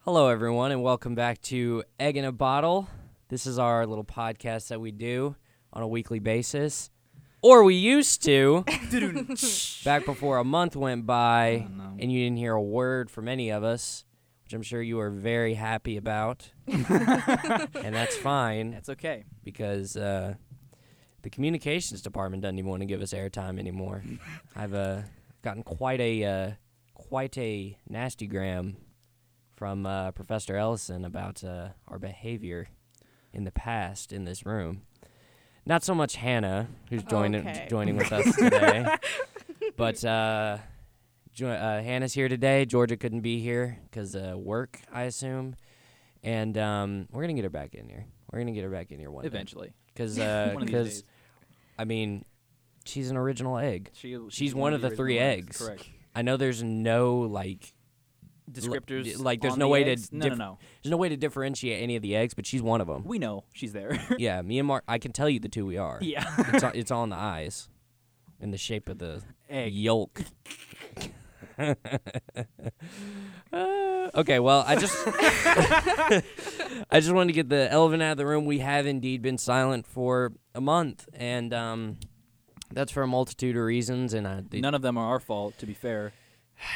Hello, everyone, and welcome back to Egg in a Bottle. This is our little podcast that we do on a weekly basis, or we used to back before a month went by and you didn't hear a word from any of us, which I'm sure you are very happy about. and that's fine That's okay. because uh, the communications department doesn't even want to give us airtime anymore. I've uh, gotten quite a uh, quite a nasty gram from uh, Professor Ellison about uh, our behavior in the past in this room. Not so much Hannah, who's joining Okay. joining with us today, but uh, jo- uh, Hannah's here today. Georgia couldn't be here because uh, work, I assume. And um, we're gonna get her back in here. We're gonna get her back in here one day. Eventually, Because one of these because days. uh, I mean, she's an original egg. She, she's one of the three original eggs. Correct. I know there's no like l- Descriptors. like there's on no the way eggs? to No, no, dif- no. there's no way to differentiate any of the eggs, but she's one of them. We know she's there. yeah, me and Mark. I can tell you the two we are. yeah. it's, all, it's all in the eyes, in the shape of the Egg. yolk. Uh, okay, well, I just I just wanted to get the elephant out of the room. We have indeed been silent for a month, and um, that's for a multitude of reasons. And I, None of them are our fault. To be fair.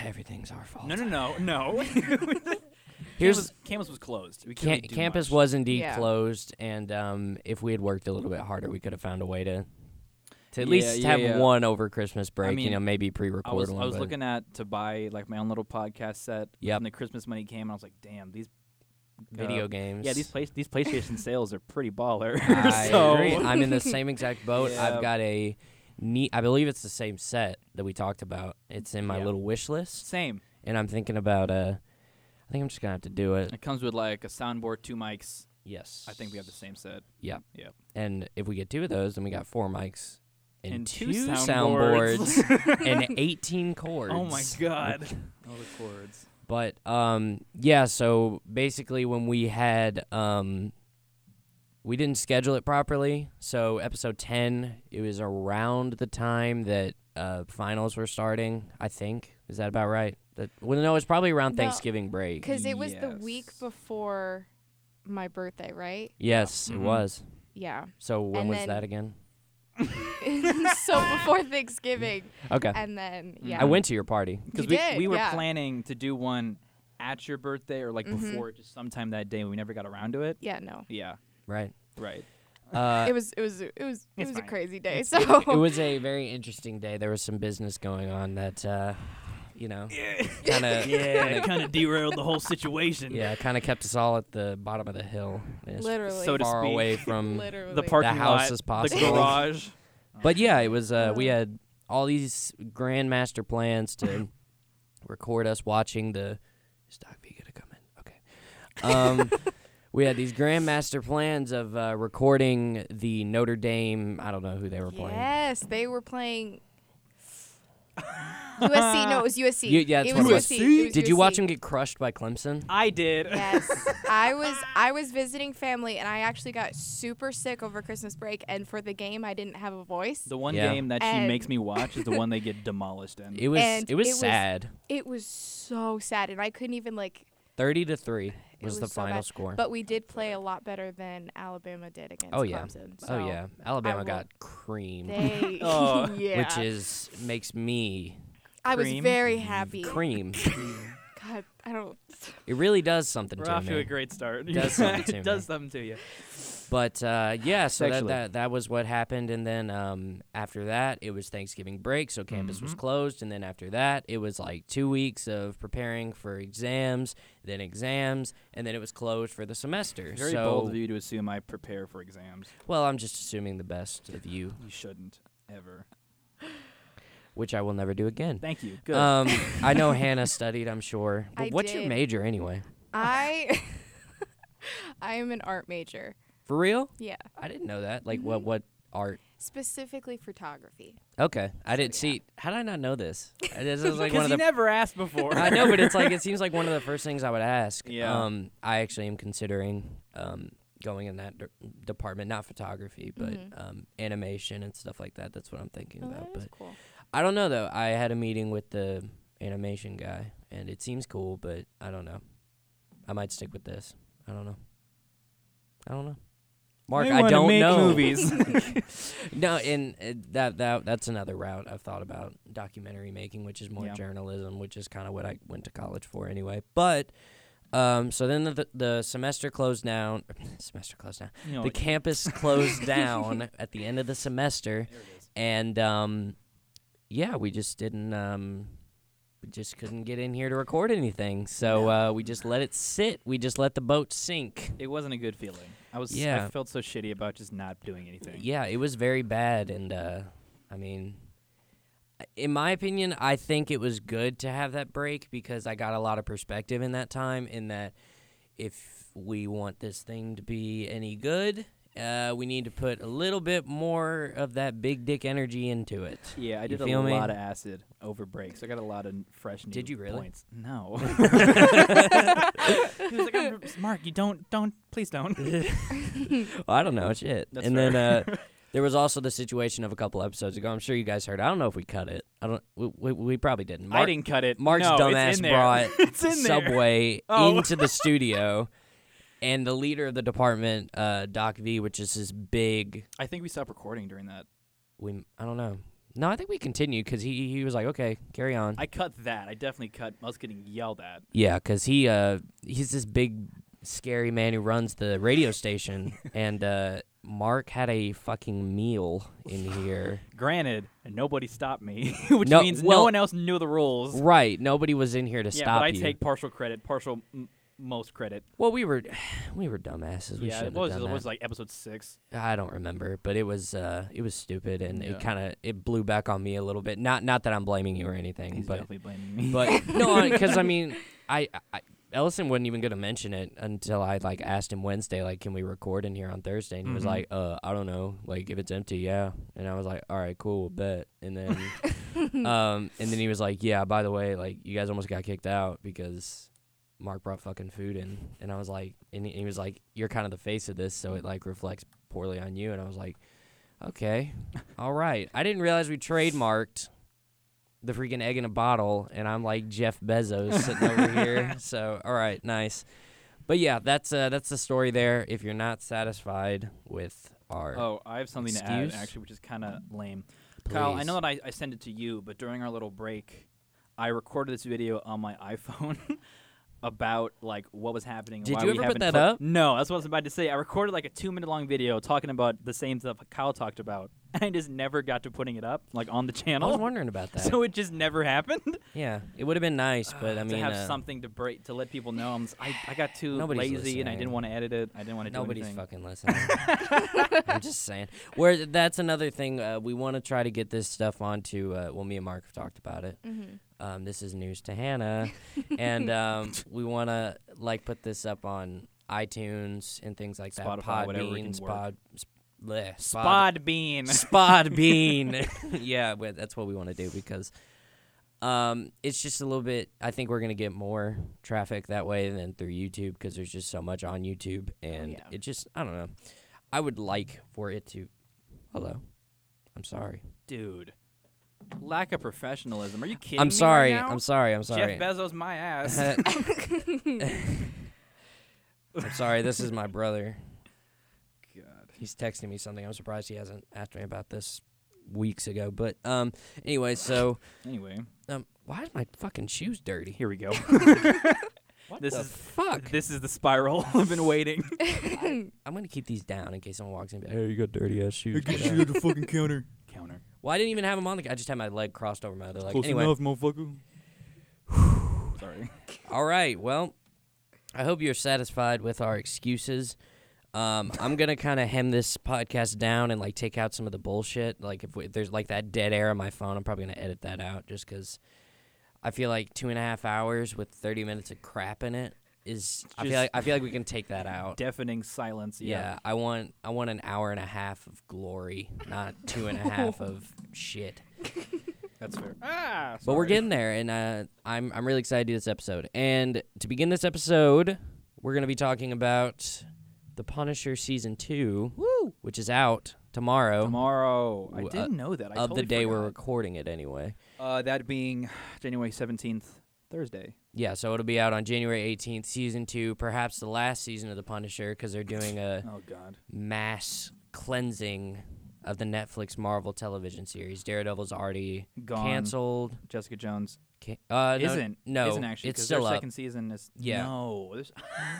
everything's our fault. No, no, no, no. Here's campus, campus was closed. We Cam- couldn't do campus much. was indeed Yeah. closed, and um, if we had worked a little bit harder, we could have found a way to to at Yeah, least yeah, have yeah. one over Christmas break. you mean, know, maybe pre-record I was, one. I was but- looking at to buy like my own little podcast set. Yep. And the Christmas money came, and I was like, damn, these video uh, games. Yeah, these place these PlayStation sales are pretty baller. I so agree. I'm in the same exact boat. Yeah. I've got a neat. I believe it's the same set that we talked about. It's in my Yeah. little wish list, same. and I'm thinking about. Uh, I think I'm just gonna have to do it. It comes with like a soundboard, two mics. Yes. I think we have the same set. Yeah. Yep. And if we get two of those, then we got four mics and, And two two, soundboards. soundboards and 18 chords. Oh my god. All the chords. But um, yeah, so basically when we had um, we didn't schedule it properly. So episode ten, it was around the time that uh, finals were starting. I think is that about right? That well, no, it's probably around No, Thanksgiving break. Because it was the week Yes. before my birthday, right? Yes, Mhm. it was. Yeah. So when And was then- that again? so before Thanksgiving, Okay, and then yeah. Mm-hmm. I went to your party. Because You we, did, we were yeah. planning to do one at your birthday or like Mhm. Mm-hmm. before, just sometime that day. We never got around to it. Yeah, no. Yeah, Right. right. Uh, it was it was it was it It's was a fine. crazy day. It's- So it, it was a very interesting day. There was some business going on that, uh, you know, kind of, yeah, kind of derailed the whole situation. kind of kept us all at the bottom of the hill, as literally so to far speak. away from. literally The parking house lot, is possible. The garage. But yeah, it was. Uh, we Uh. had all these grand master plans to record us watching the. Is Doc B gonna come in? Okay. Um, we had these grand master plans of uh, recording the Notre Dame. I don't know who they were playing. Yes, they were playing USC. No, it was USC. You- yeah, that's it what was it was. USC. It was Did you watch USC. him get crushed by Clemson? I did. Yes, I was I was visiting family and I actually got super sick over Christmas break and for the game I didn't have a voice. The one Yeah. game that she And- makes me watch is the one they get demolished in. It was And it was it was- sad. it was so sad and I couldn't even like Thirty to three It was, the was so final bad. score. But we did play a lot better than Alabama did against Oh, yeah. Clemson. oh so yeah, Alabama will- got creamed, They, Oh. yeah. which is makes me I was cream. very happy. cream. God, I don't. it really does something We're to off me. to a great start. Does something to it does me. something to you. But uh, yeah, so that, Sexually. that that was what happened, and then um, after that, it was Thanksgiving break, so campus was closed, and then after that, it was like two weeks of preparing for exams, then exams, and then it was closed for the semester. Very so, bold of you to assume I prepare for exams. well, I'm just assuming the best of you, You shouldn't ever. which I will never do again. Thank you. Good. Um, I know Hannah studied, I'm sure. But I what's your did. major anyway? I. I am an art major. For real? Yeah, I didn't know that. mm-hmm. Like what what art? specifically photography. Okay, I didn't see. How did I not know this? Uh, This is like one Because of you the. never asked before. I know, but it's like it seems like one of the first things I would ask. Yeah. Um, I actually am considering um going in that d- department, not photography, but Mm-hmm. Mhm. um animation and stuff like that. That's what I'm thinking Oh, about. that is But cool. I don't know though. I had a meeting with the animation guy, and it seems cool, but I don't know. I might stick with this. I don't know. I don't know. Mark, They I wanna don't make know. movies. No, and uh, that that that's another route I've thought about documentary making, which is more Yeah. journalism, which is kind of what I went to college for anyway. But um, so then the, the semester closed down. Semester closed down. You know, The campus closed down at the end of the semester, and um, yeah, we just didn't. Um, we just couldn't get in here to record anything, so uh, we just let it sit. We just let the boat sink. it wasn't a good feeling. I was Yeah. I felt so shitty about just not doing anything. Yeah, it was very bad, and uh, I mean, in my opinion, I think it was good to have that break because I got a lot of perspective in that time. In that, if we want this thing to be any good, uh, we need to put a little bit more of that big dick energy into it. Yeah, I You did a feel me? lot of acid over breaks. I got a lot of n- fresh new Did you really? points. No. He was like, "I'm- Mark, you don't, don't, please don't. Well, I don't know, shit. That's and then uh, there was also the situation of a couple episodes ago. I'm sure you guys heard. I don't know if we cut it. I don't. We, we, we probably didn't. I Mark- didn't cut it. Mark's no, it's dumbass in there. brought it's in there. subway Oh. into the studio, and the leader of the department, uh, Doc V, which is his big. I think we stopped recording during that. We I don't know. No, I think we continued because he he was like, okay, carry on. Yeah, 'cause I cut that. I definitely cut. I was getting yelled at. yeah, because he uh he's this big scary man who runs the radio station, and uh, Mark had a fucking meal in here. Granted, nobody stopped me, which No, means well- no one else knew the rules. right, nobody was in here to yeah, stop but I you. take partial credit, partial m- most credit. well, we were we were dumbasses. We yeah, it shouldn't was, have it done that. was like episode six. I don't remember, but it was uh, it was stupid, and Yeah. it kind of it blew back on me a little bit. Not not that I'm blaming you or anything, He's but definitely blaming me. but no, because I mean, I, I Ellison wasn't even gonna mention it until I like asked him Wednesday, like, can we record in here on Thursday? And he was Mhm. like, uh, I don't know, like if it's empty, yeah. And I was like, all right, cool, bet. And then um, and then he was like, yeah, by the way, like you guys almost got kicked out because. Mark brought fucking food in, and I was like, and he- he was like, "You're kind of the face of this, so it like reflects poorly on you." And I was like, Okay. All right. I didn't realize we trademarked the freaking egg in a bottle, and I'm like Jeff Bezos sitting over here. So, all right, nice. But yeah, that's uh, that's the story there. If you're not satisfied with our, Oh, I have something to add Excuse? actually, which is kind of lame. Kyle, I know please. that I, I sent it to you, but during our little break, I recorded this video on my iPhone about like what was happening. and Did why you we ever put that haven't put- up? No, that's what I was about to say. I recorded like a two minute long video talking about the same stuff Kyle talked about, and I just never got to putting it up like on the I was channel. wondering about that. So it just never happened. yeah, it would have been nice, but I mean, to have uh, something to break to let people know. I'm, s- I I got too Nobody's lazy and I listening. didn't want to edit it. I didn't want to do Nobody's anything. fucking listening. I'm just saying. Where that's another thing. Uh, we want to try to get this stuff onto. Uh, well, me and Mark have talked about it. Um, this is news to Hannah, and um, we want to like put this up on iTunes and things like that. Spotify, whatever we can Podbean, work. Spod, sp- bleh, Spod, Spod bean. Spodbean. yeah, but that's what we want to do because um, it's just a little bit. I think we're gonna get more traffic that way than through YouTube because there's just so much on YouTube, and Oh, yeah. it just I don't know. I would like for it to. Hello, I'm sorry. dude. Lack of professionalism. Are you kidding me I'm right sorry. now? I'm sorry. I'm sorry. Jeff Bezos, my ass. I'm sorry. This is my brother. God. He's texting me something. I'm surprised he hasn't asked me about this weeks ago. But um, anyway, so Anyway, um, why is my fucking shoes dirty? here we go. What this the is- fuck? this is the spiral I've been waiting. I'm gonna keep these down in case someone walks in. and be like, Hey, you got dirty ass shoes. get out." the fucking counter. Counter. Well, I didn't even have them on. The, I just had my leg crossed over my other leg. Close anyway, enough, motherfucker. Sorry. all right. Well, I hope you're satisfied with our excuses. Um, I'm gonna kind of hem this podcast down and like take out some of the bullshit. Like if, we, if there's like that dead air on my phone, I'm probably gonna edit that out just because I feel like two and a half hours with 30 minutes of crap in it is. I feel Just- like I feel like we can take that out. Deafening silence. Yeah. Yeah. I want I want an hour and a half of glory, not two and a half of shit. That's fair. Ah, But we're sorry. getting there, and uh, I'm I'm really excited to do this episode. And to begin this episode, we're gonna be talking about the Punisher season two, which is out tomorrow, Tomorrow. I W- uh, didn't know that. I of totally the day we're forgot. recording it anyway. Uh, that being January 17th, Thursday. Yeah, so it'll be out on January 18th, season two, perhaps the last season of The Punisher, because they're doing a Oh God. mass cleansing of the Netflix Marvel television series. Daredevil's already Gone. canceled. Jessica Jones Ca- uh, no, isn't. no, isn't actually. it's 'cause still their up. second season is. Yeah. No. there's-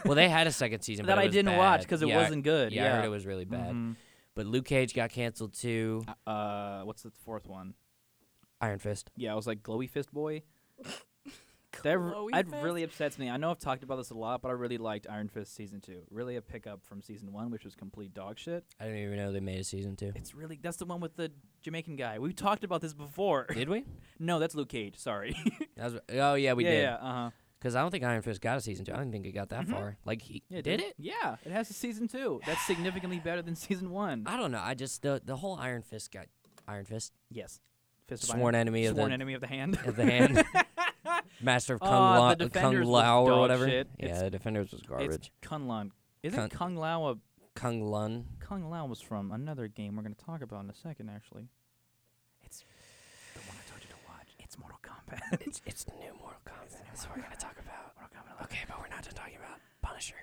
well, they had a second season that but it I was didn't bad. watch because it Yeah, I- wasn't good. Yeah, I heard it was really bad. Mhm. But Luke Cage got canceled too. Uh, what's the fourth one? Iron Fist. Yeah, I was like Glowy Fist Boy. That r- Glowy it Fist? really upsets me. I know I've talked about this a lot, but I really liked Iron Fist season two. Really a pickup from season one, which was complete dog shit. I didn't even know they made a season two. It's really that's the one with the Jamaican guy. We talked about this before. Did we? no, that's Luke Cage. Sorry. That was, oh yeah, we yeah, did. Yeah. Uh huh. Because I don't think Iron Fist got a season two. I didn't think it got that far. Like he Yeah, did it? Yeah, it has a season two. That's significantly better than season one. I don't know. I just the the whole Iron Fist got Iron Fist yes. Fist of sworn Iron- enemy of sworn the enemy of the hand. of the hand. Master of Kung, Oh, Lao, the Kung Defenders was Lao or dog whatever. shit. Yeah, It's- the Defenders was it's garbage. Kun Lan. Isn't Kun- Kung Lao a Kung Lun. Kung Lao was from another game we're going to talk about in a second, actually. It's the one I told you to watch. It's Mortal Kombat. It's, it's the new Mortal Kombat. That's what we're gonna talk about. Okay, but we're not done talking about Punisher.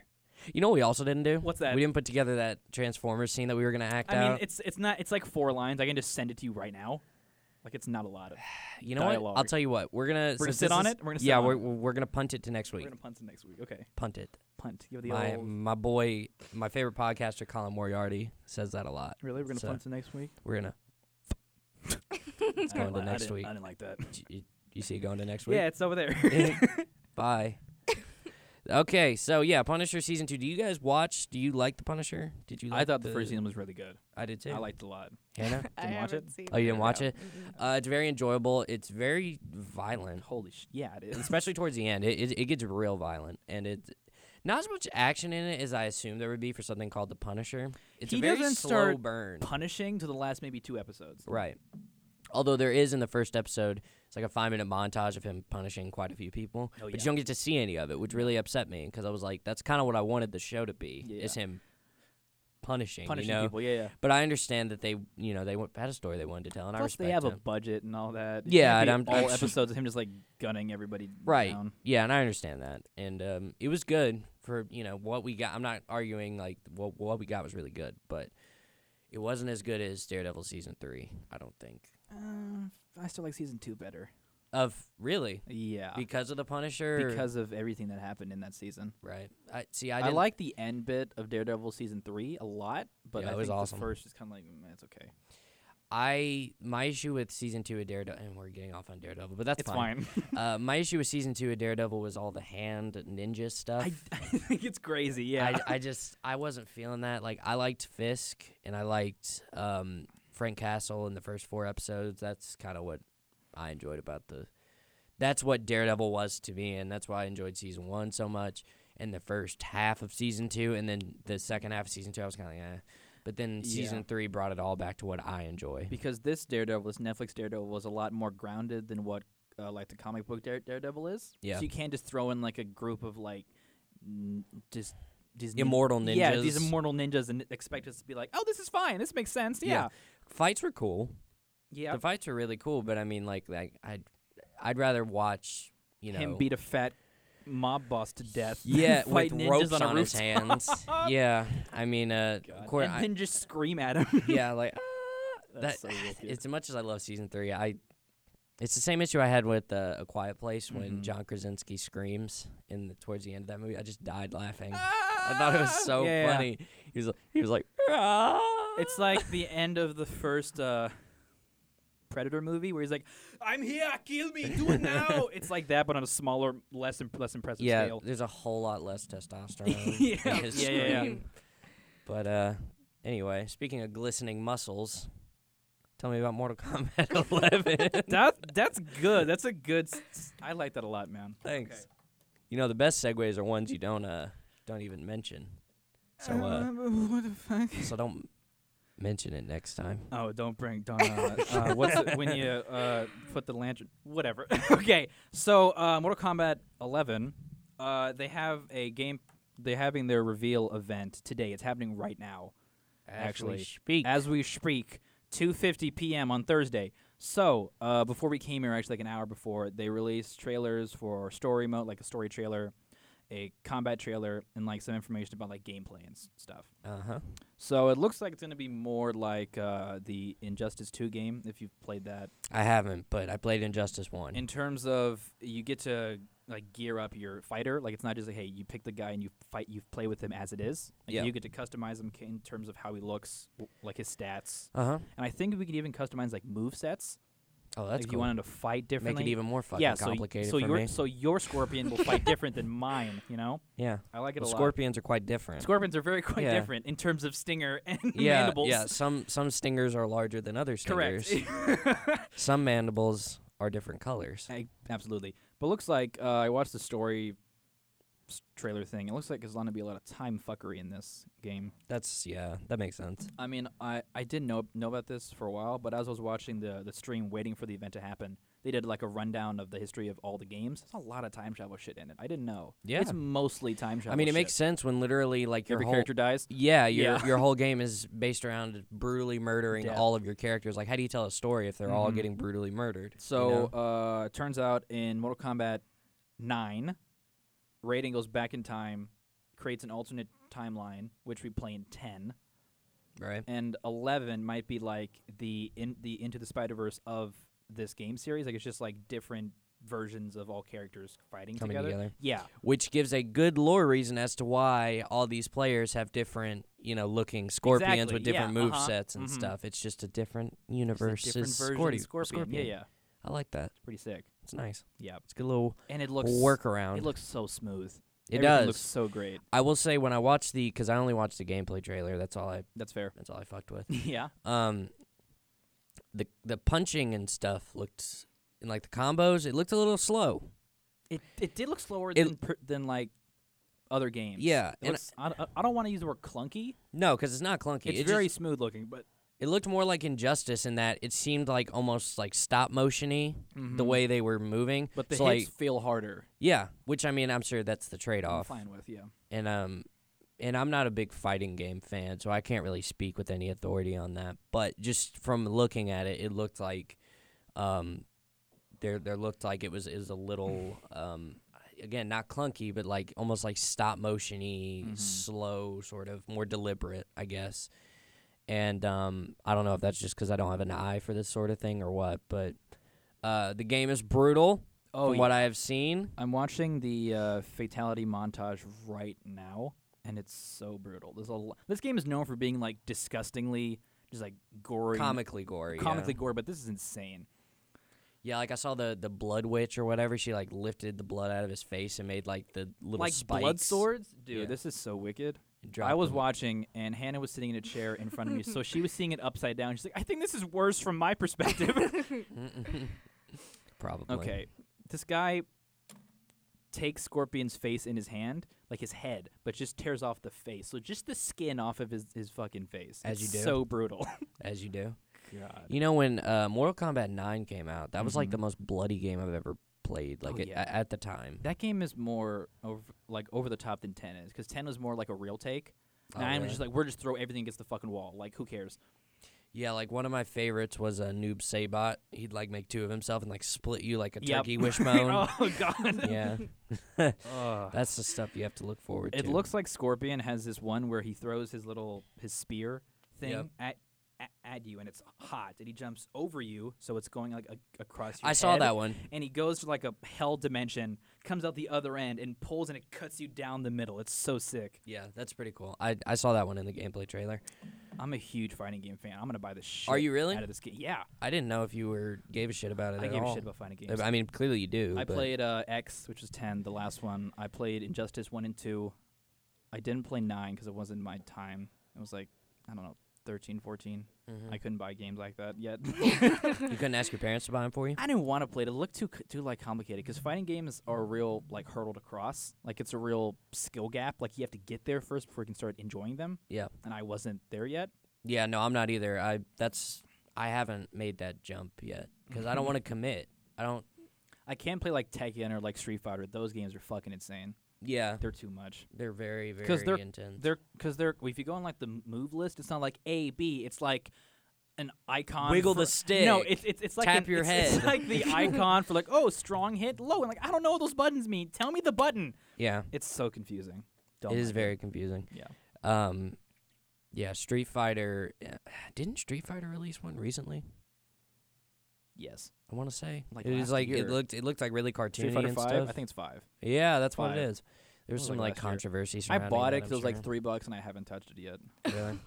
You know what we also didn't do? What's that? We didn't put together that Transformers scene that we were gonna act I mean, out. it's it's not. It's like four lines. I can just send it to you right now. Like it's not a lot. Of, you know what? I'll dialogue. tell you what. We're gonna We're gonna since sit this on is- it? We're gonna sit yeah, on we're it. we're gonna punt it to next we're week. gonna punt it next week. Okay, Punt it. punt. Give the My old. my boy, my favorite podcaster, Colin Moriarty, says that a lot. Really, we're gonna so- punt it next week. We're gonna. It's going to next week. I didn't like that. You, you see it going to next week. Yeah, it's over there. Bye. okay, so yeah, Punisher season two. Do you guys watch? Do you like the Punisher? Did you? Like I thought the first season was really good. I did too. I liked it a lot. Hannah. I Didn't watch haven't it? seen Oh, you didn't watch no. it? Mm-mm. Uh, it's very enjoyable. It's very violent, Holy sh! Yeah, it is. especially towards the end. It, it it gets real violent, and it's not as much action in it as I assumed there would be for something called the Punisher. It's a He very doesn't slow start burn. punishing to the last maybe two episodes. Right. Although there is in the first episode, it's like a five minute montage of him punishing quite a few people, Oh, but yeah. you don't get to see any of it, which really upset me because I was like, that's kind of what I wanted the show to be is him punishing, Punishing you know. people. Yeah, yeah. But I understand that they, you know, they wa- had a story they wanted to tell, and I Plus, respect they have a him. budget and all that. It Yeah, can't and be I'm- all I'm- episodes of him just like gunning everybody Right. down. Yeah, and I understand that, and um, it was good for you know what we got. I'm not arguing like what what we got was really good, but it wasn't as good as Daredevil season three. I don't think Uh, I still like season two better. of really Yeah, because of the Punisher. because of everything that happened in that season. right, I see. I, I, didn't- like the end bit of Daredevil season three a lot, but Yeah, I it was think awesome. the first is kind of like mm, it's okay. I my issue with season two of Daredevil, and we're getting off on Daredevil, but that's it's fine. uh, my issue with season two of Daredevil was all the hand ninja stuff. I, I think it's crazy. Yeah, I, I just I wasn't feeling that. Like I liked Fisk and I liked um, Frank Castle in the first four episodes. That's kind of what I enjoyed about the. That's what Daredevil was to me, and that's why I enjoyed season one so much, and the first half of season two, and then the second half of season two, I was kind of like, eh. but then season Yeah. three brought it all back to what I enjoy. because this Daredevil, this Netflix Daredevil, was a lot more grounded than what uh, like the comic book Dare- Daredevil is. Yeah. so you can't just throw in like a group of like n- just these nin- Immortal ninjas. Yeah, these immortal ninjas, and expect us to be like, oh, this is fine. This makes sense. Yeah. Yeah, fights were cool. yeah. The fights were really cool, but I mean, like, like I'd I'd rather watch you know Him beat a fat mob boss to death. than Yeah, fight with ninjas ropes on, on a his rooftop. hands. yeah, I mean, uh, of course, and I, then just scream at him. yeah, like That's that. so wicked. as much as I love season three, I it's the same issue I had with uh, A Quiet Place when Mhm. John Krasinski screams in the, towards the end of that movie. I just died laughing. I thought it was so Yeah, yeah. funny. He was he was like, "Ah." It's like the end of the first uh, Predator movie where he's like, "I'm here, kill me, do it now." it's like that, but on a smaller, less imp- less impressive yeah. scale. There's a whole lot less testosterone. Yeah, in his yeah, yeah, yeah. scream. But uh, anyway, speaking of glistening muscles, tell me about Mortal Kombat 11. That that's good. That's a good. s- s- I like that a lot, man. Thanks. Okay. You know the best segues are ones you don't uh don't even mention. So uh Um, what the fuck? so don't mention it next time. Oh, don't bring don't. Uh, uh, what's it, when you uh, put the lantern? Whatever. okay, so uh, Mortal Kombat 11, uh, they have a game. They're having their reveal event today. It's happening right now. Actually, speak. as we speak, 2:50 p.m. on Thursday. So, uh, before we came here, actually, like an hour before, they released trailers for story mode, like a story trailer, a combat trailer, and like some information about like gameplay and s- stuff. Uh huh. So it looks like it's gonna be more like uh, the Injustice Two game if you've played that. I haven't, but I played Injustice One. In terms of you get to like gear up your fighter, like it's not just like hey you pick the guy and you fight you play with him as it is. Like, Yeah. You get to customize him ca- in terms of how he looks, w- like his stats, uh huh. and I think we could even customize like move sets. Oh, that's like, If you cool. wanted to fight Make differently, it even more fucking yeah, so y- complicated So, for your me. so your scorpion will fight different than mine. You know, yeah. I like it Well, a lot. scorpions are quite different. Scorpions are very quite Yeah. different in terms of stinger and yeah, mandibles. yeah. Some some stingers are larger than other stingers. Correct. some mandibles are different colors. I, absolutely. But looks like uh, I watched the story s- trailer thing. It looks like there's going to be a lot of time fuckery in this game. That's yeah. That makes sense. I mean, I, I didn't know know about this for a while, but as I was watching the, the stream waiting for the event to happen, they did like a rundown of the history of all the games. There's a lot of time travel shit in it. I didn't know. Yeah. It's mostly time travel. I mean, it shit. makes sense when literally like your every whole character dies. yeah your Yeah. your whole game is based around brutally murdering Death. all of your characters. Like, how do you tell a story if they're all Mhm. getting brutally murdered? you So know? uh, turns out in Mortal Kombat 9, Raiden goes back in time, creates an alternate timeline, which we play in 10, right? and 11 might be like the in the Into the Spider Verse of this game series. Like it's just like different versions of all characters fighting Coming together. together. Yeah, Which gives a good lore reason as to why all these players have different, you know, looking scorpions Exactly, with different yeah, move uh-huh, sets and mhm. stuff. It's just a different it's a universe. different is version scorti- of Scorpion. scorpion. Yeah, yeah, I like that. it's pretty sick. It's nice. Yeah, It's a good little and it looks workaround. It looks so smooth. It Everything does. looks so great. I will say when I watched the because I only watched the gameplay trailer. That's all I. That's fair. That's all I fucked with. yeah. Um, the the punching and stuff looked and like the combos. It looked a little slow. It it did look slower It- than per, than like other games. Yeah, It and looks- I, I- I don't want to use the word clunky. No, because it's not clunky. It's it very just- smooth looking, but it looked more like Injustice in that it seemed like almost like stop motiony the way they were moving. Mm-hmm. But the so hits like feel harder. yeah, which I mean I'm sure that's the trade I'm off. fine with yeah. And um and I'm not a big fighting game fan, so I can't really speak with any authority on that. But just from looking at it, it looked like um there there looked like it was is a little um again not clunky but like almost like stop motiony Mhm. slow sort of more deliberate i guess and um i don't know if that's just because i don't have an eye for this sort of thing or what but uh the game is brutal Oh, from yeah. what i have seen I'm watching the uh, fatality montage right now, and it's so brutal. There's a l- this game is known for being like disgustingly just like gory, and- comically gory yeah. comically gory, but this is insane. Yeah, like I saw the the blood witch or whatever. She like lifted the blood out of his face and made like the little like spikes. blood swords, dude. Yeah. This is so wicked. and I dropped was them. watching, and Hannah was sitting in a chair in front of me, so she was seeing it upside down. She's like, "I think this is worse from my perspective." probably. okay, this guy takes Scorpion's face in his hand, like his head, but just tears off the face, so just the skin off of his, his fucking face. As It's you do. so brutal. as you do. God. You know when uh, Mortal Kombat Nine came out, that was like Mhm. the most bloody game I've ever played. Like Oh, it- yeah. a- at the time, That game is more over, like over the top than ten is, because ten was more like a real take. Oh, Nine really? was just like we're just throw everything against the fucking wall. Like who cares? yeah, like one of my favorites was a noob Sabot. He'd like make two of himself and like split you like a Yep. turkey wishbone. oh god. Yeah, Ugh. that's the stuff you have to look forward It to. looks like Scorpion has this one where he throws his little his spear thing Yep. at, at at you, and it's hot, and he jumps over you, so it's going like a, across. Your I saw head, that one. and he goes to like a hell dimension, comes out the other end, and pulls, and it cuts you down the middle. It's so sick. Yeah, that's pretty cool. I I saw that one in the gameplay trailer. I'm a huge fighting game fan. I'm gonna buy the shit. you really? out of this game? Yeah, I didn't know if you were gave a shit about it. I at gave all. a shit about fighting Uh, games. I mean, clearly you do. I but- played uh, X, which was ten, the last one. I played Injustice one and two. I didn't play nine because it wasn't my time. It was like I don't know, 13, 14. I couldn't buy games like that yet. you couldn't ask your parents to buy them for you. I didn't want to play it. It looked too c- too like complicated because fighting games are a real like hurdle to cross. Like it's a real skill gap. Like you have to get there first before you can start enjoying them. Yeah. And I wasn't there yet. Yeah. No, I'm not either. I that's I haven't made that jump yet because I don't want to commit. I don't. I can play like Tekken or like Street Fighter. Those games are fucking insane. Yeah. They're too much. They're very very 'Cause they're- intense. They're because they're if you go on like the m- move list, it's not like A B. It's like an icon. Wiggle for- the stick. No, it's it's, it's like Tap an- your it's- it's head. like the icon for like oh strong hit low. And like I don't know what those buttons mean. Tell me the button. Yeah, It's so confusing. Don't it is like very confusing. Yeah. Um, yeah, Street Fighter. uh, Didn't Street Fighter release one recently? Yes. I want to say Like it was last like year. it looked it looked like really Street cartoony Fighter and Five. stuff. I think it's five. yeah, that's what it five. is. There was was some like like, last year. controversy I surrounding bought that, it because I'm it was like sure. three bucks and I haven't touched it yet. Really?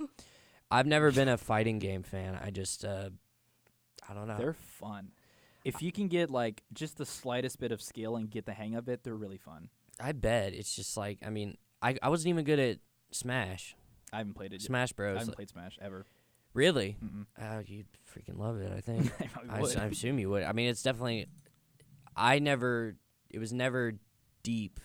I've never been a fighting game fan. I just, uh, I don't know. They're fun. Ah. If you can get like just the slightest bit of skill and get the hang of it, they're really fun. I bet it's just like I mean, I I wasn't even good at Smash, I haven't played it. yet. Smash I Bros. haven't Like, played Smash ever. really? Mm-mm. Oh, you'd freaking love it. I think. I probably I, s- would. I assume you would. I mean, it's definitely. I never. It was never deep.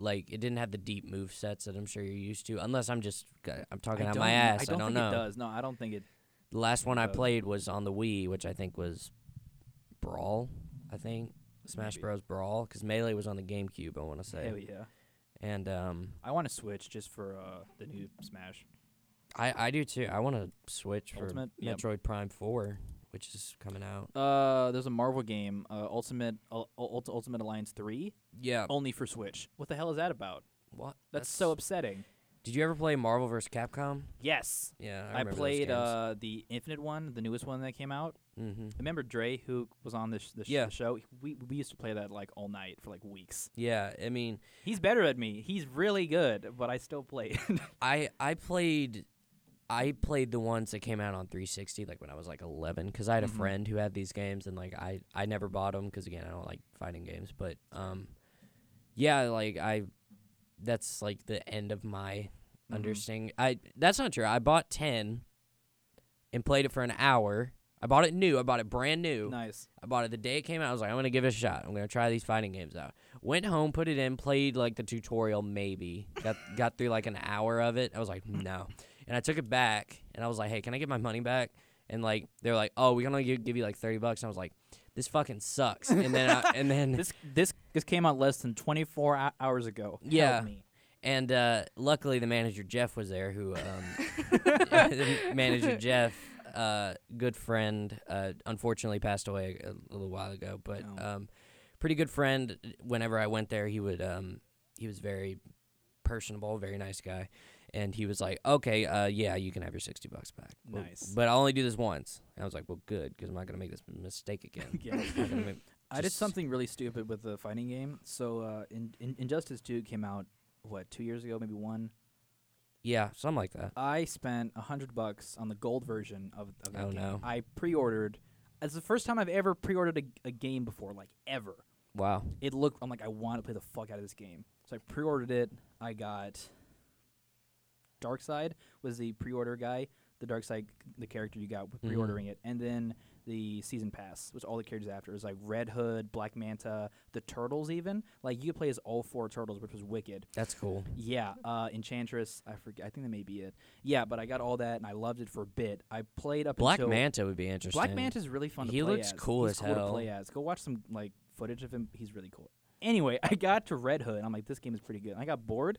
Like it didn't have the deep move sets that I'm sure you're used to. Unless I'm just, g- I'm talking I out don't my know. ass. I don't, think know. it does. No, I don't think it. The last one I does. played was on the Wii, which I think was Brawl. I think Smash Maybe. Bros. Brawl, because Melee was on the GameCube. I want to say. Hell yeah. And um, I want to switch just for uh, the new Smash. I I do too. I want to switch for Ultimate? Yeah. Metroid Prime Four, which is coming out. Uh, there's a Marvel game, uh, Ultimate Ul- Ul- Ultimate Alliance Three, Yeah. only for Switch. What the hell is that about? Oh, What? That's, so upsetting. Did you ever play Marvel vs. Capcom? Yes, Yeah, I, I, remember those played games. uh, the Infinite one, the newest one that came out. Mhm. Remember Dre, who was on this the, sh- Yeah. the show? We we used to play that like all night for like weeks. Yeah, I mean, He's better at me. He's really good, but I still play. it. I I played I played the ones that came out on 360 like when I was like 11 cuz I had a Mhm. friend who had these games and like I I never bought them cuz again I don't like fighting games but um yeah like I that's like the end of my Mhm. understanding I that's not true I bought 10 and played it for an hour I bought it new I bought it brand new nice. I bought it the day it came out. I was like, I'm gonna give it a shot. I'm gonna try these fighting games out. Went home, put it in, played like the tutorial, maybe got got through like an hour of it. I was like, no, and I took it back and I was like, hey, can I get my money back? And like they're like, oh, we're gonna give, give you like thirty bucks. And I was like, this fucking sucks. And then I, and then This this this came out less than 24 hou- hours ago. Help Yeah. me. and uh, luckily the manager Jeff was there, who um, manager Jeff, uh, good friend, uh, unfortunately passed away a, a little while ago, but Oh. um, pretty good friend. Whenever I went there, he would um, he was very personable, very nice guy, and he was like, "Okay, uh, yeah, you can have your sixty bucks back, Well, Nice. but I'll only do this once." And I was like, "Well, good, because I'm not gonna make this mistake again." Yeah. I'm not gonna make- I did Just- something really stupid with the fighting game. So uh, in, in Injustice 2 came out what two years ago, maybe one. yeah, something like that. I spent a hundred bucks on the gold version of, of that Oh, game. no. I pre-ordered. It's the first time I've ever pre-ordered a, a game before, like ever. Wow. It looked. I'm like, I want to play the fuck out of this game. So I pre-ordered it. I got. Dark Side was the pre-order guy. The Dark Side, the character you got with Mhm. pre-ordering it, and then the season pass, which all the characters after It was like Red Hood, Black Manta, the Turtles. Even like you could play as all four turtles, which was wicked. That's cool. Yeah, uh, Enchantress. I forget. I think that may be it. Yeah, but I got all that and I loved it for a bit. I played up Black until Manta would be interesting. Black Manta's really fun. To He play looks as. cool He's as cool hell. To play as. Go watch some like footage of him. He's really cool. Anyway, I got to Red Hood. and I'm like, this game is pretty good. And I got bored,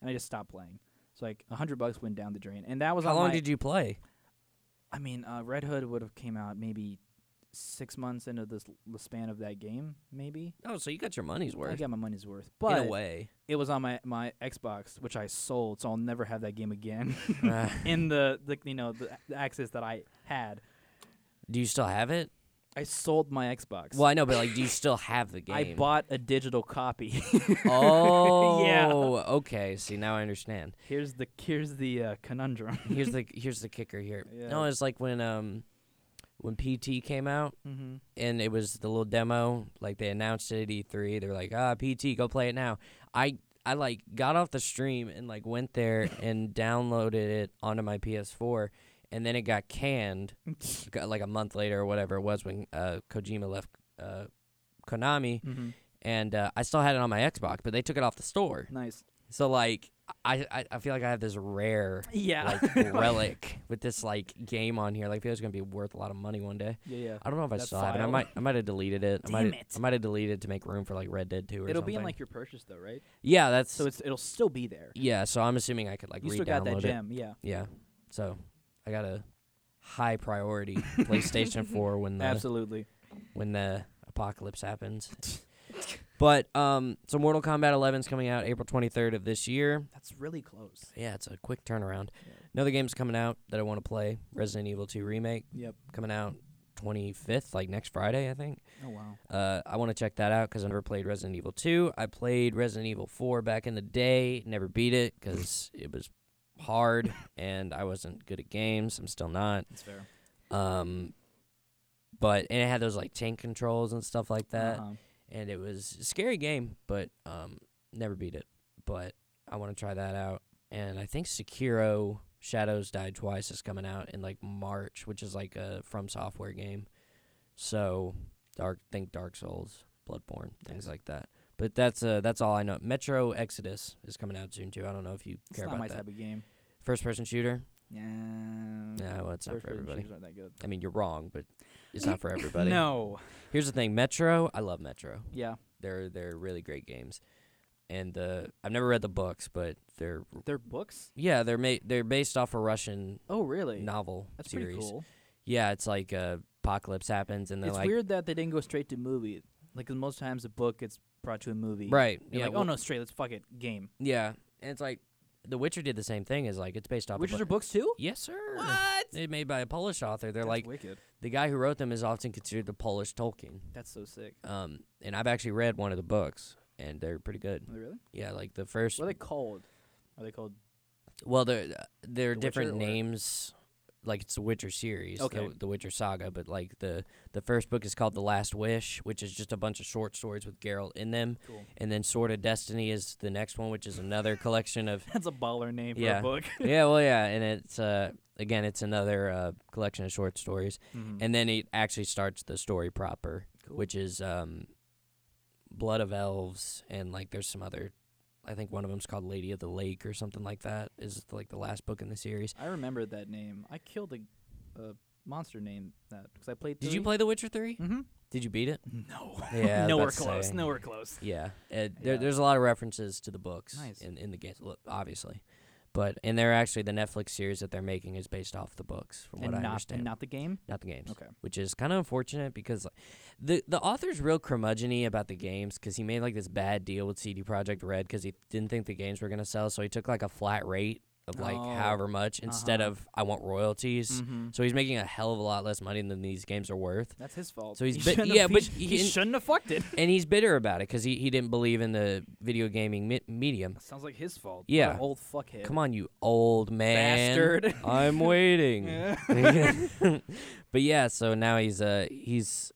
and I just stopped playing. So like a hundred bucks went down the drain, and that was How on long my- did you play? I mean, uh, Red Hood would have came out maybe six months into this the span of that game, maybe. Oh, so you got your money's I worth got my money's worth, but in a way. it was on my my Xbox, which I sold, so I'll never have that game again. Uh, in the, the you know the, the access that I had. do you still have it? I sold my Xbox. Well, I know, but like, do you still have the game? I bought a digital copy. Oh, Okay, see now I understand. here's the here's the uh, conundrum. Here's the here's the kicker here. No, Yeah. it's like when um when PT came out Mm-hmm. and it was the little demo. Like they announced it at E3. They were like, ah, PT, go play it now. I I like got off the stream and like went there and downloaded it onto my PS4, and then it got canned. got- like a month later or whatever it was when uh, Kojima left uh, Konami, mm-hmm. and uh, I still had it on my Xbox, but they took it off the store. Nice. So like, I I, I feel like I have this rare Yeah. like relic with this like game on here. Like, I feel it's gonna be worth a lot of money one day. yeah. Yeah. I don't know if I That still have it. I file. might I might have deleted it. I Damn might it. I might have deleted it to make room for like Red Dead Two or It'll something. be in like your purchase though, right? yeah, that's So it's it'll still be there. yeah. So I'm assuming I could like You re-download still got that it. gem. Yeah. Yeah. So I gotta high priority PlayStation 4 when the Absolutely. when the apocalypse happens. but um, so Mortal Kombat 11 is coming out April 23rd of this year. That's really close. Yeah, it's a quick turnaround. Yeah. Another game's coming out that I want to play Resident Evil 2 Remake. Yep. Coming out 25th, like next Friday, I think. Oh wow. Uh, I want to check that out because I never played Resident Evil 2. I played Resident Evil 4 back in the day, never beat it because it was hard and I wasn't good at games. I'm still not. That's fair. Um, but, and it had those like tank controls and stuff like that Uh-huh. and it was a scary game, but um, never beat it. But I want to try that out. And I think Sekiro Shadows Die Twice is coming out in like March, which is like a From Software game. So dark, think Dark Souls, Bloodborne, things like that. But that's uh, that's all I know. Metro Exodus is coming out soon too. I don't know if you It's care not about my that. type of game. First person shooter. Yeah. No, well, it's not First for person everybody. shooters aren't that good. I mean, you're wrong, but it's not for everybody. No. Here's the thing, Metro. I love Metro. Yeah. They're they're really great games, and uh, I've never read the books, but they're They're books. yeah they're ma- they're based off a Russian Oh really? novel That's series. pretty cool. Yeah, it's like uh, apocalypse happens, and they're It's like weird that they didn't go straight to movie. Like 'cause most times, a book gets brought to a movie. right, You're yeah, like, oh well- no, straight. Let's fuck it. Game. yeah, and it's like The Witcher did the same thing. Is like it's based off. Witches a are book. books too. yes, sir. What? They're made by a Polish author. They're That's like wicked. the guy who wrote them is often considered the Polish Tolkien. That's so sick. Um, and I've actually read one of the books, and they're pretty good. Are they really? Yeah, like the first. What are they called? Are they called? Well, there uh, there are The Witcher different or- names. Like it's the Witcher series, Okay. the, the Witcher saga, but like the the first book is called The Last Wish, which is just a bunch of short stories with Geralt in them, Cool. and then Sword of Destiny is the next one, which is another collection of That's a baller name Yeah. for a book. yeah, well, yeah, and it's uh again it's another uh, collection of short stories, Mhm. and then it actually starts the story proper, Cool. which is um Blood of Elves, and like there's some other, I think one of them's called Lady of the Lake or something like that is like the last book in the series. I remember that name. I killed a, a monster named that because I played. Did you play The Witcher 3? Mm-hmm. Did you beat it? No. Yeah, I was nowhere about to close. say. Nowhere close. Yeah. Uh, there, Yeah. There's a lot of references to the books Nice. in, in the game, obviously. But and they're actually the Netflix series that they're making is based off the books, from and what I not understand. and not the game. Not the games, Okay. which is kind of unfortunate because like, the the author's real curmudgeony about the games because he made like this bad deal with CD Projekt Red because he didn't think the games were gonna sell, so he took like a flat rate of like Oh. however much instead Uh-huh. of I want royalties. Mm-hmm. So he's making a hell of a lot less money than these games are worth. That's his fault. So he's He bit- shouldn't have- yeah, he but sh- he he didn't- shouldn't have fucked it. and he's bitter about it because he, he didn't believe in the video gaming me- medium. Sounds like his fault. What Yeah. an old fuckhead. Come on, you old man. Bastard. I'm waiting. but yeah, so now he's uh he's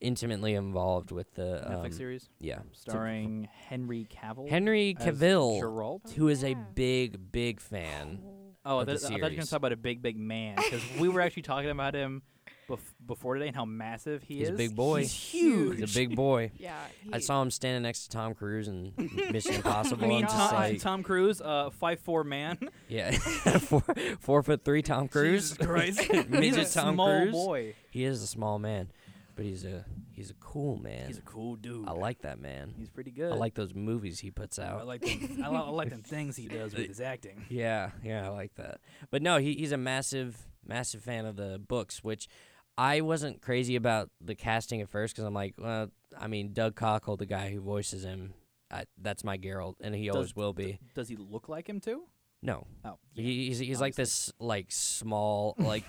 intimately involved with the um, Netflix series Yeah, starring Henry Cavill. Henry as Cavill, Geralt. who is a Yeah. big big fan. Oh, I of the thought, I thought you were gonna series. talk about a big, big man because we were actually talking about him bef- before today and how massive he He's a is. big boy. He's huge. He's a big boy. Yeah. I he- saw him standing next to Tom Cruise in Mission Impossible. I I'm mean, just Tom, like, Tom Cruise, uh, five four man. yeah, four four foot three Tom Cruise. Jesus Christ. He's a Midget Tom small Cruise? boy. He is a small man, but he's a he's a cool man. He's a cool dude. I like that man. He's pretty good. I like those movies he puts I out. like. Them, I, li- I like them things he does with his acting. yeah, yeah, I like that. But no, he, he's a massive, massive fan of the books, which I wasn't crazy about the casting at first because I'm like, well, I mean, Doug Cockle, the guy who voices him, I, that's my Geralt, and he Does- always will be. D- does he look like him too? no, Oh, he, he's he's like obviously. this like small like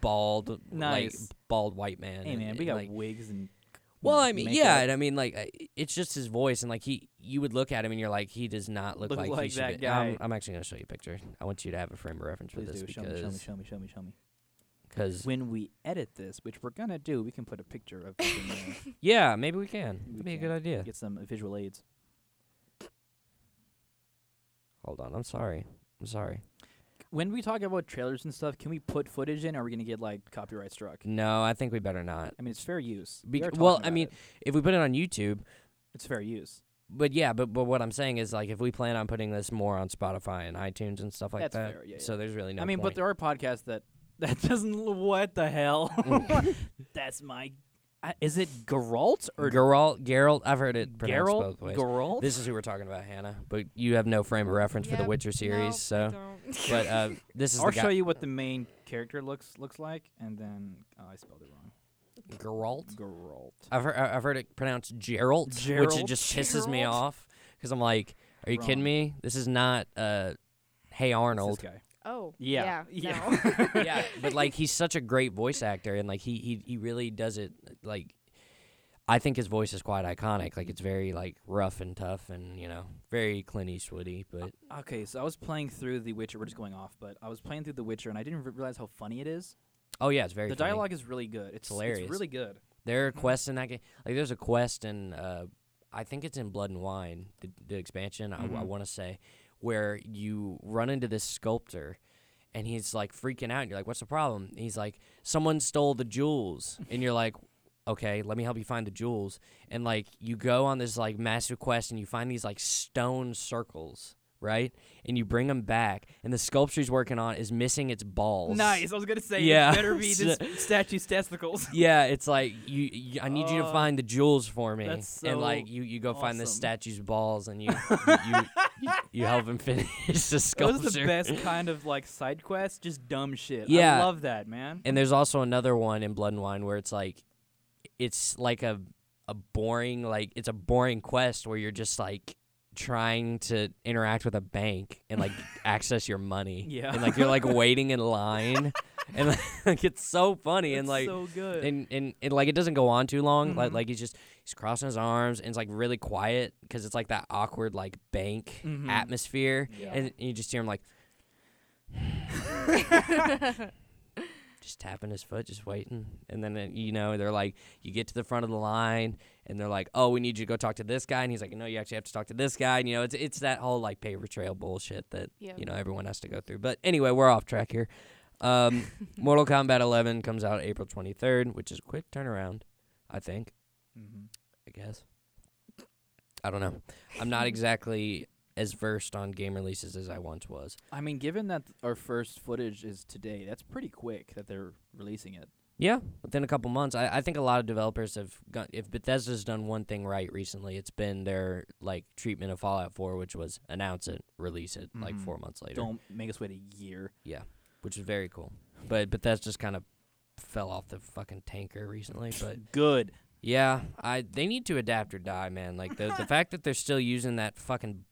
bald Nice. like bald white man. Hey and- man, we and, got like, wigs and. Well, I mean, yeah, makeup. and I mean, like, I- it's just his voice, and like he, you would look at him, and you're like, he does not look, Look like, he like should that be- I'm, guy. I'm actually gonna show you a picture. I want you to have a frame of reference Please for this do. Show me, show me, because show me, show me, show me. cause, When we edit this, which we're gonna do, we can put a picture of him in there. yeah, maybe we can. We That'd be a can. good idea. Get some visual aids. Hold on, I'm sorry, I'm sorry. When we talk about trailers and stuff, can we put footage in? Or are we gonna get like copyright struck? No, I think we better not. I mean, it's fair use. We Bec- are well, talking I about mean, it. if we put it on YouTube, it's fair use. but yeah, but but what I'm saying is like, if we plan on putting this more on Spotify and iTunes and stuff like That's that, fair, yeah, so there's really no. I mean, but point. there are podcasts that that doesn't. What the hell? Mm. That's my. I is it Geralt or Geralt, Geralt, I've heard it pronounced Geralt? both ways. Geralt. This is who we're talking about, Hannah. But you have no frame of reference for the Yep, Witcher series, nope, I so. don't. But uh, this is I'll the show guy. you what the main character looks looks like, and then oh, I spelled it wrong. Geralt. Geralt. I've heard, I've heard it pronounced Geralt, which it Geralt? just pisses me Geralt? off because I'm like, are you kidding Wrong. me? This is not uh, Hey It's Arnold. this guy. Oh. Yeah. Yeah. Yeah. no. yeah, but like he's such a great voice actor, and like he he he really does it like. I think his voice is quite iconic. Like it's very like rough and tough, and you know, very Clint Eastwoody. But Okay, so I was playing through The Witcher. We're just going off, but I was playing through The Witcher, and I didn't re- realize how funny it is. oh yeah, it's very. the funny. dialogue is really good. It's hilarious. It's really good. There are quests in that game. Like there's a quest in, uh, I think it's in Blood and Wine, the, the expansion. I, I Mhm. want to say, where you run into this sculptor, and he's like freaking out. And you're like, "What's the problem?" And he's like, "Someone stole the jewels," and you're like. Okay, let me help you find the jewels. And like you go on this like massive quest and you find these like stone circles, right? And you bring them back. And the sculpture he's working on is missing its balls. Nice. I was gonna say. Yeah. It better be this So- statue's testicles. Yeah, it's like you. you I need you to Oh, find the jewels for me, that's and like so you, you go find the awesome. statue's balls, and you you, you, you, you help him finish the sculpture. Those are the best kind of like side quests. Just dumb shit. Yeah. I love that man. And there's also another one in Blood and Wine where it's like, it's like a a boring like it's a boring quest where you're just like trying to interact with a bank and like access your money. Yeah. And like you're like waiting in line, and like it's so funny and It's like. so good. and, and and like it doesn't go on too long. Like Mhm. like he's just he's crossing his arms and it's like really quiet because it's like that awkward like bank Mhm. atmosphere, Yeah. and, and you just hear him like just tapping his foot, just waiting, and then uh, you know they're like you get to the front of the line and they're like oh we need you to go talk to this guy and he's like no you actually have to talk to this guy and you know it's it's that whole like paper trail bullshit that Yeah. you know everyone has to go through. But anyway, we're off track here. Um, Mortal Kombat 11 comes out April 23rd, which is a quick turnaround, I think. Mhm. I guess. I don't know. I'm not exactly as versed on game releases as I once was. I mean, given that th- our first footage is today, that's pretty quick that they're releasing it. Yeah, within a couple months, I, I think a lot of developers have gone. If Bethesda's done one thing right recently, it's been their like treatment of Fallout 4, which was announce it, release it, like Mhm. four months later. Don't make us wait a year. which is very cool. But but that's just kind of fell off the fucking tanker recently. But Good. yeah, I they need to adapt or die, man. Like the the fact that they're still using that fucking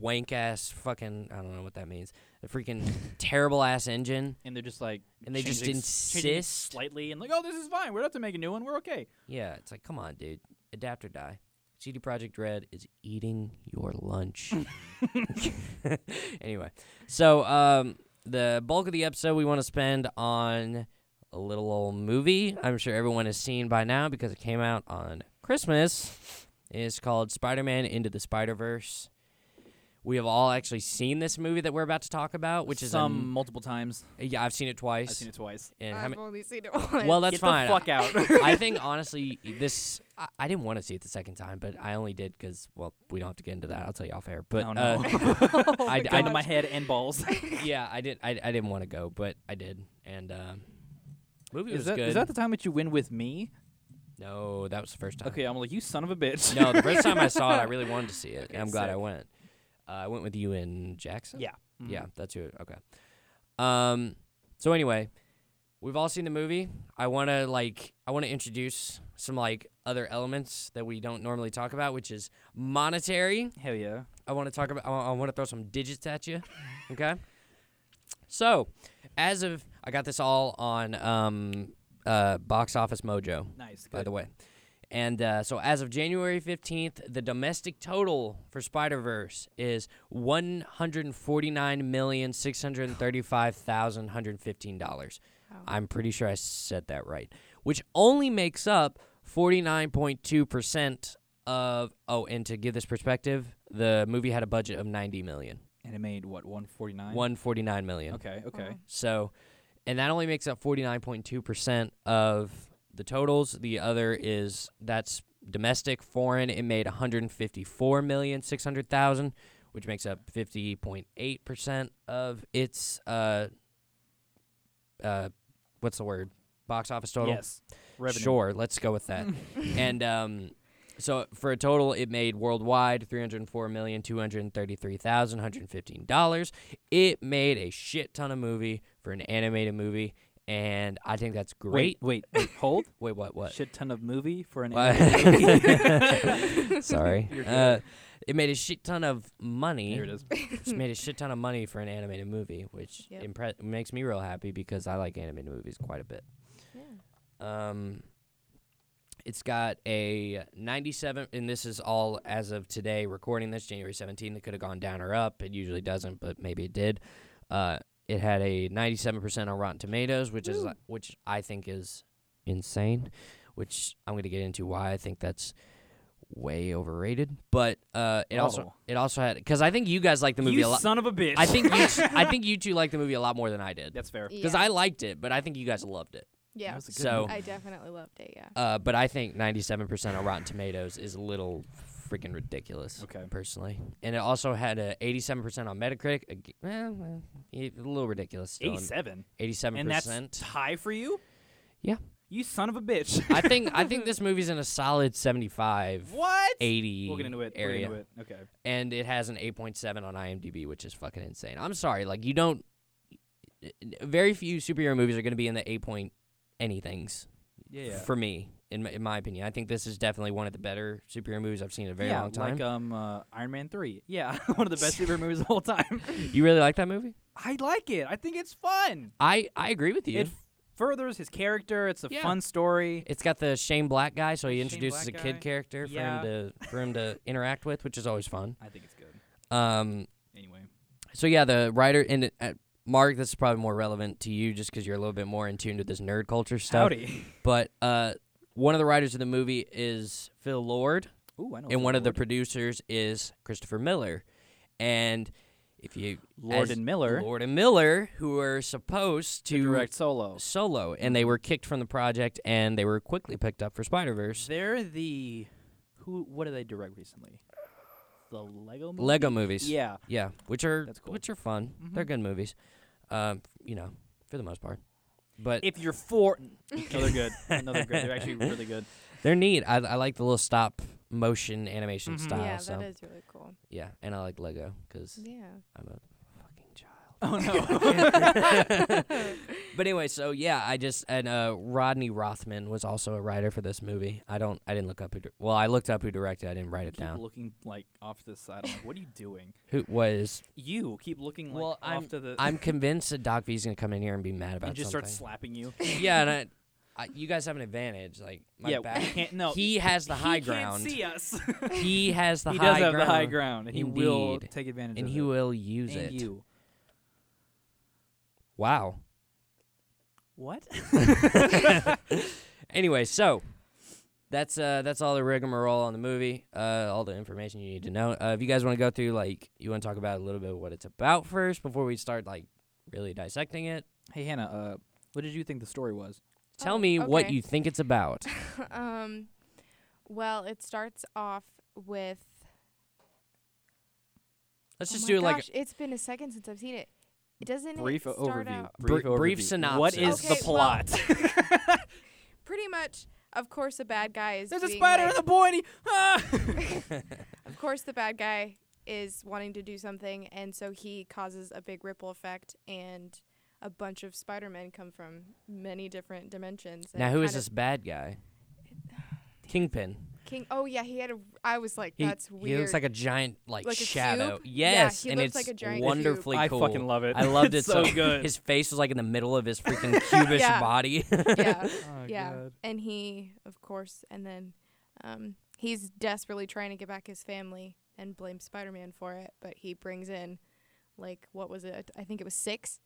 wank ass fucking I don't know what that means. The freaking terrible ass engine. And they're just like, And they just changing s- changing it insist? slightly and like, oh, this is fine. We don't have to make a new one. We're okay. Yeah, it's like come on, dude, adapt or die. CD Project Red is eating your lunch. anyway, so um, the bulk of the episode we want to spend on a little old movie. I'm sure everyone has seen by now because it came out on Christmas. It's called Spider-Man Into the Spider-Verse. We have all actually seen this movie that we're about to talk about, which is some multiple times. A, yeah, I've seen it twice. I've seen it twice. And how I've many- only seen it once. well, that's Get fine. the fuck out. I think honestly, this I, I didn't want to see it the second time, but I only did because well, we don't have to get into that. I'll tell you off air. But oh, no. uh, Oh, I- I- Gun to my head and balls. yeah, I did. I, I didn't want to go, but I did, and um, movie was is, that, good. is that the time that you win with me? no, that was the first time. Okay, I'm like, you son of a bitch. Uh-huh. No, the first time I saw it, I really wanted to see it, and Okay, I'm glad I sick. went. Uh, I went with you and Jackson. Yeah. Yeah, that's who. Okay. Um. So anyway, we've all seen the movie. I want to like I want to introduce some like other elements that we don't normally talk about, which is monetary. Hell yeah. I want to talk about. I, want to throw some digits at you. Okay. So, as of I got this all on um uh Box Office Mojo Nice. by the way. And uh, so, as of January 15th, the domestic total for Spider Verse is $149,635,115. Wow. I'm pretty sure I said that right, which only makes up 49.2% of. Oh, and to give this perspective, the movie had a budget of 90 million, And it made what 149. 149 million. Okay. Oh. Okay. So, and that only makes up 49.2% of the totals. The other is that's domestic, foreign. It made 154,600,000, which makes up 50.8% of its uh uh what's the word? Box office total. Yes. Revenue. Sure, let's go with that. and um So for a total, it made worldwide three hundred four million two hundred thirty-three thousand one hundred fifteen dollars. It made a shit ton of movie for an animated movie, and I think that's great. Wait, wait, wait, hold. Wait, what? What? Shit ton of movie for an What? animated movie. Sorry. You're good. Uh, it made a shit ton of money. Here it is. It's made a shit ton of money for an animated movie, which Yep. impre- makes me real happy because I like animated movies quite a bit. Yeah. Um, it's got a 97, and this is all as of today, recording this January 17th. It could have gone down or up. It usually doesn't, but maybe it did. Uh, it had a 97% on Rotten Tomatoes, which is which I think is insane. Which I'm going to get into why I think that's way overrated. But uh, it also Oh. it also had because I think you guys like the movie you a lot. son of a bitch. I think you, I think you two like the movie a lot more than I did that's fair. because I liked it, but I think you guys loved it. yeah. That was a good So- movie. I definitely loved it. Yeah. Uh, but I think 97% on Rotten Tomatoes is a little freaking ridiculous, Okay. personally. And it also had a 87% on Metacritic, a, g- eh, well, y- a little ridiculous still. and 87. 87%. And that's high for you? Yeah. You son of a bitch. I think I think this movie's in a solid 75, what? 80 We'll get into it. area. We'll get into it. Okay. And it has an 8.7 on IMDb, which is fucking insane. I'm sorry, like you don't very few superhero movies are going to be in the 8 point anythings. Yeah. yeah. for me, in my, in my opinion. I think this is definitely one of the better superhero movies I've seen in a very yeah, long time. Like um, uh, Iron Man 3. Yeah, one of the best superhero movies of all time. you really like that movie? I like it. I think it's fun. I, I agree with you. It furthers his character. It's a Yeah. fun story. It's got the Shane Black guy, so he Shane introduces a Black kid guy. character for Yeah. him to for him to interact with, which is always fun. I think it's good. Um, Anyway. so yeah, the writer and it- uh, Mark, this is probably more relevant to you just because you're a little bit more in tune to this nerd culture stuff. Howdy. But uh, one of the writers of the movie is Phil Lord, Ooh, I know. and one of the Oh, Lord. producers is Christopher Miller. And if you Lord as- and Miller Lord and Miller, who were supposed to to direct solo. solo, and they were kicked from the project, and they were quickly picked up for Spider Verse, They're the who? What did they direct recently? The Lego. Movie? Lego movies. Yeah. yeah, which are That's cool. Mm-hmm. which are fun. They're good movies, um, you know, for the most part. But If you're for, no, they're good. No, they're good. They're actually really good. they're neat. I, I like the little stop motion animation Mhm. style. yeah, so that is really cool. yeah, and I like Lego because Yeah. I'm a fucking child. Oh no. But anyway, so yeah, I just and uh, Rodney Rothman was also a writer for this movie. I don't, I didn't look up who. dir- Well, I looked up who directed. I didn't write it keep down. looking like off to the side. I'm like, what are you doing? Who was? You keep looking like Well, off I'm- to the. I'm convinced that Doc V's gonna come in here and be mad about and just something. start slapping you. yeah, and I, I, you guys have an advantage. Like my yeah. back. we can't, no. he has the he high can't ground. see us. He has the he high does have ground. the high ground, and he will Indeed. take advantage and of he it. will use and it. you. Wow. What? Anyway, so that's uh that's all the rigmarole on the movie. Uh, all the information you need to know. Uh, if you guys want to go through, like, you want to talk about a little bit of what it's about first before we start like really dissecting it. hey Hannah, uh, what did you think the story was? Tell Oh, me what okay. you think it's about. um, well, it starts off with. Let's oh just my do it like gosh, it's been a second since I've seen it. Doesn't brief it start overview. out Br- brief What synopsis. is Okay, the well, plot? pretty much? Of course, the bad guy is. There's a being, spider like- in the boy. And he, ah! Of course, the bad guy is wanting to do something, and so he causes a big ripple effect, and a bunch of Spider-Men come from many different dimensions. and now? it Who is kind this of- bad guy? Kingpin. King? Oh yeah, he had a. I was like, He, that's he weird. looks like a giant like, Like a shadow. cube? Yeah, Yes, he and looks it's like a giant cube. wonderfully I cool. fucking love it. I loved it It's so so good. His face was like in the middle of his freaking cubish Yeah. body. yeah. Oh, yeah and he of course and then um, he's desperately trying to get back his family and blames spider-man for it but he brings in like what was it i think it was six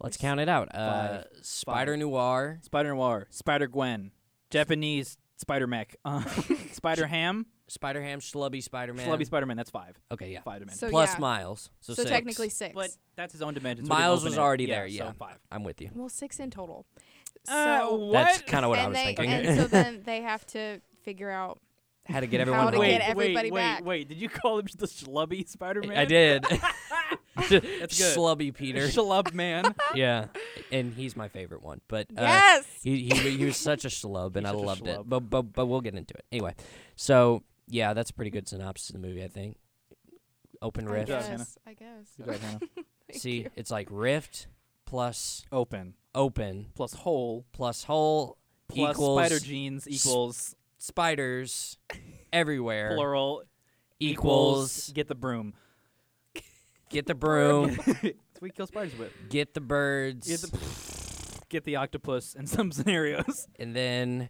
Let's count it out. Uh, Five. Spider Noir, Spider Noir, Spider Gwen, Japanese Spider Mech, uh, Spider Ham, Spider Ham, Schlubby Spider Man. Schlubby Spider Man. That's five. Okay, yeah. Five dimensions. So Plus yeah. Miles. So, so six. technically six but that's his own dimension. so we didn't Miles open was it. already there. Yeah. Yeah, So five. I'm with you. well six in total Uh, so That's kind of what Oh, I and, was they, thinking. and so then they have to figure out Had to get how everyone to home. wait, get everybody wait, back. wait, wait. Did you call him the Schlubby Spider Man? I did. good. Schlubby Peter. Shalub man. yeah, and he's my favorite one. But uh, yes. he, he he was such a schlub, and I He's such a loved it. schlub. But but but we'll get into it anyway. So yeah, that's a pretty good synopsis of the movie. I think. Open I rift. job, Hannah. guess. I guess. Good job, Hannah. Thank See, you. it's like rift plus Open open plus hole plus hole plus equals spider genes equals spiders everywhere plural equals get the broom. get the broom, That's what you kill spiders with. get the birds, Get the get the octopus in some scenarios. and then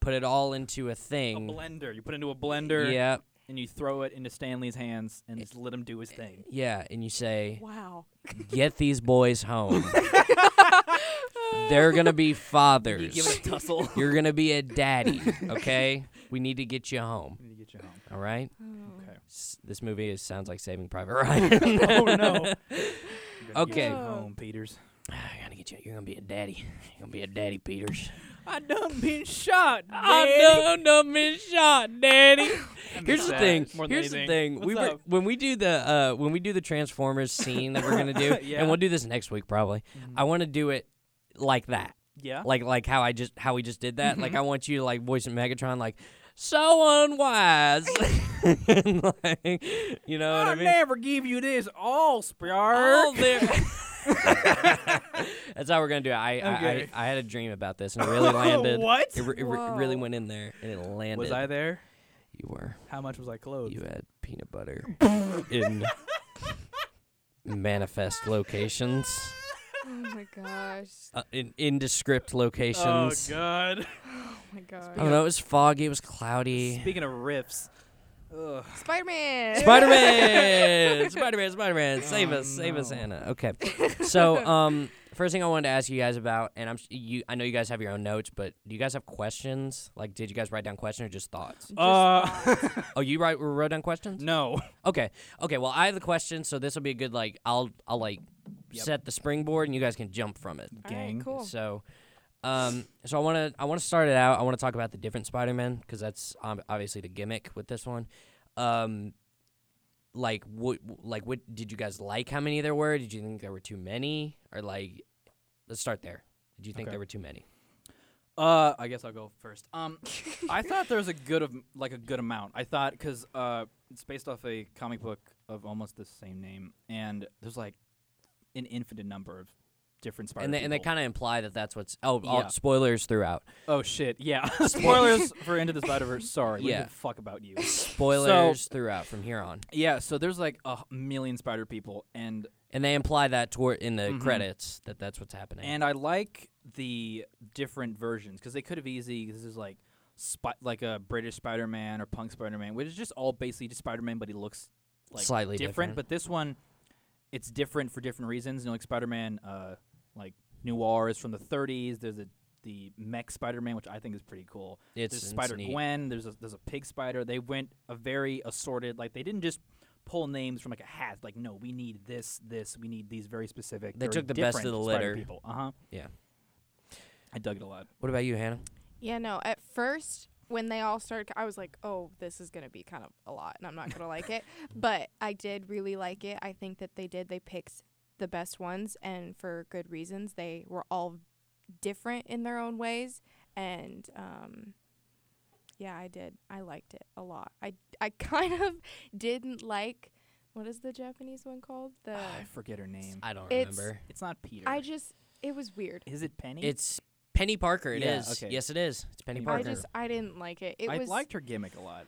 put it all into a A thing. blender. You put it into a blender Mm. yeah, and you throw it into Stanley's hands and just let him do his thing. yeah, and you say, Wow. "Get these boys home. They're gonna be You give fathers. it a tussle. You're gonna be a daddy. Okay, we need to get you home. I need to get you home. All right. Oh. Okay. S- This movie is, sounds like Saving Private Ryan. oh no. Okay. home, Peters. I gotta get you. You're gonna be a daddy. You're gonna be a daddy, Peters. I done been shot. Oh I'm done been shot, Daddy. Here's the sad, thing. more than Here's the thing. anything. What's We were, up? when we do the uh, when we do the Transformers scene that we're gonna do, Yeah. Mm-hmm. and we'll do this next week probably. I want to do it like that, Yeah. Mm-hmm. like like how I just how we just did that. Like I want you to like voice of Megatron, like so unwise. And, like, you know what I mean? never give you this all, Oh, Spiar. there- That's how we're gonna do it. I, Okay. I, I I had a dream about this and it really landed. What? It, re- it re- it really Whoa. went in there and it landed. Was I there? You were. How much was I clothed? You had peanut butter in manifest locations, Oh my gosh. uh, in indescript Oh locations. God. Oh my I don't gosh. know. It was foggy. It was cloudy. Speaking of riffs. Ugh. Spider Man. Spider Man, Spider Man, Spider Man, save Oh, us, save us, no. Anna. Okay, so um, first thing I wanted to ask you guys about, and I'm s- you, I know you guys have your own notes, but do you guys have questions? Like, did you guys write down questions or just thoughts? Uh. Oh, you write wrote down questions? no. Okay, okay. Well, I have the questions, so this will be a good like. I'll I'll like Yep. set the springboard, and you guys can jump from it. Gang. cool. So, um, so I want to I want to start it out. I want to talk about the different Spider-Man because that's um, obviously the gimmick with this one. Um, like what like what did you guys like? How many there were? Did you think there were too many? Or like, let's start there. Did you think Okay. there were too many? Uh, I guess I'll go first. Um, I thought there was a good of like a good amount. I thought because uh, it's based off a comic book of almost the same name, and there's like an infinite number of different Spider. and they and they kind of imply that that's what's oh all, Yeah. spoilers throughout. oh shit, yeah. Spoilers for Into the Spider Verse. Sorry, we Yeah. don't give a fuck about you. Spoilers throughout from here on. yeah, so there's like a h- million Spider people, and And they imply that toward in the Mhm. credits that that's what's happening. And I like the different versions because they could have easily this is like spot like a British Spider-Man or Punk Spider-Man, which is just all basically just Spider-Man, but he looks like Slightly different. But this one, it's different for different reasons. You know, like Spider-Man, uh, like Noir is from the 30s. There's a the mech Spider-Man, which I think is pretty cool. It's- there's it's Spider neat. Gwen. There's a, there's a pig spider. They went a very assorted. Like they didn't just pull names from like a hat. Like no, we need this, this. We need these very specific. They very took the best of different the Spider litter. People. Uh huh. Yeah. I dug it a lot. what about you, Hannah? Yeah, no. At first, when they all started, I was like, "Oh, this is gonna be kind of a lot, and I'm not gonna like it." But I did really like it. I think that they did. They picked the best ones, and for good reasons. They were all different in their own ways, and um, yeah, I did. I liked it a lot. I I kind of didn't like what is the Japanese one called? The Ah, I forget her name. I don't It's- remember. It's not Peter. I just it was weird. is it Penny? It's Penny Parker. It is. Yeah, okay. Yes, it is. It's Penny I Parker. I just I didn't like it. It I was liked her gimmick a lot.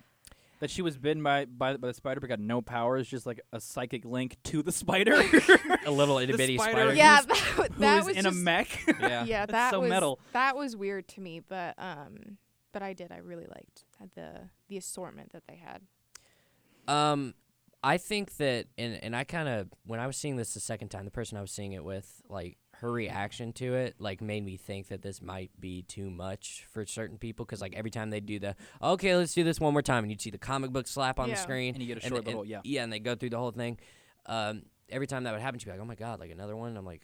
That she was bitten by by, by the spider but got no powers, just like a psychic link to the spider. a little itty The bitty spider spider. who's- yeah that, who that is was in a just mech. Yeah. yeah, That's that so was metal. that was weird to me, but um, but I did. I really liked the the assortment that they had. Um, I think that, and and I kind of when I was seeing this the second time, the person I was seeing it with, like her reaction to it, like made me think that this might be too much for certain people because like every time they do the okay, let's do this one more time, and you'd see the comic book slap on the Yeah. screen, And you get a short little- yeah. yeah, and they go through the whole thing. Um, every time that would happen, she'd be like, oh my god, like another one. And I'm like.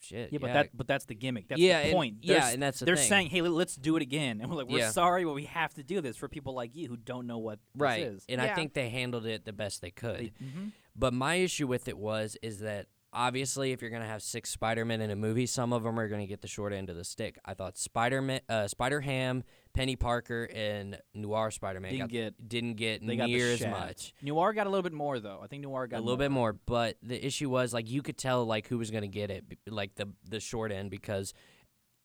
shit. Yeah, but that but that's the gimmick. That's Yeah, the and- point. yeah, They're s- and that's the they're thing. saying, "Hey, le- let's do it again," and we're like, "We're Yeah. sorry, but we have to do this for people like you who don't know what right. this is." And I Yeah. think they handled it the best they could. Mhm. But my issue with it was is that obviously if you're gonna have six Spider-Men in a movie, some of them are gonna get the short end of the stick. I thought Spider-Man, uh, Spider-Ham, Penny Parker, and Noir Spider-Man Didn't got, get- didn't get They got the near as shaft. much. Noir got a little bit more though. I think Noir got a little bit more, but the issue was like you could tell like who was gonna get it, b- like the the short end because.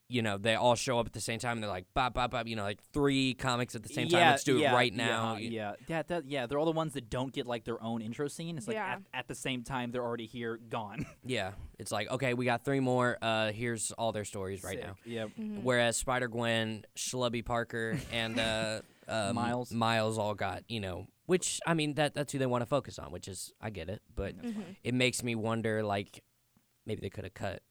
You know, they all show up at the same time. They're like, bop, bop, bop. You know, like three comics at the same time. Yeah, Let's do yeah, it right now. Yeah, yeah. That, that, yeah, they're all the ones that don't get like their own intro scene. It's like Yeah. at, at the same time they're already here, gone. Yeah. It's like, okay, we got three more. Uh, here's all their stories right Sick. now. Yeah. Mm-hmm. whereas Spider Gwen, Schlubby Parker, and uh, um, Miles. Miles all got you know. Which I mean, that that's who they want to focus on. Which is I get it, but Mm-hmm. it makes me wonder like maybe they could have cut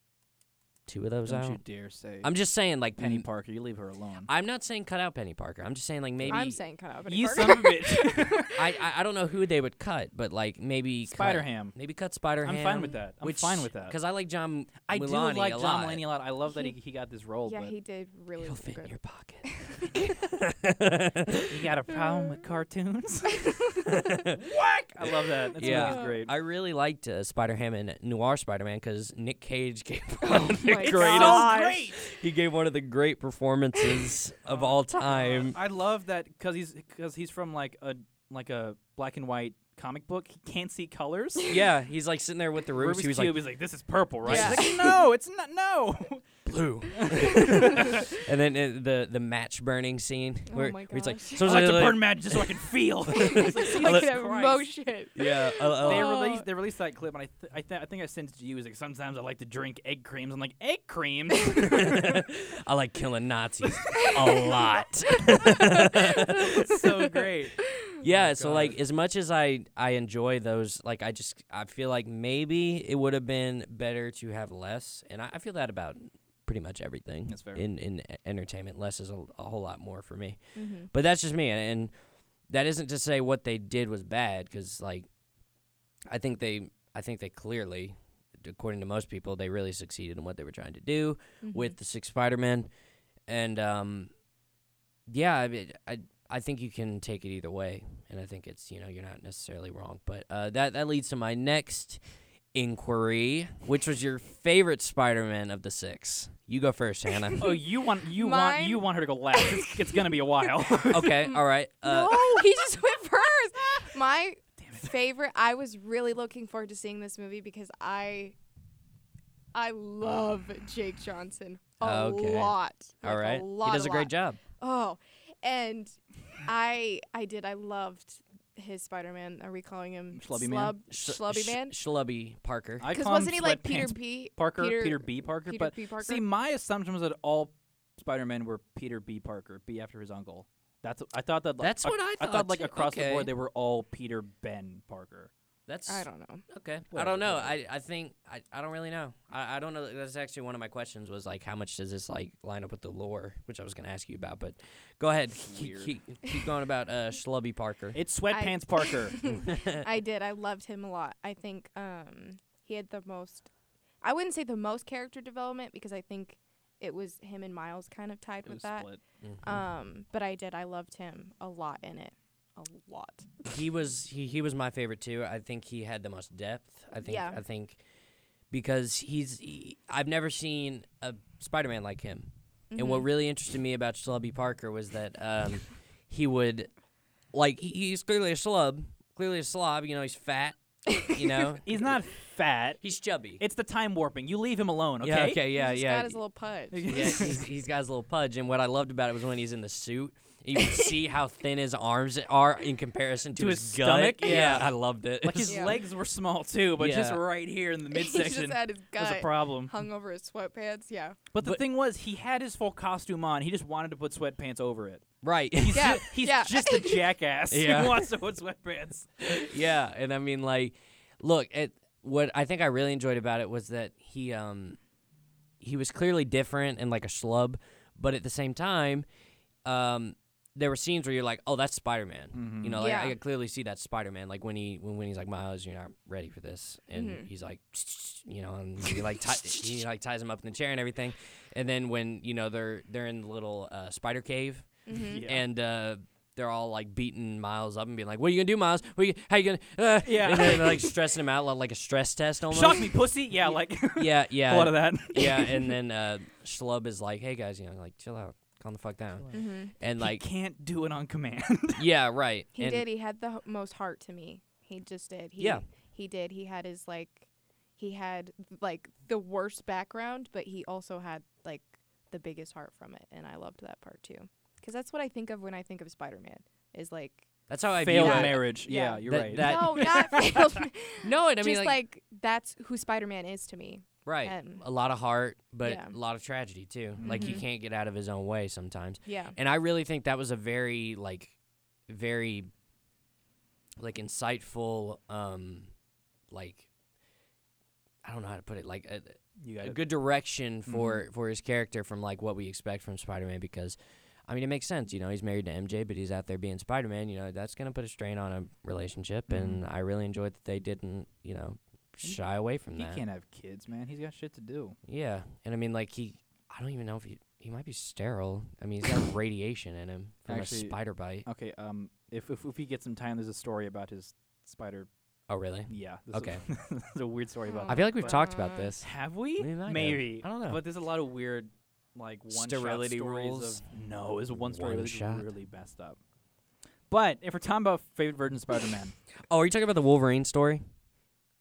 two of those Don't out. you dare say I'm just saying like Penny m- Parker. You leave her alone. I'm not saying cut out Penny Parker. I'm just saying like maybe I'm saying cut out. Betty you Parker. son of a bitch. I, I I don't know who they would cut, but like maybe cut- Spider Ham. Maybe cut Spider Ham. I'm fine with that. I'm fine with that. because I like John. I do Mulaney like a John lot. Mulaney a lot. I love that he, he got this role. yeah, but he did really It'll fit in good. your pocket. You got a problem with cartoons? Whack! I love that. That's Yeah. movie's great. I really liked uh, Spider Ham and Noir Spider Man because Nick Cage gave Oh my It's greatest- so gosh. great. he gave one of the great performances of all time. I love that because he's because he's from like a like a black and white comic book. He can't see colors. Yeah, he's like sitting there with the Rubik's, Rubik's he was cube like is like this is purple, right? Yeah. He's like, no, it's not. No. blue, and then uh, the the match burning scene Oh where, my where he's like, gosh. so I it's like to like- burn magic just so I can feel. I Jesus could have Christ. emotion. yeah, I- I- They Oh. released they released that clip, and I th- I, th- I think I sent it to you. It's like sometimes I like to drink egg creams. I'm like egg creams. I like killing Nazis a lot. so great. Yeah, so like Oh, God. as much as I I enjoy those, like I just I feel like maybe it would have been better to have less, and I, I feel that about pretty much everything That's fair. in in e- entertainment. Less is a, a whole lot more for me, but that's just me, and, and that isn't to say what they did was bad, because like I think they I think they clearly, according to most people, they really succeeded in what they were trying to do Mm-hmm. with the six Spider Men, and um, yeah, I, mean, I I think you can take it either way, and I think it's you know you're not necessarily wrong, but uh, that that leads to my next inquiry, which was your favorite Spider Man of the six. You go first, Hannah. Oh, you want you want Mine- you want her to go last. It's, it's gonna be a while. okay, all right. Uh, no, he just went first. My favorite. I was really looking forward to seeing this movie because I, I love Jake Johnson a Okay. lot. all like, right. a lot, he does a great lot. job. Oh, and I, I did. I loved his Spider-Man. Are we calling him Schlubby Slub, Man? Sh- Schlubby sh- Man? Schlubby Parker. I Because call him wasn't he like Peter Sweatpants P. Parker, Peter, B. Parker? Peter but B. Parker? see, my assumption was that all Spider-Men were Peter B. Parker, B after his uncle. That's I thought that. Like, That's what I I thought, thought like too. across the Okay. board they were all Peter Ben Parker. That's I don't know. Okay. I Whatever, don't know. whatever. I, I think I, I don't really know. I, I don't know. That's actually one of my questions was like how much does this like line up with the lore, which I was gonna ask you about, but go ahead. Keep, Weird. keep, keep going about uh Schlubby Parker. It's Sweatpants Parker. Eh. I did. I loved him a lot. I think um, he had the most. I wouldn't say the most character development because I think it was him and Miles kind of It tied was with that. split. Um, but I did. I loved him a lot in it. A lot. he was he, he was my favorite too. I think he had the most depth. I think Yeah. I think because he's he, I've never seen a Spider-Man like him. And Mm-hmm. what really interested me about Schlubby Parker was that um, he would like he, he's clearly a schlub, clearly a slob. You know, he's fat. You know, He's not fat. he's chubby. It's the time warping. You leave him alone, okay? Yeah, okay, yeah, He's yeah. got his little pudge. yeah, he's, he's got his little pudge, and what I loved about it was when he's in the suit, you can see how thin his arms are in comparison to, To his gut. stomach? Yeah, Yeah. I loved it. Like his Yeah. legs were small too, but just Yeah. right here in the he just midsection had his was a gut problem. hung over his sweatpants. Yeah. But the But- thing was, he had his full costume on. He just wanted to put sweatpants over it. right. He's, Yeah, ju- he's yeah. just a jackass. Yeah. He wants to put sweatpants. yeah, and I mean, like, look, it, what I think I really enjoyed about it was that he, um, he was clearly different and like a schlub, but at the same time, um, there were scenes where you're like, oh, that's Spider Man. Mhm. You know, like, Yeah. I could clearly see that Spider Man. Like when he when, when he's like, Miles, you're not ready for this, and Mhm. he's like, you know, and he like ti- he like ties him up in the chair and everything, and then when you know they're they're in the little uh, spider cave hmm Yeah. and. uh they're all like beating Miles up and being like, "What are you gonna do, Miles? What are you, how you gonna?" Uh, Yeah. and they're like stressing him out like, like a stress test almost. Shock me, pussy. Yeah, like Yeah, yeah, a lot of that. yeah. And then uh, Schlub is like, "Hey guys, you know, like chill out, calm the fuck down." hmm And like, he can't do it on command. yeah, right. He and did. He had the h- most heart to me. He just did. He, Yeah. He did. He had his like, he had like the worst background, but he also had like the biggest heart from it, and I loved that part too. Because that's what I think of when I think of Spider-Man. Is like That's how I view Failed it. marriage. Yeah, Yeah. you're That- right. that- no, not failed. man. No, and I mean just like, like, that's who Spider-Man is to me. right, um, a lot of heart, but yeah. a lot of tragedy too. Like he Mhm. can't get out of his own way sometimes, Yeah. and I really think that was a very like, very, like insightful, um, like, I don't know how to put it, like a, you a got good direction Mm-hmm. for for his character from like what we expect from Spider-Man because. I mean, it makes sense, you know. He's married to MJ, but he's out there being Spider-Man. You know, that's gonna put a strain on a relationship, and I really enjoyed that they didn't, you know, Mm-hmm. He- shy away from He that. can't have kids, man. He's got shit to do. Yeah, and I mean, like he, I don't even know if he he might be sterile. I mean, he's got radiation in him from Actually- a spider bite. Okay. Um. If if, if he gets some time, there's a story about his spider. Oh, really? Yeah. this is- Okay. there's a weird story about. I feel like we've But- talked about Uh, this. Have we? We might have. Maybe. I don't know. But there's a lot of weird, like one Sterility rules? Of, no, there's one story One that's shot. really messed up. But if we're talking about favorite version Spider-Man, Oh, are you talking about the Wolverine story?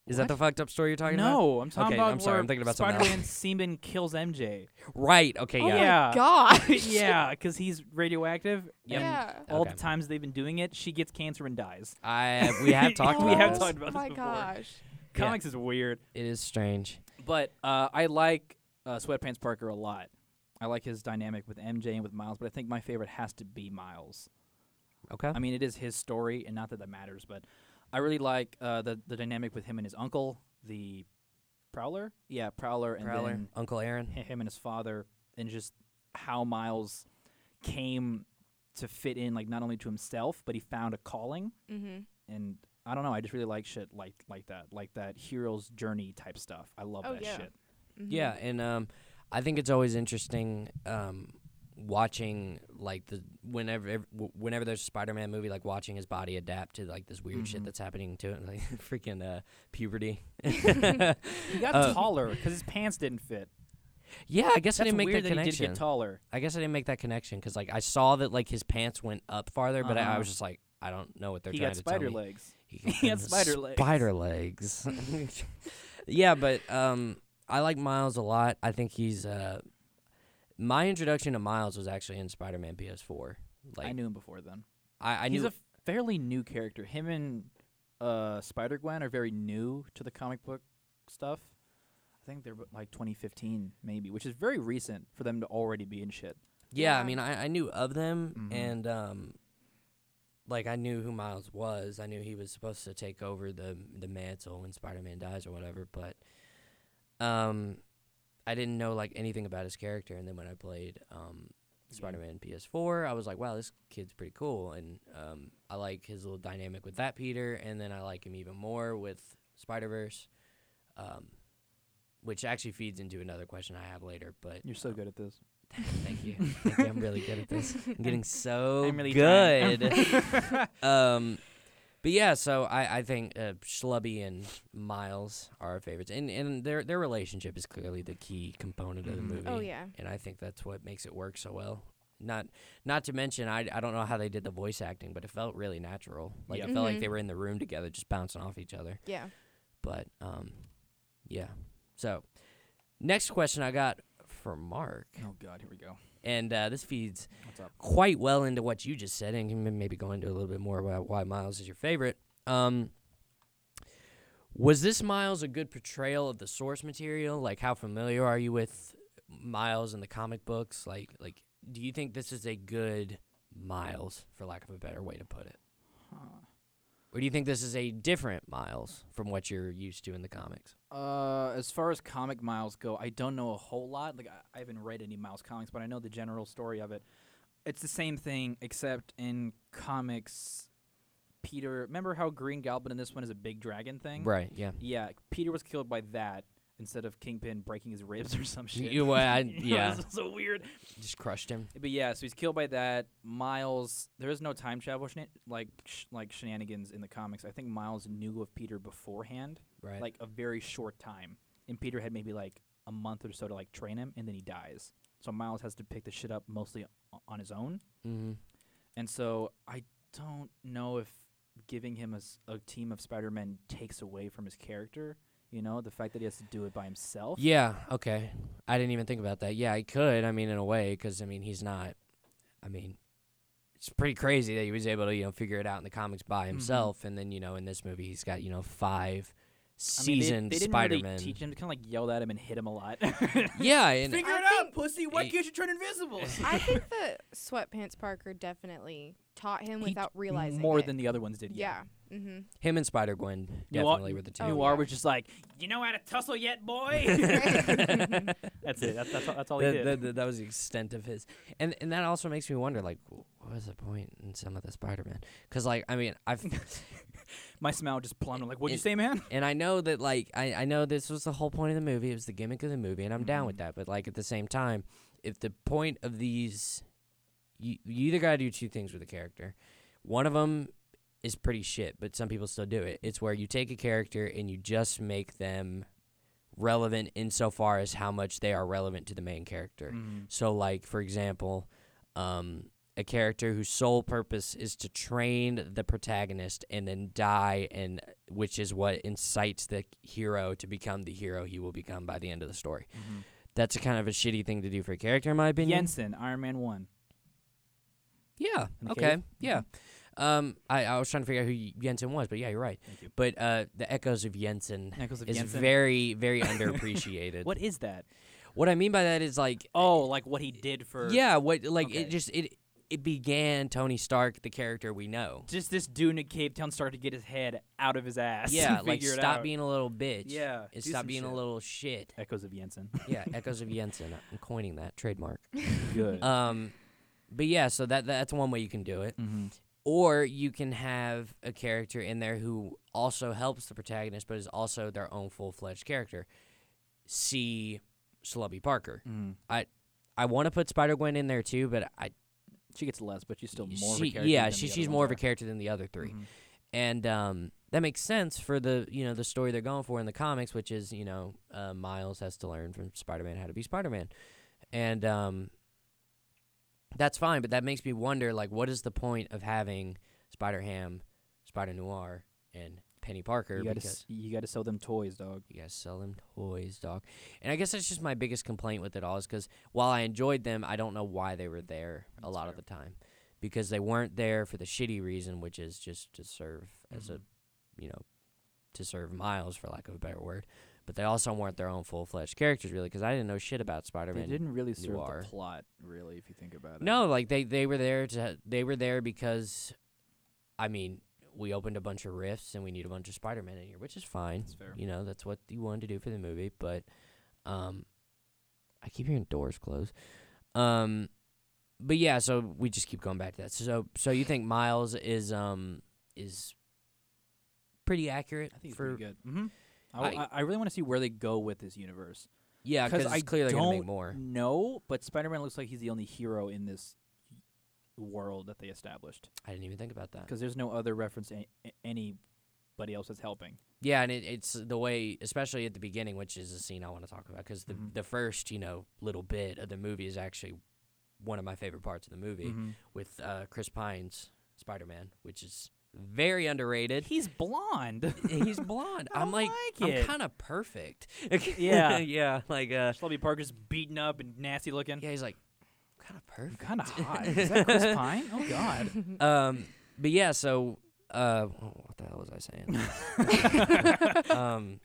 Is that the fucked up story you're talking about? no, I'm talking Okay, about I'm sorry, where I'm thinking about something else. Spider-Man semen kills MJ. Right. Okay. Oh Yeah. Yeah. my gosh. yeah, because he's radioactive. and Yeah. All Okay. the times they've been doing it, she gets cancer and dies. I we have talked We about have this. talked about Oh my this before. gosh. Yeah. Comics is weird. It is strange. But uh, I like uh, Sweatpants Parker a lot. I like his dynamic with MJ and with Miles, but I think my favorite has to be Miles. Okay. I mean, it is his story, and not that that matters, but I really like uh, the the dynamic with him and his uncle, the Prowler. Yeah, Prowler, and Prowler, then Uncle Aaron. hi- him and his father, and just how Miles came to fit in, like not only to himself, but he found a calling. Mm-hmm. And I don't know, I just really like shit like like that, like that hero's journey type stuff. I love Oh, that yeah. shit. Yeah, and um, I think it's always interesting um, watching like the whenever ev- w- whenever there's a Spider-Man movie, like watching his body adapt to like this weird shit Mhm. that's happening to it, like freaking uh, puberty. He got Uh, taller because his pants didn't fit. yeah, I guess I That's didn't make weird that that, he did connection. get taller. I guess I didn't make that connection because like I saw that like his pants went up farther, but I, I Uh-huh. was just like, I don't know what they're he trying got to spider tell me. legs. He He had spider legs. Spider legs. yeah, but um, I like Miles a lot. I think he's uh, my introduction to Miles was actually in Spider Man PS4. Like I knew him before then. I, I He's knew a fairly new character. Him and uh, Spider Gwen are very new to the comic book stuff. I think they're like 2015 maybe, which is very recent for them to already be in shit. yeah, I Yeah. mean I, I knew of them Mhm. and um, like I knew who Miles was. I knew he was supposed to take over the the mantle when Spider Man dies or whatever, but um I didn't know like anything about his character and then when I played um Yeah. Spider-Man PS4, I was like, wow, this kid's pretty cool, and um, I like his little dynamic with that Peter, and then I like him even more with Spider-Verse, um, which actually feeds into another question I have later. But You're so good at this. thank you, thank you. I'm really good at this. I'm getting so I'm really trying. good. um, but yeah, so I I think uh, Schlubby and Miles are our favorites, and and their their relationship is clearly the key component of the Mhm. movie Oh yeah. and I think that's what makes it work so well. Not not to mention, I I don't know how they did the voice acting, but it felt really natural. Like Yep. it felt like Mhm. they were in the room together, just bouncing off each other. Yeah. But um, yeah. So next question I got for Mark, Oh god, here we go. and uh, this feeds What's up? quite well into what you just said, and can m- maybe go into a little bit more about why Miles is your favorite. Um, was this Miles a good portrayal of the source material? Like, how familiar are you with Miles in the comic books? Like, like, do you think this is a good Miles, for lack of a better way to put it, or do you think this is a different Miles from what you're used to in the comics? Uh, as far as comic Miles go, I don't know a whole lot. Like I, I haven't read any Miles comics, but I know the general story of it. it's the same thing except in comics. Peter, remember how Green Goblin in this one is a big dragon thing? Right. Yeah. Yeah, Peter was killed by that instead of Kingpin breaking his ribs or some shit. You- well, I- You know, yeah. it's so weird. Just crushed him. But yeah, so he's killed by that. Miles, there is no time travel shena- like sh- like shenanigans in the comics. I think Miles knew of Peter beforehand, Right. like a very short time, and Peter had maybe like a month or so to like train him, and then he dies. So Miles has to pick the shit up mostly o- on his own, mm-hmm. and so I don't know if giving him a, s- a team of Spider Men takes away from his character. You know, the fact that he has to do it by himself. Yeah. Okay. I didn't even think about that. Yeah, I could. I mean, in a way, because I mean, he's not. I mean, it's pretty crazy that he was able to you know figure it out in the comics by himself, and then you know in this movie he's got you know five Mm-hmm. I mean, they- seasoned they, didn't Spider-Man. Really teach him to kind of like yelled at him and hit him a lot. yeah, and Figure it out, pussy. why can't you turn invisible? I think the sweatpants Parker definitely taught him without realizing more it. than the other ones did. yeah. Mm-hmm. him and Spider Gwen Noir, definitely were the two. Noir yeah. was just like, you know how to tussle yet, boy. that's it. That's, that's, all- that's all he That, did. that, that, that was the extent of his, and and that also makes me wonder, like, wh- what was the point in some of the Spider-Man? Because, like, I mean, I've My smile just plummeted. Like, what'd you It- say, man? And I know that, like, I, I know this was the whole point of the movie. It was the gimmick of the movie, and I'm down with that. But, like, at the same time, if the point of these, you, you either got to do two things with a character. One of them is pretty shit, but some people still do it. It's where you take a character and you just make them relevant insofar as how much they are relevant to the main character. Mm-hmm. So, like, for example, um, a character whose sole purpose is to train the protagonist and then die, and which is what incites the hero to become the hero he will become by the end of the story. Mm-hmm. That's a kind of a shitty thing to do for a character, in my opinion. Jensen, Iron Man One. Yeah. In the Okay. cave. Mm-hmm. Yeah. Um, I, I was trying to figure out who Y- Jensen was, but yeah, you're right. Thank you. But uh, the echoes of Jensen Echoes of is Jensen. very, very underappreciated. What is that? What I mean by that is like Oh, like what he did for. Yeah, what like Okay. it just it it began Tony Stark, the character we know. Just this dude in Cape Town started to get his head out of his ass. Yeah, and like figure it stop out. being a little bitch. Yeah, and do stop some being a shit. little shit. Echoes of Jensen. Yeah, echoes of Jensen. I'm coining that trademark. Good. Um, but yeah, so that that's one way you can do it. mm-hmm. Or you can have a character in there who also helps the protagonist, but is also their own full fledged character. See, Slubby Parker. Mm. I want to put Spider Gwen in there too, but I She gets less, but she's still more of a she- character. yeah, than she the other she's ones more of are. a character than the other 3 Mhm. and um, that makes sense for the you know the story they're going for in the comics, which is you know uh, Miles has to learn from Spider-Man how to be Spider-Man, and um, that's fine. But that makes me wonder, like, what is the point of having Spider-Ham, Spider Noir, and Penny Parker? You gotta, because s- you gotta sell them toys, dog. you guys sell them toys, dog. And I guess that's just my biggest complaint with it all is because while I enjoyed them, I don't know why they were there a That's lot of the time because they weren't there for the shitty reason, which is just to serve as a, you know, to serve Miles for lack of a better word. But they also weren't their own full fledged characters really because I didn't know shit about Spider They Man. didn't really serve Noir. the plot, really, if you think about it. No, like they they were there to they were there because, I mean, we opened a bunch of rifts and we need a bunch of Spider Men in here, which is fine. That's fair. You know, that's what you wanted to do for the movie, but um I keep hearing doors close. Um but yeah, so we just keep going back to that. So so you think Miles is um is pretty accurate I think it's for pretty good. Mm-hmm. I, w- I- I- I really want to see where they go with this universe. yeah, 'Cause because I clearly gonna make don't more. No, but Spider-Man looks like he's the only hero in this world that they established. I didn't even think about that. Because there's no other reference to a- anybody else that's helping. Yeah, and it, it's the way, especially at the beginning, which is a scene I want to talk about because the Mhm. the first you know little bit of the movie is actually one of my favorite parts of the movie Mm-hmm. with uh, Chris Pine's Spider Man, which is very underrated. He's blonde. He's blonde. I I'm don't like, like I'm it. kind of perfect. Yeah. yeah, like uh, Slubby Parker's beaten up and nasty looking. yeah, he's like kind of I'm perfect. Kind of hot. Is that Chris Pine? Oh God. Um, but yeah, so uh, what the hell was I saying? um.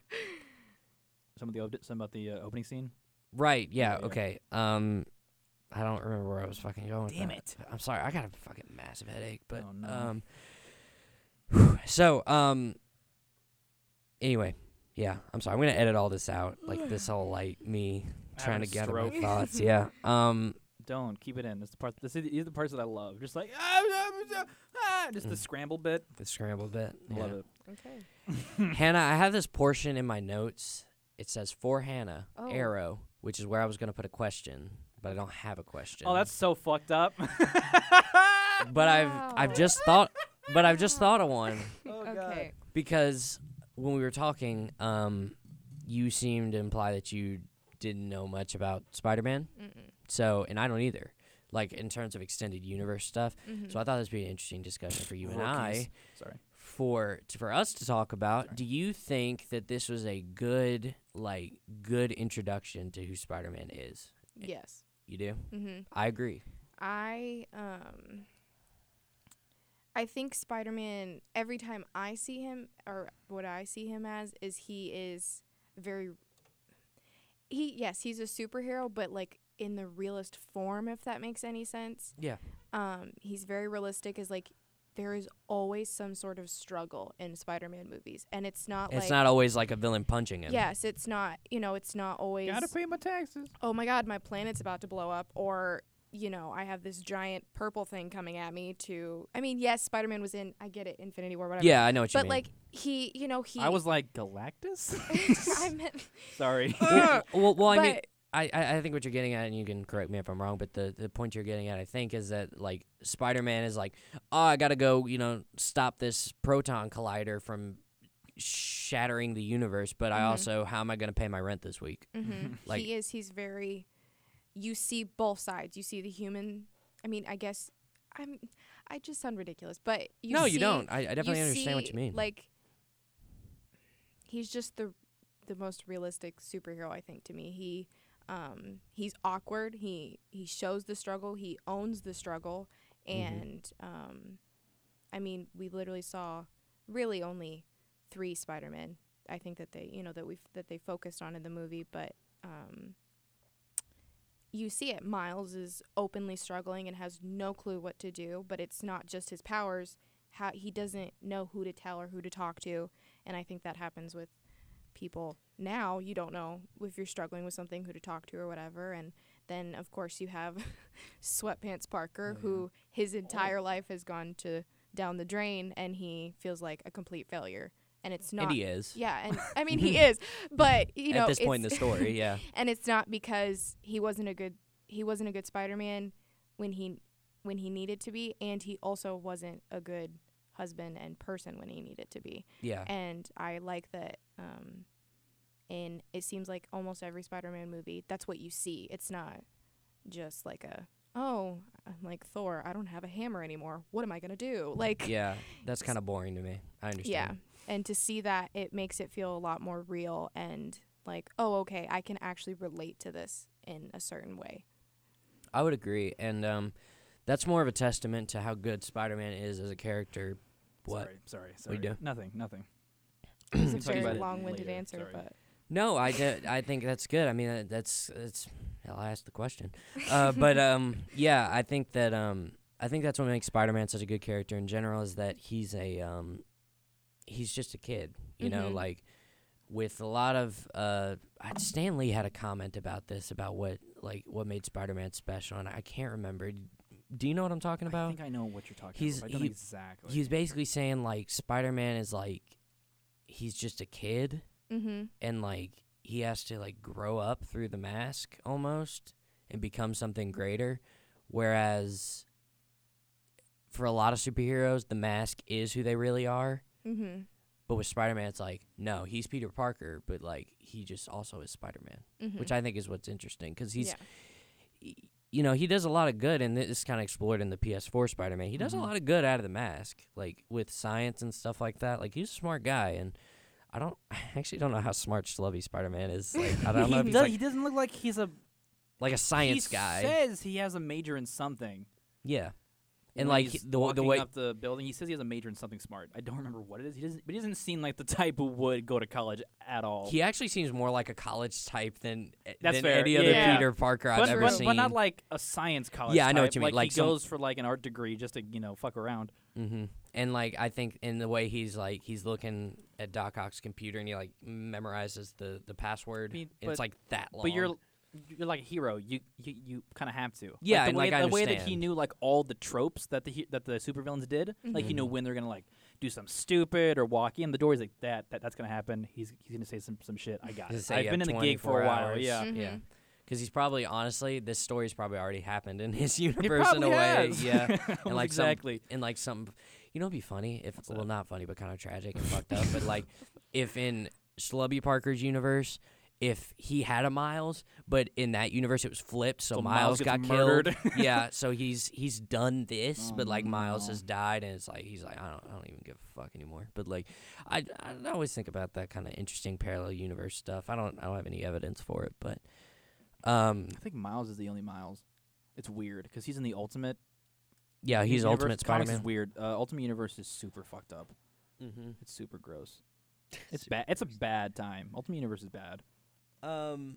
Some of the ob- some about the uh, opening scene. Right. Yeah. Yeah, yeah. Okay. Um, I don't remember where I was fucking going. with Damn that. it. I'm sorry. I got a fucking massive headache. But Oh, no. um, so um. Anyway, yeah. I'm sorry. I'm gonna edit all this out. Like this whole like me trying Having to a gather my stroke. thoughts. Yeah. Um. Don't keep it in. It's the parts. This is, these are the parts that I love. Just like ah, ah, ah, ah," just the Mm. scramble bit. The scramble bit. I Love yeah. it. Okay. Hannah, I have this portion in my notes. It says for Hannah, Oh. arrow, which is where I was going to put a question, but I don't have a question. Oh, that's so fucked up. oh, But I've I've just thought but I've just thought of one Oh, God. okay. because when we were talking, um you seemed to imply that you didn't know much about Spider-Man. Mm-mm. So, and I don't either. Like in terms of extended universe stuff. Mhm. So I thought this would be an interesting discussion for you and Rookies. I Sorry. for to, for us to talk about. Do you think that this was a good like good introduction to who Spider-Man is? yes. You do? Mm-hmm. I agree. I um I think Spider-Man every time I see him or what I see him as is he is very he yes, he's a superhero but like in the realest form if that makes any sense. Yeah. Um he's very realistic is like there is always some sort of struggle in Spider-Man movies and it's not It's like not always like a villain punching him. Yes, it's not, you know, it's not always Gotta pay my taxes. oh my god, my planet's about to blow up, or you know, I have this giant purple thing coming at me. To I mean, yes, Spider Man was in. I get it, Infinity War, whatever. Yeah, I know what you but mean. like he, you know, he. I was like Galactus. I meant. Sorry. well, well, well, I mean, but- I, I I think what you're getting at, and you can correct me if I'm wrong, but the, the point you're getting at, I think, is that like Spider-Man is like, oh, I gotta go, you know, stop this proton collider from shattering the universe, but I Mhm. also, how am I gonna pay my rent this week? Mhm. Like- he is. He's very. You see both sides. You see the human. I mean, I guess I'm. I just sound ridiculous, but you. no, see, you don't. I, I you definitely understand what see, you mean. Like, he's just the the most realistic superhero, I think, to me. He um, he's awkward. He he shows the struggle. He owns the struggle, Mm-hmm. and um, I mean, we literally saw really only three Spider Men. I think that they you know that we that they focused on in the movie, but. Um, you see it. Miles is openly struggling and has no clue what to do, but it's not just his powers how he doesn't know who to tell or who to talk to and i think that happens with people now you don't know if you're struggling with something who to talk to or whatever and then of course you have sweatpants parker Oh, who his entire life has gone to down the drain and he feels like a complete failure and it's not and he is yeah and i mean he is but you know at this point in the it's- story. Yeah, and it's not because he wasn't a good he wasn't a good Spider-Man when he when he needed to be and he also wasn't a good husband and person when he needed to be yeah. and I like that um in it seems like almost every Spider-Man movie that's what you see it's not just like a oh I'm like Thor I don't have a hammer anymore what am I going to do like yeah, that's kind of boring to me. I understand. yeah. And to see that, it makes it feel a lot more real and like, oh, okay, I can actually relate to this in a certain way. I would agree, and um, that's more of a testament to how good Spider-Man is as a character. What? Sorry. Sorry. Sorry. do? Nothing. Nothing. It was a We'll talk about very it long winded later, answer, sorry. but No, I, do, I think that's good. I mean, uh, that's that's. Hell, I asked the question, uh, but um, yeah, I think that um, I think that's what makes Spider-Man such a good character in general is that he's a um, he's just a kid, you know, Mhm. Mm-hmm. like with a lot of uh, I- Stan Lee had a comment about this about what like what made Spider-Man special, and I can't remember. Do you know what I'm talking I about? think I know what you're talking He's- about. but I don't he- exactly. He was basically saying like Spider-Man is like he's just a kid mm-hmm. and like he has to like grow up through the mask almost and become something greater whereas for a lot of superheroes the mask is who they really are Mm-hmm. but with Spider-Man it's like no he's Peter Parker but like he just also is Spider-Man Mm-hmm. which I think is what's interesting cuz he's yeah. y- you know, he does a lot of good, and this is kind of explored in the PS4 Spider Man. He does Mhm. a lot of good out of the mask, like with science and stuff like that. Like, he's a smart guy, and I don't, I actually don't know how smart schlubby Spider Man is. Like, I don't know if he, he's does, like, he doesn't look like he's a like a science guy. He says he has a major in something. yeah. And, when like, he's the w- the walking way- up the building, he says he has a major in something smart. I don't remember what it is. He doesn't. But he doesn't seem like the type who would go to college at all. He actually seems more like a college type than, That's than fair, any other yeah. Peter Parker but, I've ever but, seen. but not like a science college. Yeah, I know what type. you mean, Like, like he some- goes for like an art degree just to you know fuck around. hmm And like I think in the way he's like he's looking at Doc Ock's computer and he like memorizes the the password. mean, and it's but- like that long. But you're you're like a hero. You you, you kind of have to. Yeah, the and, way, like, I the way that he understand. knew like all the tropes that the he- that the supervillains did. Like Mm-hmm. he knew when they're gonna like do something stupid or walk in the door. He's like that that that's gonna happen. He's he's gonna say some some shit. I got Does it it. say I've you been have in the gig for 24 a while. hours? Yeah. Yeah. Because he's probably honestly, this story's probably already happened in his It universe in a probably way. has. Yeah, Well, and like some- exactly. and like some, you know, it'd be funny if well, not funny, but kind of tragic and fucked up. But like, if in Slubby Parker's universe, if he had a Miles, but in that universe it was flipped, so, So Miles, Miles got gets killed. murdered. yeah, so he's he's done this, Oh, but like Miles no. has died, and it's like he's like I don't I don't even give a fuck anymore. But like, I I always think about that kind of interesting parallel universe stuff. I don't I don't have any evidence for it, but. Um, I think Miles is the only Miles. It's weird because he's in the Ultimate. Yeah, Uh, he's universe. Ultimate Comics Spider-Man. Is weird. Uh, Ultimate Universe is super fucked up. Mm-hmm. It's super gross. It's bad. It's a bad time. Ultimate Universe is bad. Um,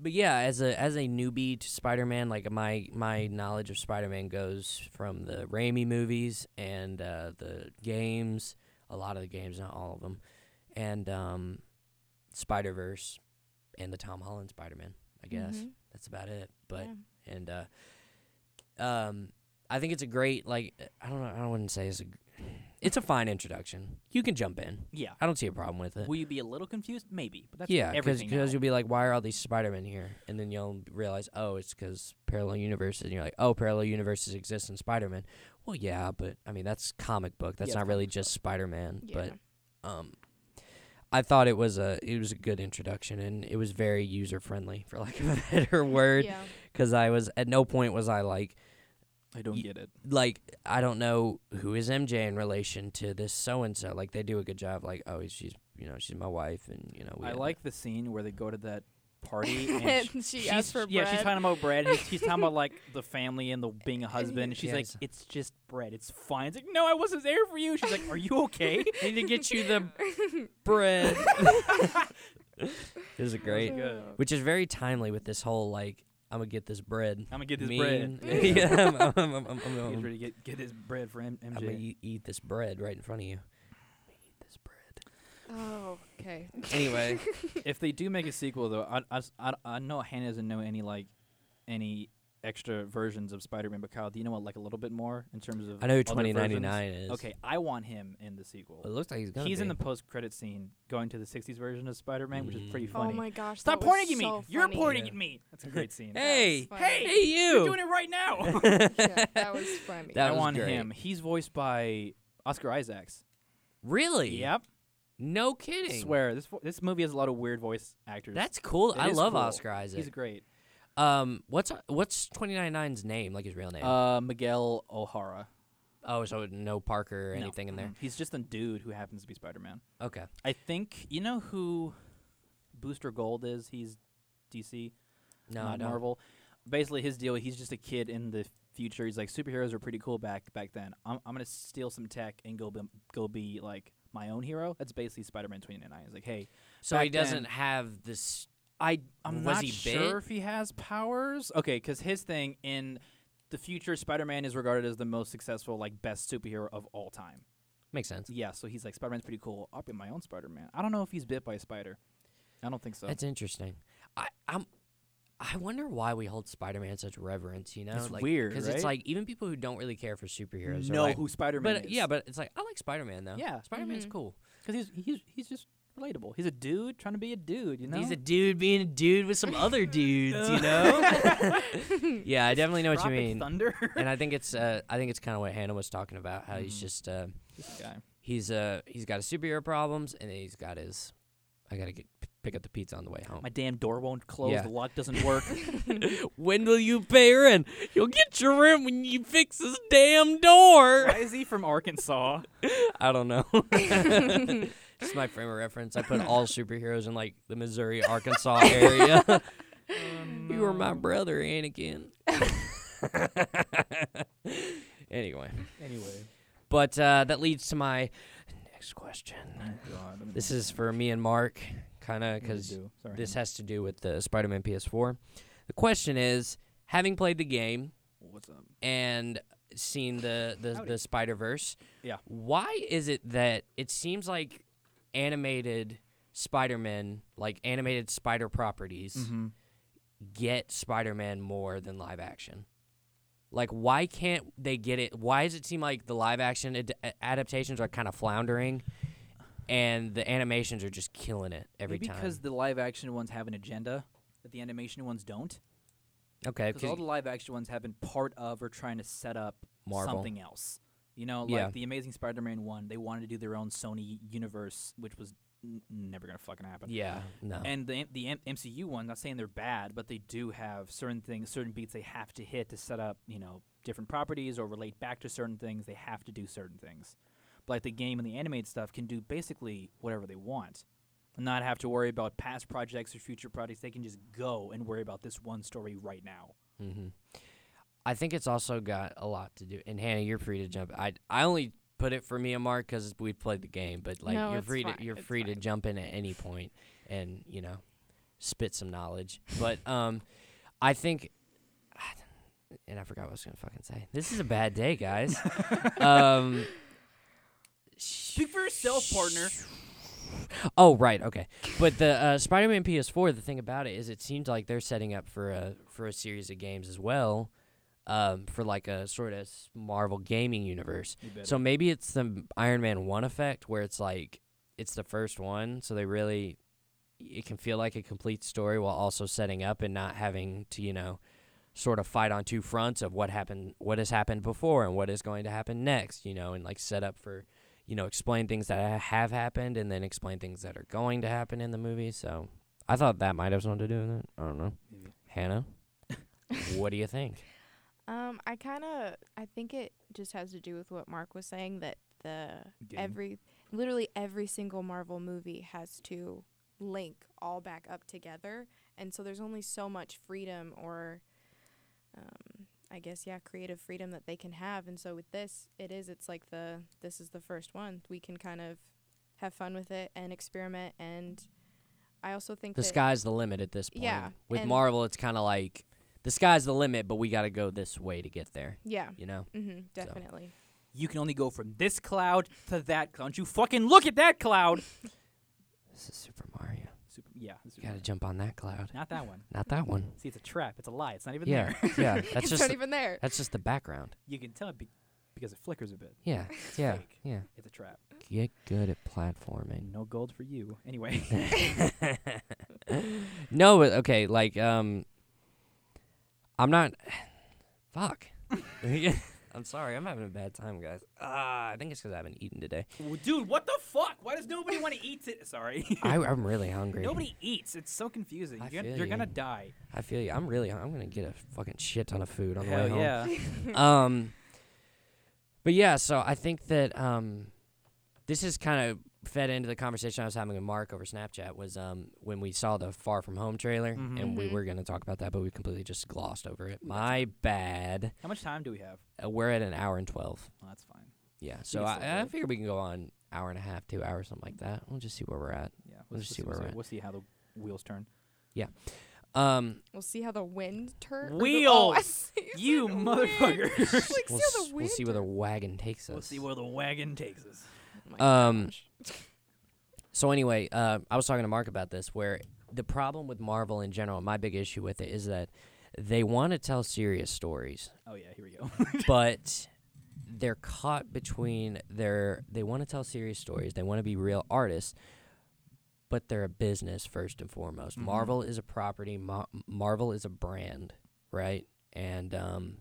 but yeah, as a as a newbie to Spider-Man, like my my knowledge of Spider-Man goes from the Raimi movies and uh, the games, a lot of the games, not all of them, and um, Spider-Verse, and the Tom Holland Spider-Man. I guess Mhm. that's about it. But and uh, um, I think it's a great like I don't know I wouldn't say it's a it's a fine introduction. You can jump in. Yeah. I don't see a problem with it. Will you be a little confused? Maybe, but that's yeah, everything. because now. you'll be like, why are all these Spider-Men here? And then you'll realize, oh, it's because parallel universes. And you're like, oh, parallel universes exist in Spider-Man. Well, yeah, but I mean, that's comic book. That's Yeah, not it's really comic just Spider-Man. Yeah. But um, I thought it was a it was a good introduction, and it was very user friendly, for lack of a better word. yeah. Because I was at no point was I like I don't y- get it. like I don't know who is MJ in relation to this so and so. Like they do a good job. Like oh, she's you know she's my wife, and you know we I had a- like the scene where they go to that party and. and she she's- asked for yeah, bread. she's talking about bread. And he's- she's talking about like the family and the being a husband. And she's Yes. like, "It's just bread. It's fine." It's like, "No, I wasn't there for you." She's like, "Are you okay?" need to get you the bread. this is great, Good. I'm which is very timely with this whole like I'm gonna get this bread. gonna get this meme. bread. yeah, I'm, I'm, I'm, I'm, I'm, I'm, He's ready to get get his bread for M- I'm gonna MJ. e- eat this bread right in front of you. I'm gonna eat this bread. Oh, okay. Anyway, if they do make a sequel, though, I, I, I, I know Hannah doesn't know any like any extra versions of Spider-Man. But Kyle, do you know what like a little bit more in terms of? I know who other versions? 2099 is. Okay, I want him in the it sequel. looks like he's gonna. He's in be. the post-credit scene, going to the '60s version of Spider-Man, which is pretty Mhm. funny. Oh my gosh. Stop that was pointing at me! so You're funny. pointing Yeah. at me. That's a great scene. Hey, That was hey, funny. hey, you! You're doing it right now. yeah, that was funny. That I was want great. him. He's voiced by Oscar Isaacs. Really? Yep. No kidding. Swear this vo- this movie has a lot of weird voice actors. That's cool. It I is love cool. Oscar Isaac. He's great. um, what's what's 2099's name? Like his real name? Uh, Miguel O'Hara. oh, so no Parker or No. Mm-hmm. anything in there. Mm. He's just a dude who happens to be Spider Man. Okay. I think you know who Booster Gold is. He's DC, No, I not don't. Marvel. Basically, his deal. He's just a kid in the future. He's like superheroes are pretty cool back back then. I'm, I'm gonna steal some tech and go be, go be like my own hero. That's basically Spider Man 2099. He's like, hey, So he back then- doesn't have this. I I'm Was not he sure bit? if he has powers. Okay, because his thing in the future, Spider Man is regarded as the most successful, like best superhero of all time. Makes sense. Yeah, so he's like Spider Man's pretty cool. I'll be my own Spider Man. I don't know if he's bit by a spider. I don't think so. That's interesting. I, I'm. I wonder why we hold Spider-Man such reverence. You know, It's like, weird, because it's right? like even people who don't really care for superheroes are know like- who Spider Man But is. yeah, but it's like I like Spider-Man though. Yeah. Spider-Man's Mhm. cool. because he's he's he's just relatable. He's a dude trying to be a dude. You know, He's a dude being a dude with some other dudes. you know. yeah, I definitely know what you Tropic mean, Thunder. and I think it's. Uh, I think it's kind of what Hannah was talking about. How he's Mhm. just. Uh, this guy. he's uh he's got his superhero problems, and then he's got his. I gotta get pick up the pizza on the way home. My damn door won't close. Yeah. The lock doesn't work. When will you pay rent? You'll get your rent when you fix this damn door. Why is he from Arkansas? I don't know. It's my frame of reference. I put all superheroes in like the Missouri, Arkansas area. You were my brother, Anakin. anyway, Anyway, but uh, that leads to my next question. God, I'm This is for me and Mark, kind of gonna because do. Sorry, this Hannah. has to do with the Spider-Man PS4. The question is, having played the game, what's up? and seen the the, Howdy. the Spider Verse. Yeah. Why is it that it seems like Mm-hmm. animated Spider Men, like animated spider properties, get Spider-Man more than live action? Like, why can't they get it? Why does it seem like the live action ad- a- adaptations are kind of floundering, and the animations are just killing it every Maybe time? because the live action ones have an agenda that the animation ones don't. okay, Because all the live action ones have been part of or trying to set up Marvel. something else. You know, like Yeah. the Amazing Spider-Man one, they wanted to do their own Sony universe, which was n- never gonna fucking happen. yeah, no, And the M- the M- MCU one, not saying they're bad, but they do have certain things, certain beats they have to hit to set up, you know, different properties or relate back to certain things. They have to do certain things. But like the game and the animated stuff can do basically whatever they want, and not have to worry about past projects or future projects. They can just go and worry about this one story right now. hmm I think it's also got a lot to do. And Hannah, you're free to jump. I I only put it for me and Mark because we played the game, but like No, you're it's free fine, to you're it's free to fine. jump in at any point and you know spit some knowledge. But um, I think, and I forgot what I was gonna fucking say. This is a bad day, guys. um, Speak for yourself, partner. Oh right, okay. But the uh, Spider-Man PS4, the thing about it is, it seems like they're setting up for a for a series of games as well, um, for like a sort of s- Marvel gaming universe. So maybe it's the Iron Man one effect where it's like it's the first one, so they really it can feel like a complete story while also setting up and not having to you know sort of fight on two fronts of what happened, what has happened before, and what is going to happen next. You know, and like set up for you know, explain things that ha- have happened and then explain things that are going to happen in the movie. So I thought that might have something to do with it. I don't know. Maybe. Hannah, what do you think? Um, I kind of I think it just has to do with what Mark was saying that the Game. every literally every single Marvel movie has to link all back up together, and so there's only so much freedom or um, I guess yeah, creative freedom that they can have, and so with this, it is it's like the this is the first one we can kind of have fun with it and experiment, and I also think The that sky's the limit at this point. Yeah, With and- Marvel, it's kind of like the sky's the limit, but we got to go this way to get there, yeah, you know? mm-hmm, definitely. you can only go from this cloud to that cloud. Don't you fucking look at that cloud. This is Super Mario. Super, yeah, this is- You got to jump on that cloud. not that one. Not that one. See, it's a trap. It's a lie. It's not even Yeah. there. yeah. That's it's just not the, even there. that's just the background. You can tell it be- because it flickers a bit. Yeah. Yeah. fake. Yeah. It's a trap. Get good at platforming. No gold for you. Anyway, no, but okay, like um I'm not fuck. I'm sorry, I'm having a bad time, guys. Ah, I think it's because I haven't eaten today. Well, dude, what the fuck? Why does nobody want to eat it? Sorry, I, I'm really hungry. nobody eats. It's so confusing. I You're, feel gonna, you're you. gonna die. I feel you. I'm really. hun- I'm gonna get a fucking shit ton of food on the way Hell home. yeah. um but yeah so i think that um this is kind of fed into the conversation i was having with mark over snapchat was um when we saw the far from home trailer Mhm. and we Mhm. were going to talk about that but we completely just glossed over it my bad How much time do we have? uh, we're at an hour and 12 Well, that's fine. yeah so can i, still do I it. figure we can go on hour and a half two hours something like that we'll just see where we're at Yeah, We'll just see where we're at. we'll see how the wheels turn. um We'll see how the oh, wind turns. Wheel! You motherfucker. like, see we'll, how s- the we'll wind see where the wagon takes us We'll see where the wagon takes us. turns. Oh my Um, gosh. So anyway, uh, I was talking to Mark about this, where the problem with Marvel in general, my big issue with it is that they want to tell serious stories, Oh yeah, here we go. but they're caught between their they want to tell serious stories, they want to be real artists, but they're a business first and foremost. Mhm. Marvel is a property, Ma- Marvel is a brand, right? And um,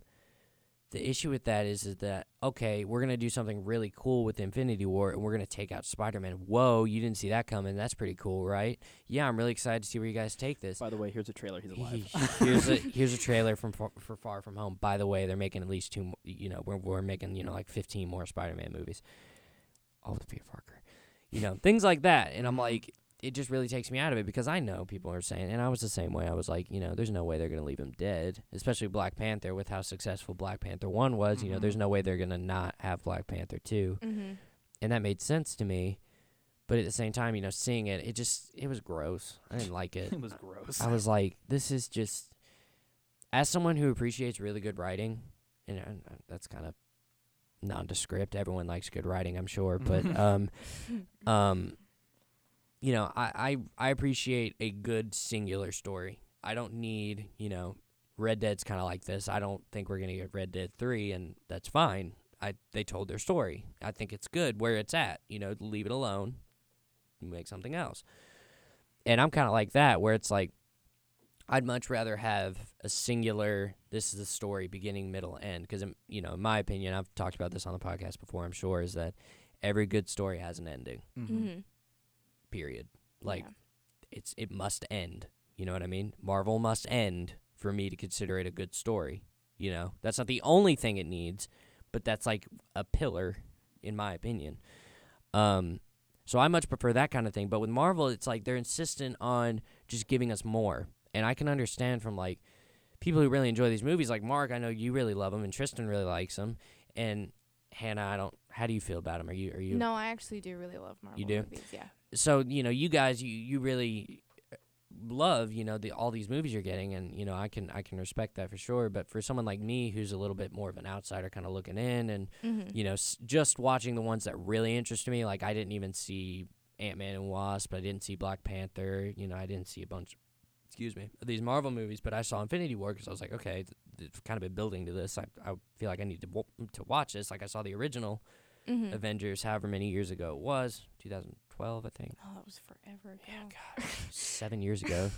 the issue with that is, is that okay, we're gonna do something really cool with Infinity War, and we're gonna take out Spider Man. Whoa, you didn't see that coming. That's pretty cool, right? Yeah, I'm really excited to see where you guys take this. By the way, here's a trailer. He's alive. here's a here's a trailer from for, for Far From Home. By the way, they're making at least two. mo- You know, we're we're making you know like 15 more Spider Man movies. All with Peter Parker, you know, things like that. And I'm like, it just really takes me out of it because I know people are saying, and I was the same way. I was like, you know, there's no way they're gonna leave him dead, especially Black Panther with how successful Black Panther one was. You know, Mhm. there's no way they're gonna not have Black Panther two, hmm and that made sense to me. But at the same time, you know, seeing it, it just it was gross. I didn't like it. it was gross. I was like, this is just. As someone who appreciates really good writing, and, and uh, that's kind of nondescript. Everyone likes good writing, I'm sure, but um, um, you know, I, I I appreciate a good singular story. I don't need, you know, Red Dead's kind of like this. I don't think we're going to get Red Dead 3 and that's fine. I they told their story. I think it's good where it's at, you know, leave it alone. Make something else. And I'm kind of like that where it's like I'd much rather have a singular this is the story beginning, middle, end because you know, in my opinion, I've talked about this on the podcast before, I'm sure is that every good story has an ending. Mm-hmm. Period. Like Yeah. it's it must end. You know what I mean? Marvel must end for me to consider it a good story. You know, that's not the only thing it needs, but that's like a pillar, in my opinion. Um, so I much prefer that kind of thing. But with Marvel, it's like they're insistent on just giving us more, and I can understand from like people who really enjoy these movies. Like Mark, I know you really love them, and Tristan really likes them, and Hannah, I don't. How do you feel about them? Are you are you No, I actually do really love Marvel do? movies. Yeah. so you know you guys you, you really love you know the all these movies you're getting and you know I can I can respect that for sure but for someone like me who's a little bit more of an outsider kind of looking in and Mm-hmm. you know s- just watching the ones that really interested me like I didn't even see Ant-Man and Wasp I didn't see Black Panther you know I didn't see a bunch excuse me of these Marvel movies but I saw Infinity War cuz I was like okay th- it's kind of been building to this I, I feel like I need to w- to watch this like I saw the original Mm-hmm. Avengers however many years ago it was 2012 I think Oh, that was forever ago. yeah, God, seven years ago.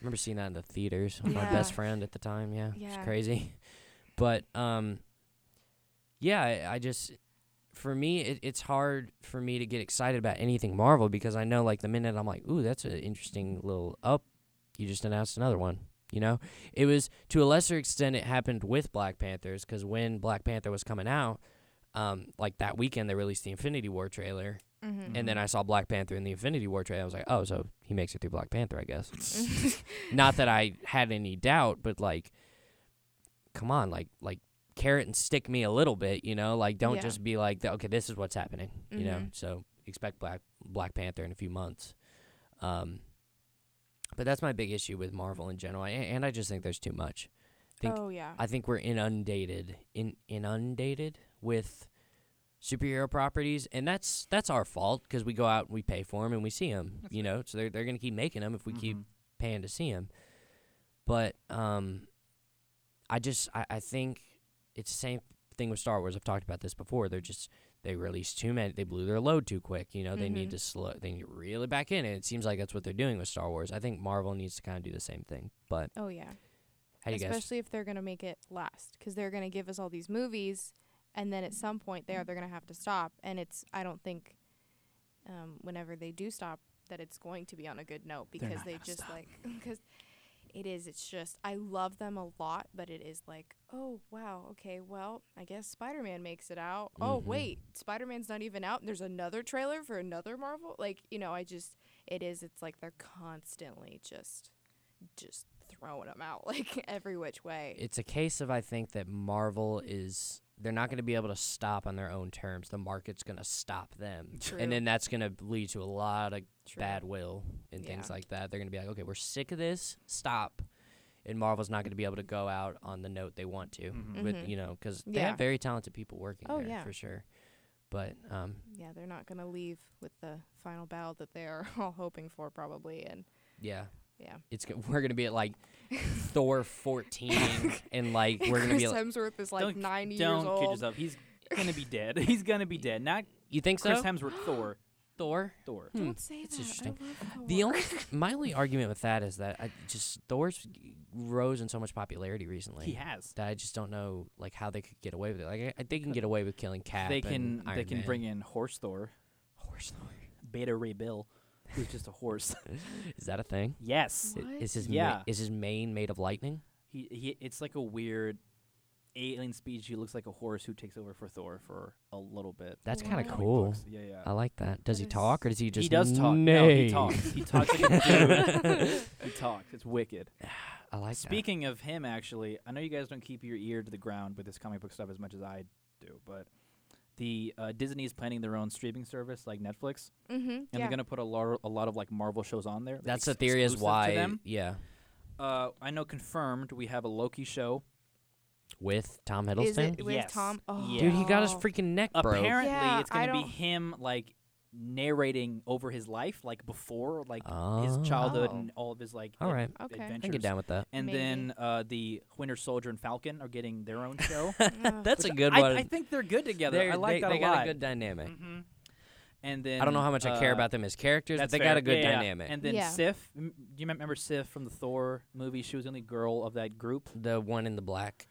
remember seeing that in the theaters with my best Yeah. friend at the time. Yeah, it's Yeah. crazy. But um, yeah, I, I just for me it, it's hard for me to get excited about anything Marvel because I know like the minute I'm like, ooh, that's an interesting little up. You just announced another one. You know, it was to a lesser extent it happened with Black Panthers because when Black Panther was coming out, um, like that weekend they released the Infinity War trailer, Mm-hmm. and then I saw Black Panther in the Infinity War trailer. I was like, oh, so he makes it through Black Panther, I guess. Not that I had any doubt, but like, come on, like, like carrot and stick me a little bit, you know? Like, don't Yeah. just be like, okay, this is what's happening, you know? Mhm. So expect Black Black Panther in a few months. Um, but that's my big issue with Marvel in general, a- and I just think there's too much. think- oh yeah. I think we're inundated in inundated with superhero properties, and that's that's our fault because we go out and we pay for them and we see them, you know. So they're they're gonna keep making them if we keep paying to see them. But um, I just I, I think it's the same thing with Star Wars. I've talked about this before. They're just they released too many. They blew their load too quick. You know they need Mhm. to slow. They need to reel it back in. And it seems like that's what they're doing with Star Wars. I think Marvel needs to kind of do the same thing. But oh yeah. how do you guys? Especially if they're gonna make it last, because they're gonna give us all these movies, and then at some point they are they're gonna have to stop, and it's I don't think, um, whenever they do stop, that it's going to be on a good note because not they gonna just stop. like because it is. It's just I love them a lot, but it is like oh wow okay well I guess Spider Man makes it out. Oh Mhm. Mm-hmm. wait Spider Man's not even out. and There's another trailer for another Marvel. Like you know I just it is. It's like they're constantly just just throwing them out like every which way. it's a case of I think that Marvel is they're not going to be able to stop on their own terms. The market's going to stop them, True. and then that's going to lead to a lot of True. bad will and things Yeah. like that. They're going to be like, okay, we're sick of this. Stop. And Marvel's not going to be able to go out on the note they want to, Mhm. with Mhm. you know, because they Yeah. have very talented people working Oh, there yeah. for sure. But um, Yeah, they're not gonna leave with the final bow that they are all hoping for probably. And yeah, yeah, it's go- we're going to be at like Thor fourteen, and like we're going to be. Chris Like, Hemsworth is like Don't- 90 Don't years kid old. yourself. He's gonna be dead. He's gonna be dead. Not you think so? Chris Hemsworth. Thor. Thor. Thor. Hmm. Don't say It's that. interesting. I love The Thor. only my only argument with that is that I just Thor's rose in so much popularity recently He has. that I just don't know like how they could get away with it. Like I, I- they can get away with killing Cap. They and can. They Iron can Man. bring in Horse Thor. horse Thor. Beta Ray Bill, who's just a horse. Is that a thing? yes. I- What? Is his Yeah. ma- is his mane made of lightning? He, he. It's like a weird alien species who looks like a horse who takes over for Thor for a little bit. That's in kind Wow. of comic cool. books. Yeah, yeah. I like that. Does he That is- talk or does he just? he does talk. No, he neigh? talks. He talks like a dude. He talks. It's wicked. I like that. Speaking of him, actually, I know you guys don't keep your ear to the ground with this comic book stuff as much as I do, but the uh, Disney is planning their own streaming service like Netflix, Mhm, and yeah. they're gonna put a lot, a lot of like Marvel shows on there. like, That's the ex- theory is exclusive to why them. yeah Uh, I know confirmed we have a Loki show. with Tom Is Hiddleston. it with Yes. Tom? Oh, Yeah. Dude, he got his oh. freaking neck broke. Apparently, Yeah, it's I gonna be don't- him like narrating over his life, like before, like his Oh. childhood Oh. and all of his like All ad- right. Okay. I can I adventures. can get down with that. And Maybe. then uh, the Winter Soldier and Falcon are getting their own show. Ugh. That's a which good I, one. I think they're good together. They're- I like they, that they a got lot. a good dynamic. hmm And then I don't know how much I care uh, about them as characters, but That's they fair. got a good Yeah, yeah. dynamic. And then Yeah. Sif, m- do you remember Sif from the Thor movie? She was the only girl of that group. the one in the black.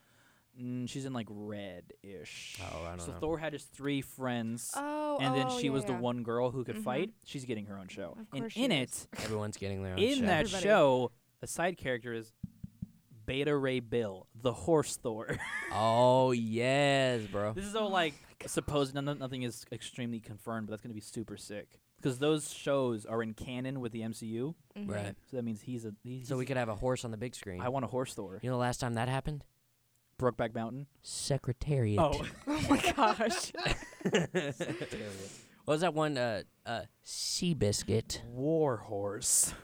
Mm, she's in like red ish. Oh, I don't so know. Thor had his three friends, Oh, and then oh, she yeah, was the yeah. one girl who could Mhm. fight. She's getting her own show, Of and course she in is. it, Everyone's getting their own in show. that Everybody. show, a side character is Beta Ray Bill, the horse Thor. Oh yes, bro. this is Oh all like supposed. No, no- nothing is extremely confirmed, but that's gonna be super sick because those shows are in canon with the MCU. Mhm. Right. So that means he's a. He's, So we could have a horse on the big screen. I want a horse Thor. you know the last time that happened? Brokeback Mountain. Secretariat. Oh, Oh my gosh. What was that one? Uh, uh, sea biscuit. War Horse.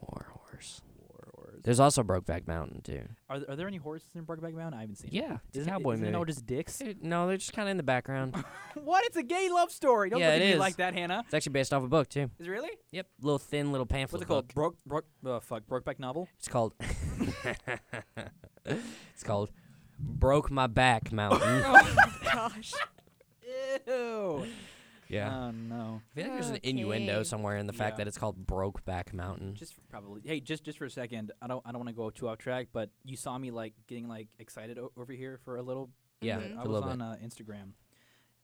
War horse. War Horse. There's also Brokeback Mountain too. Are, th- are there any horses in Brokeback Mountain? I haven't seen it. Yeah, it's a Isn't, cowboy isn't it movie. all just dicks? Dude, No, they're just kind of in the background. what? It's a gay love story. Don't Yeah, look it at me is. like that, Hannah. It's actually based off a book too. Is it really? Yep, little thin little pamphlet. What's it called? book. Broke, broke, uh, fuck, Brokeback novel. It's called. it's called Broke My Back Mountain. Oh, gosh. Ew. yeah. Oh no. I feel like there's an innuendo Okay. somewhere in the fact Yeah. that it's called Broke Back Mountain. Just for probably. Hey, just just for a second. I don't I don't want to go too off track, but you saw me like getting like excited o- over here for a little. Yeah, bit. for I a was little on bit. Uh, Instagram,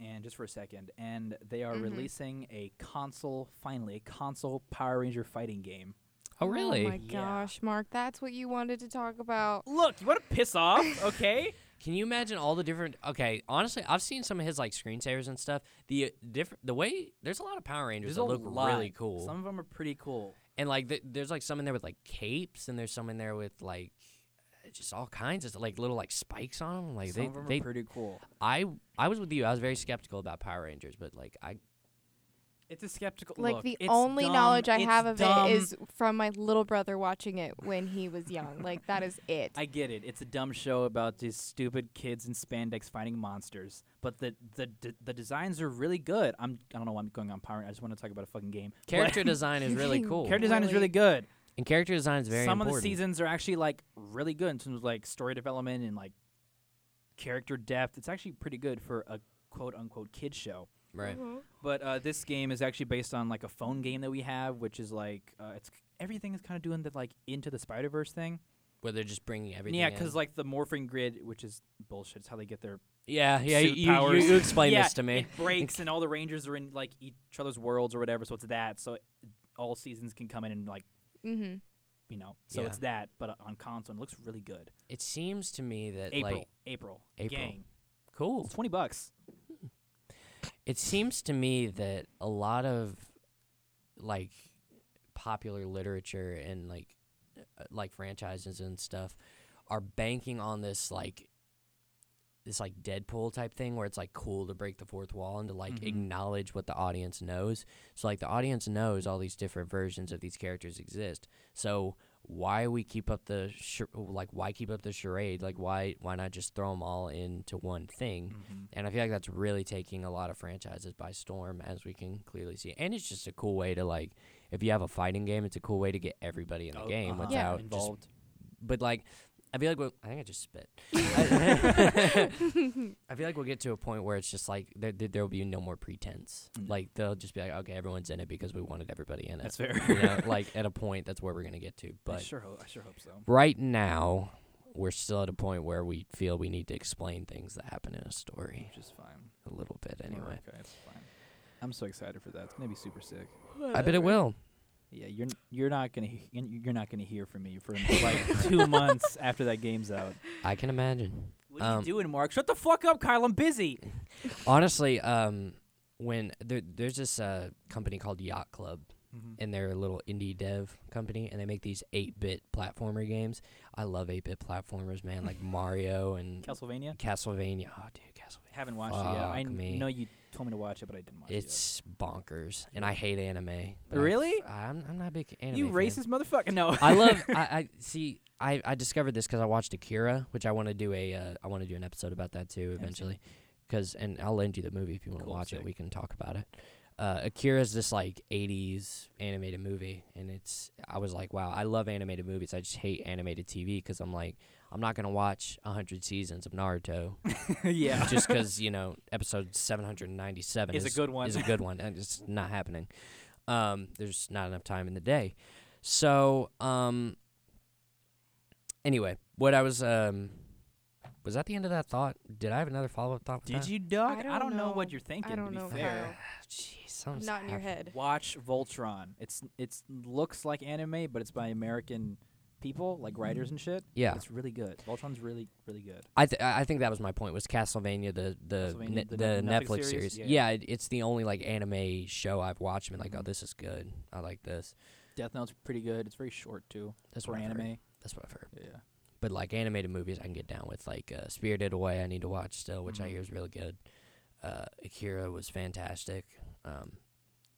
and just for a second, and they are Mhm. releasing a console finally, a console Power Ranger fighting game. Oh really? Oh my Yeah. gosh, Mark, that's what you wanted to talk about. Look, you want to piss off, okay? Can you imagine all the different? Okay, honestly, I've seen some of his like screensavers and stuff. The uh, different, the way there's a lot of Power Rangers that a look lot. really cool, Some of them are pretty cool. and like th- there's like some in there with like capes, and there's some in there with like just all kinds of like little like spikes on them. Like some they, of them they, are pretty cool. I, I was with you. I was very skeptical about Power Rangers, but like I, It's a skeptical. Like look, the it's only dumb, knowledge I it's have of dumb. it is from my little brother watching it when he was young. Like that is it. I get it. It's a dumb show about these stupid kids in spandex fighting monsters, but the the the, the designs are really good. I'm I don't know why I'm going on power. I just want to talk about a fucking game. But- character design is really Kidding. cool, character design is Really? really good. and character design is very Some important. of the seasons are actually like really good in terms of like story development and like character depth. It's actually pretty good for a quote unquote kid show. right? But uh, this game is actually based on like a phone game that we have, which is like uh, it's everything is kind of doing the like into the Spider Verse thing. Where they're just bringing everything. Yeah, because because like the morphing grid, which is bullshit. It's how they get their yeah, yeah, you, suit you, powers. you explain Yeah, this to me. It breaks, and all the Rangers are in like each other's worlds or whatever. So it's that. So it, all seasons can come in and like Mm-hmm. you know. So Yeah. it's that, but uh, on console, and it looks really good. It seems to me that April, like April, April. gang. cool. It's twenty bucks. It seems to me that a lot of like popular literature and like uh, like franchises and stuff are banking on this like this like Deadpool type thing where it's like cool to break the fourth wall and to like Mhm. acknowledge what the audience knows. So like the audience knows all these different versions of these characters exist. So why we keep up the ch- like why keep up the charade? Like why why not just throw them all into one thing? Mm-hmm. And I feel like that's really taking a lot of franchises by storm, as we can clearly see. And it's just a cool way to like, if you have a fighting game, it's a cool way to get everybody in the Oh, game uh-huh. without Yeah. just- involved. but like, I feel like we'll, I think I just spit. I, I feel like we'll get to a point where it's just like there there will be no more pretense. Mm. Like they'll just be like, okay, everyone's in it because we wanted everybody in it. That's fair. you know, like at a point, that's where we're gonna get to. I But sure hope. I sure hope so. right now, we're still at a point where we feel we need to explain things that happen in a story Which is fine. a little bit, anyway. okay, it's fine. I'm so excited for that. It's gonna be super sick. I bet it will. Yeah, you're n- you're not gonna he- you're not gonna hear from me for like two months after that game's out. I can imagine. What Um, doing, Mark? Shut the fuck up, Kyle. I'm busy. Honestly, um, when there, there's this uh, company called Yacht Club, Mhm. and they're a little indie dev company, and they make these 8-bit platformer games. I love 8-bit platformers, man, like Mario and Castlevania. Castlevania. Oh, dude, Castlevania. Haven't watched it yet. I Fuck kn- me. know you told me to watch it, but I didn't watch It's bonkers, and I hate anime. but I f- Really? I'm, I'm not a big it. anime. Yet. You fan. racist motherfucker! No, I love. I, I see. I, I discovered this because I watched Akira, which I want to do a. Uh, I want to do an episode about that too seen eventually, because and I'll lend you the movie if you want to Cool, watch sick. it. We can talk about it. Uh, Akira's this like '80s animated movie, and it's I was like, wow, I love animated movies. I just hate animated TV because I'm like, I'm not gonna watch hundred seasons of Naruto yeah. just because you know episode 797 Is a good one. is a good one and it's not happening um there's not enough time in the day so um anyway what i was um was that the end of that thought did i have another follow-up thought with Did that? Ah, you, Doug? I I don't don't know know. what you're thinking. I don't to be know, fair. Jeez, something's Not in your happening. head. Watch Voltron. It's it's looks like anime, but it's by American people, like Mm-hmm. writers and shit. Yeah. It's really good. Voltron's really really good. I, th- I I think that was my point was Castlevania the the Castlevania, ne- the the, Netflix Netflix, series? series. Yeah, Yeah, yeah. Mm-hmm. it, it's the only like anime show I've watched. and been like, oh, this is good. I like this. Death Note's pretty good. It's very short too That's for what I've heard. anime. That's what I've heard. Yeah. but like animated movies I can get down with. Like uh, Spirited Away, I need to watch still, which I Mhm. hear is really good. Uh, Akira was fantastic. Um,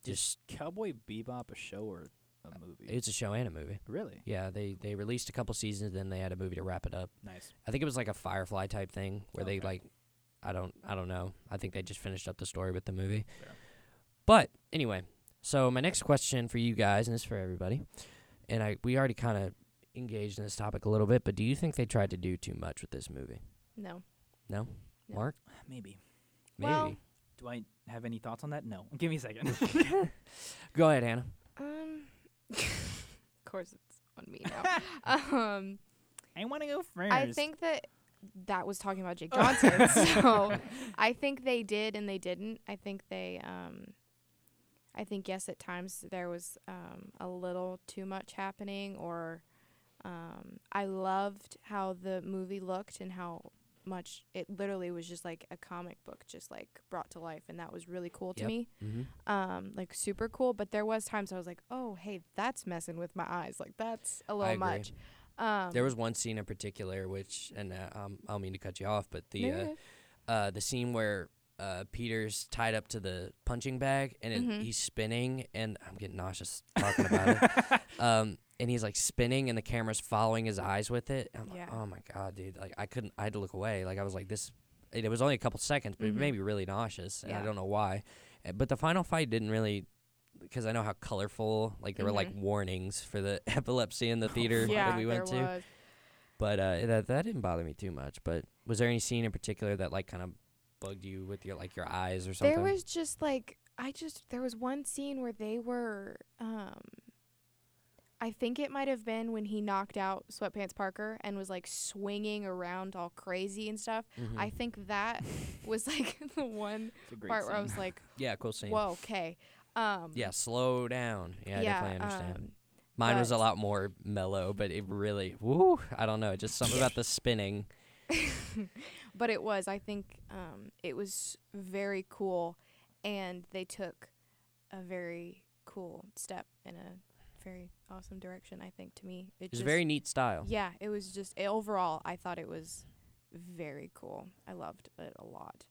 Is just Cowboy Bebop a show or a movie? it's a show and a movie. really Yeah, they they released a couple seasons, then they had a movie to wrap it up. nice. I think it was like a Firefly type thing where they Okay. like, I don't I don't know. I think they just finished up the story with the movie. Fair. But anyway, so my next question for you guys, and this is for everybody, and I we already kind of engaged in this topic a little bit, but do you think they tried to do too much with this movie? No. No, No. Mark, Maybe. maybe. Well, Do I have any thoughts on that? No. Give me a second. Go ahead, Hannah. Um, of course it's on me now. um, I want to go first. I think that that was talking about Jake Oh. Johnson. so I think they did and they didn't. I think they, um, I think yes, at times there was um, a little too much happening. Or um, I loved how the movie looked and how much it literally was just like a comic book, just like brought to life, and that was really cool to Yep. me. Mm-hmm. um like super cool but there was times i was like oh hey that's messing with my eyes like that's a little agree. much um There was one scene in particular, which, and uh, um, I don't mean to cut you off, but the no, uh, no, uh, the scene where uh, Peter's tied up to the punching bag and it, Mhm. he's spinning, and I'm getting nauseous talking about it. Um, and he's like spinning, and the camera's following his eyes with it. I'm like, Yeah. oh my god, dude! Like I couldn't, I had to look away. Like I was like this. It, it was only a couple seconds, but Mhm. it made me really nauseous, and I Yeah. don't know why. Uh, But the final fight didn't really. Because I know how colorful, like there were like Mhm. warnings for the epilepsy in the theater Oh, yeah that we went there to. was. But uh, that that didn't bother me too much. But was there any scene in particular that like kind of bugged you with your like your eyes or something? there was just like i just there was one scene where they were um i think it might have been when he knocked out sweatpants parker and was like swinging around all crazy and stuff Mhm. i think that was like the one part where i was like yeah, cool scene. whoa okay um yeah, slow down. Yeah, I definitely understand. um, Mine was a but- lot more mellow, but it really, woo, I don't know, just something about the spinning. but it was i think um, it was very cool and they took a very cool step in a very awesome direction i think to me it It's a very neat style. yeah it was just it, overall i thought it was very cool i loved it a lot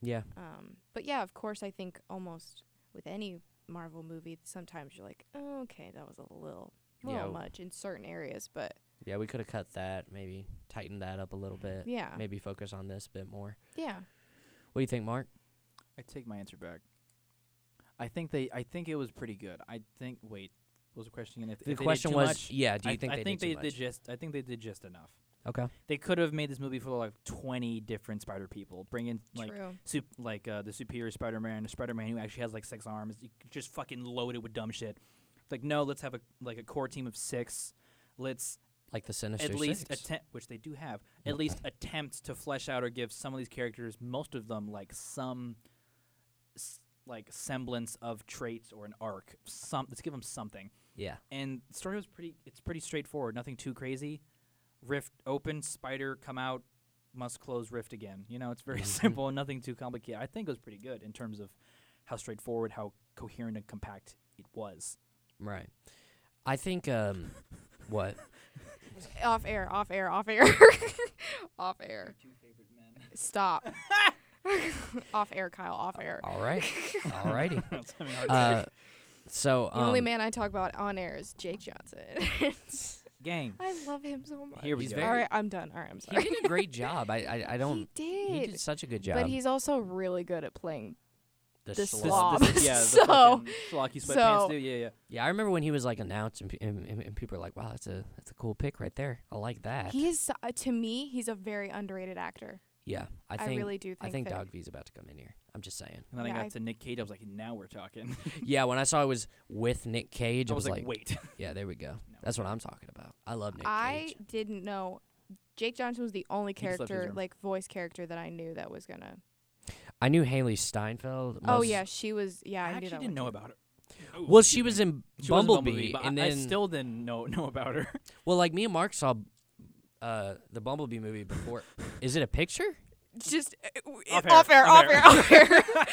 Yeah, um, but yeah of course i think almost with any marvel movie sometimes you're like oh, okay that was a little little Yeah. much in certain areas but yeah, we could have cut that, maybe tightened that up a little bit. yeah Uh, Maybe focus on this a bit more. yeah What do you think, Mark? I take my answer back. I think they. I think it was pretty good. I think. Wait, what was the question again? If, The if they did question too was, much, yeah, do you I, think I they think did they too much? did just. I think they did just enough. Okay. They could have made this movie for like twenty different Spider people. Bring in like true sup- like uh, the superior Spider-Man, the Spider-Man who actually has like six arms, you c- just fucking loaded with dumb shit. Like no, let's have a like a core team of six. Let's Like the Sinister at least Six. attempt, which they do have, at least attempt to flesh out or give some of these characters, most of them, like some s- like semblance of traits or an arc. Some let's give them something. yeah. And the story was pretty. It's pretty straightforward. Nothing too crazy. Rift open, spider come out, must close rift again. You know, it's very simple and nothing too complicated. I think it was pretty good in terms of how straightforward, how coherent and compact it was. Right. I think um what? off air, off air, off air, off air. Stop. off air, Kyle. Off air. All right. All righty. I was having a hard time. Uh so the only um, man I talk about on air is Jake Johnson. Gang. I love him so much. Here we He's go. very- All right, I'm done. All right, I'm He sorry. did a great job. I I, I he don't. did, He did such a good job. but he's also really good at playing. the the This- slob. this- slob. yeah, the So- fucking schlocky sweatpants so- do. Yeah, yeah. Yeah, I remember when he was like announced, and, pe- and, and, and people were like, "Wow, that's a that's a cool pick right there. I like that." He is uh, to me, he's a very underrated actor. yeah, I I, think I, really do think. think that Dog V's about to come in here. I'm just saying. And then Yeah, I got I- to Nick Cage. I was like, now we're talking. yeah, when I saw it was with Nick Cage, I it was, like, wait. "Yeah, there we go. No. That's what I'm talking about. I love Nick I Cage." didn't know. Jake Johnson was the only He just left his character, room. like voice character, that I knew that was gonna. I knew Haley Steinfeld. Oh most- yeah, she was. Yeah, I I, knew actually that didn't one. know about her. Oh, Well, excuse she was me. in She was in Bumblebee, but and I, I then still didn't know know about her. well, like me and Mark saw uh, the Bumblebee movie before. Is it a picture? Just uh, w- Off air, off air, off off air, off air.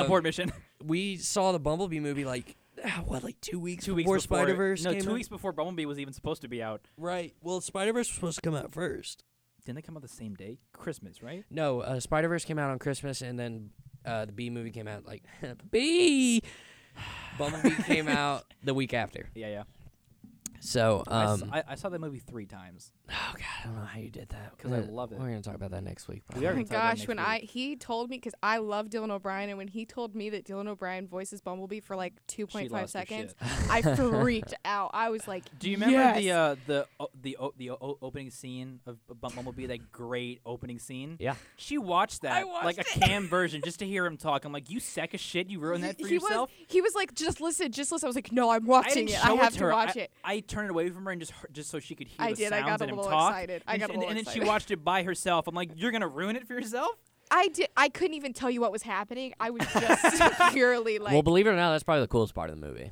Uh, Abort mission. we saw the Bumblebee movie like ah, what, like two weeks Two weeks before before Spider Verse. No, two weeks before Bumblebee was even supposed to be out. Right. Well, Spider Verse was supposed to come out first. Didn't they come out the same day? Christmas, right? No, uh, Spider Verse came out on Christmas, and then uh, the Bee movie came out like Bee. Bumblebee came out the week after. Yeah, yeah. So, I s- um, I, I saw that movie three times. oh god, I don't know how you did that 'Cause I We're- love it. We're gonna talk about that next week. We Oh are my gonna talk about it gosh, next when week. I he told me because I love Dylan O'Brien, and when he told me that Dylan O'Brien voices Bumblebee for like She 2.5 lost her seconds, shit. I freaked out. I was like, Do you remember the "Yes!" uh, the o- the o- the o- opening scene of Bu- Bumblebee? That great opening scene. Yeah. She watched that I watched like a it. cam version just to hear him talk. I'm like, you sack of shit. You ruined that for he yourself. Was, he was like, just listen, just listen. I was like, no, I'm I watching didn't it. show I have it to, to her. watch I, it. I turned it away from her and just heard- just so she could hear I the did. I sounds got a and him little talk. excited. I and, got she- a and, little and then she excited. watched it by herself. I'm like, you're gonna ruin it for yourself. I did. I couldn't even tell you what was happening. I was just purely like, well, believe it or not, that's probably the coolest part of the movie.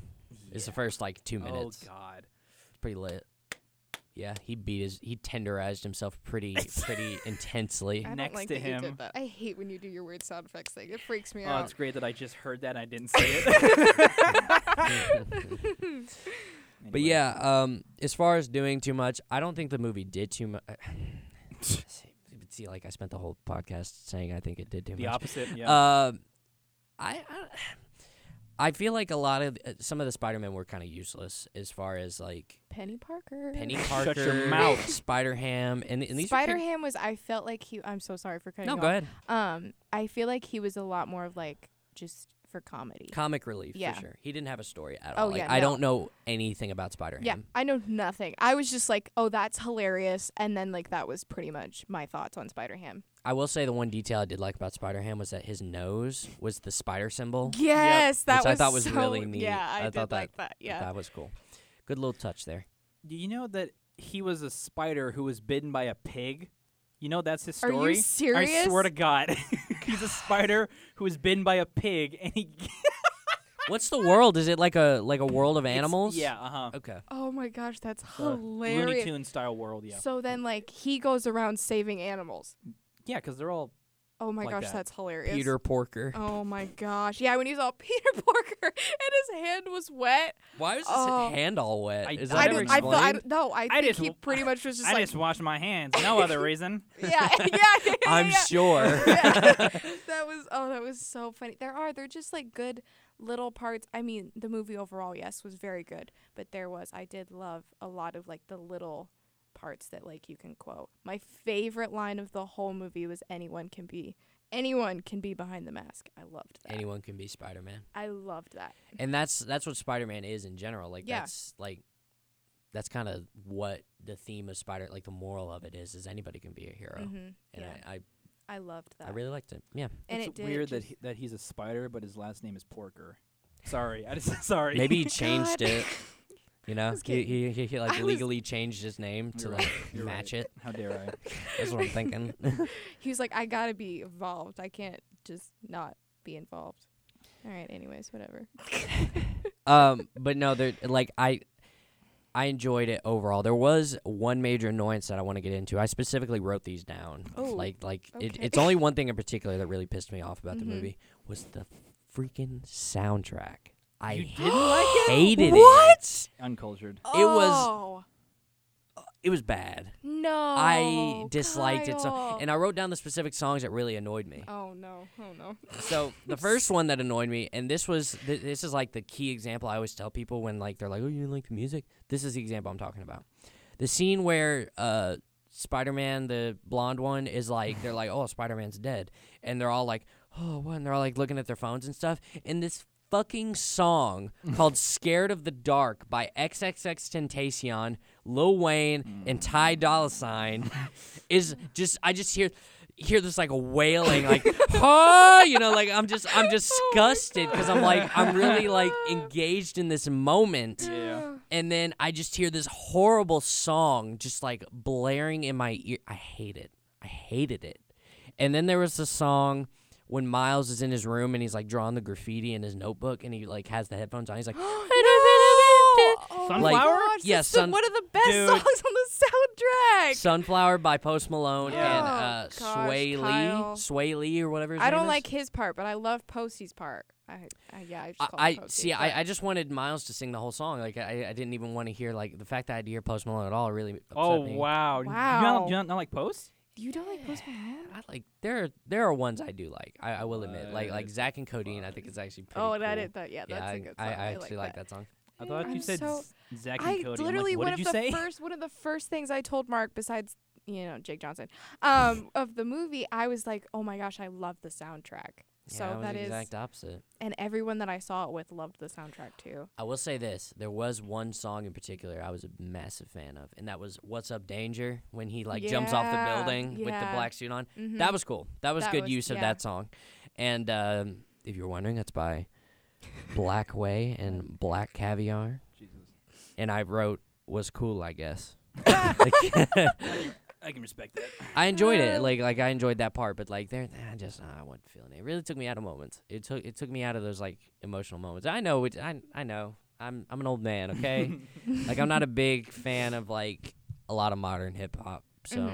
It's the Yeah. first like two minutes. Oh God. It's pretty lit. Yeah, he beat his he tenderized himself pretty pretty intensely. I don't next like to that you did him. that. I hate when you do your weird sound effects thing. It freaks me Oh, out. it's great that I just heard that and I didn't say it. But yeah, um, as far as doing too much, I don't think the movie did too much. See, like I spent the whole podcast saying I think it did too the much. opposite. Yeah. Um, I, I I feel like a lot of uh, some of the Spider-Man were kind of useless as far as like Penny Parker. Penny Parker, Shut your mouth. Spider-Ham, and, and these are Spider characters- Ham was. I felt like he. I'm so sorry for cutting. No, you go off. ahead. Um, I feel like he was a lot more of like just for comedy. Comic relief Yeah. for sure. He didn't have a story at Oh, all. Like, yeah, I no. don't know anything about Spider-Ham. yeah, I know nothing. I was just like, oh, that's hilarious, and then like that was pretty much my thoughts on Spider Ham. I will say the one detail I did like about Spider Ham was that his nose was the spider symbol. Yes, Oh, that Which was I thought was so- really neat. Yeah, I, I did thought that- like that. Yeah, That was cool. Good little touch there. Do you know that he was a spider who was bitten by a pig? You know that's his Are you story. I serious? swear to God, he's a spider who was bitten by a pig, and he What's the world? Is it like a like a world of animals? Yeah, uh huh. Okay. Oh my gosh, that's Looney hilarious. Tune style world. Yeah, So then, like, he goes around saving animals. yeah, because they're all Oh my Like gosh, that. that's hilarious. Peter Porker. Oh my gosh. Yeah, when he was all Peter Porker and his hand was wet. Why was his Oh. hand all wet? I- Is that I I ever don't. I thought. I, explained? don't- no, I, think just he w- pretty much was just I like, just wash my hands. No other reason. yeah, yeah, yeah, yeah. I'm yeah. sure. Yeah. that was oh that was so funny there are they're just like good little parts i mean the movie overall yes was very good but there was i did love a lot of like the little parts that like you can quote my favorite line of the whole movie was anyone can be anyone can be behind the mask i loved that Anyone can be Spider Man. i loved that And that's that's what Spider Man is in general. Like Yeah. that's like that's kind of what the theme of Spider like the moral of it is is anybody can be a hero. Mhm. And yeah I, I I, loved that I really liked it. Yeah. and it's it did weird that just- he, that he's a spider, but his last name is Porker. Sorry, I just sorry. Maybe he God. changed it. You know, was he, kidding. he, he, he like I was- legally changed his name to You're like right, you're match right. it. How dare I? That's what I'm thinking. he was like i gotta be involved i can't just not be involved all right anyways whatever um, but no, there like I I enjoyed it overall. There was one major annoyance that I want to get into. I specifically wrote these down. Oh, like like it, okay. it's only one thing in particular that really pissed me off about Mhm. the movie was the freaking soundtrack. I you didn't like it? hated it. What? Uncultured. It was- Oh. it was bad. No. I disliked it so, Oh, Kyle. and I wrote down the specific songs that really annoyed me. oh no. Oh no. So the first one that annoyed me, and this was th- this is like the key example I always tell people when like they're like, "Oh, you didn't like the music." This is the example I'm talking about. The scene where uh, Spider-Man, the blonde one, is like, they're like, "Oh, Spider-Man's dead," and they're all like, "Oh, what?" And they're all like looking at their phones and stuff. And this fucking song called "Scared of the Dark" by XXXTentacion, Lil Wayne, and Ty Dolla Sign is just I just hear hear this like wailing like oh you know like I'm just I'm disgusted because I'm like I'm really like engaged in this moment Yeah. and then I just hear this horrible song just like blaring in my ear I hate it I hated it and then there was the song when Miles is in his room and he's like drawing the graffiti in his notebook and he like has the headphones on he's like Oh, Sunflower? My gosh, Yeah, this is the- sun- one of the best Dude. songs on the soundtrack. Sunflower by Post Malone and Oh, uh, gosh, Sway Kyle. Lee, Sway Lee or whatever. His I name don't is. like his part, but I love Posty's part. I, I yeah, I just I, call him I Posty, see. but- I, I just wanted Miles to sing the whole song. Like I, I didn't even want to hear like the fact that I had to hear Post Malone at all really. Upset Oh me. wow. You Wow. not, you not, not like posts? you don't like Post Malone. I like there. Are, there are ones I do like. I, I will admit, like like What? Zach and Codeine. I think it's actually pretty. Oh, cool. that is that. Yeah, that's yeah, a I- good I, song. I actually like that. song. I thought I'm you said so- Z- Zach and I Cody. I'm literally like, one what of did you the say? first one of the first things I told Mark besides you know Jake Johnson um, of the movie. I was like, oh my gosh, I love the soundtrack. Yeah, so I was that the is, exact opposite. and everyone that I saw it with loved the soundtrack too. I will say this: there was one song in particular I was a massive fan of, and that was "What's Up, Danger" when he like jumps off the Yeah, building with the yeah. black suit on. Mhm. That was cool. That was That good was- use of yeah. that song. And um, if you're wondering, that's by Black Way and Black Caviar. And I wrote was cool, I guess. Like, I can respect that. I enjoyed it. Like like I enjoyed that part, but like there I just I wasn't feeling it. It really took me out of moments. It took it took me out of those like emotional moments. I know it I I know. I'm I'm an old man, okay? like I'm not a big fan of like a lot of modern hip hop. So Mhm.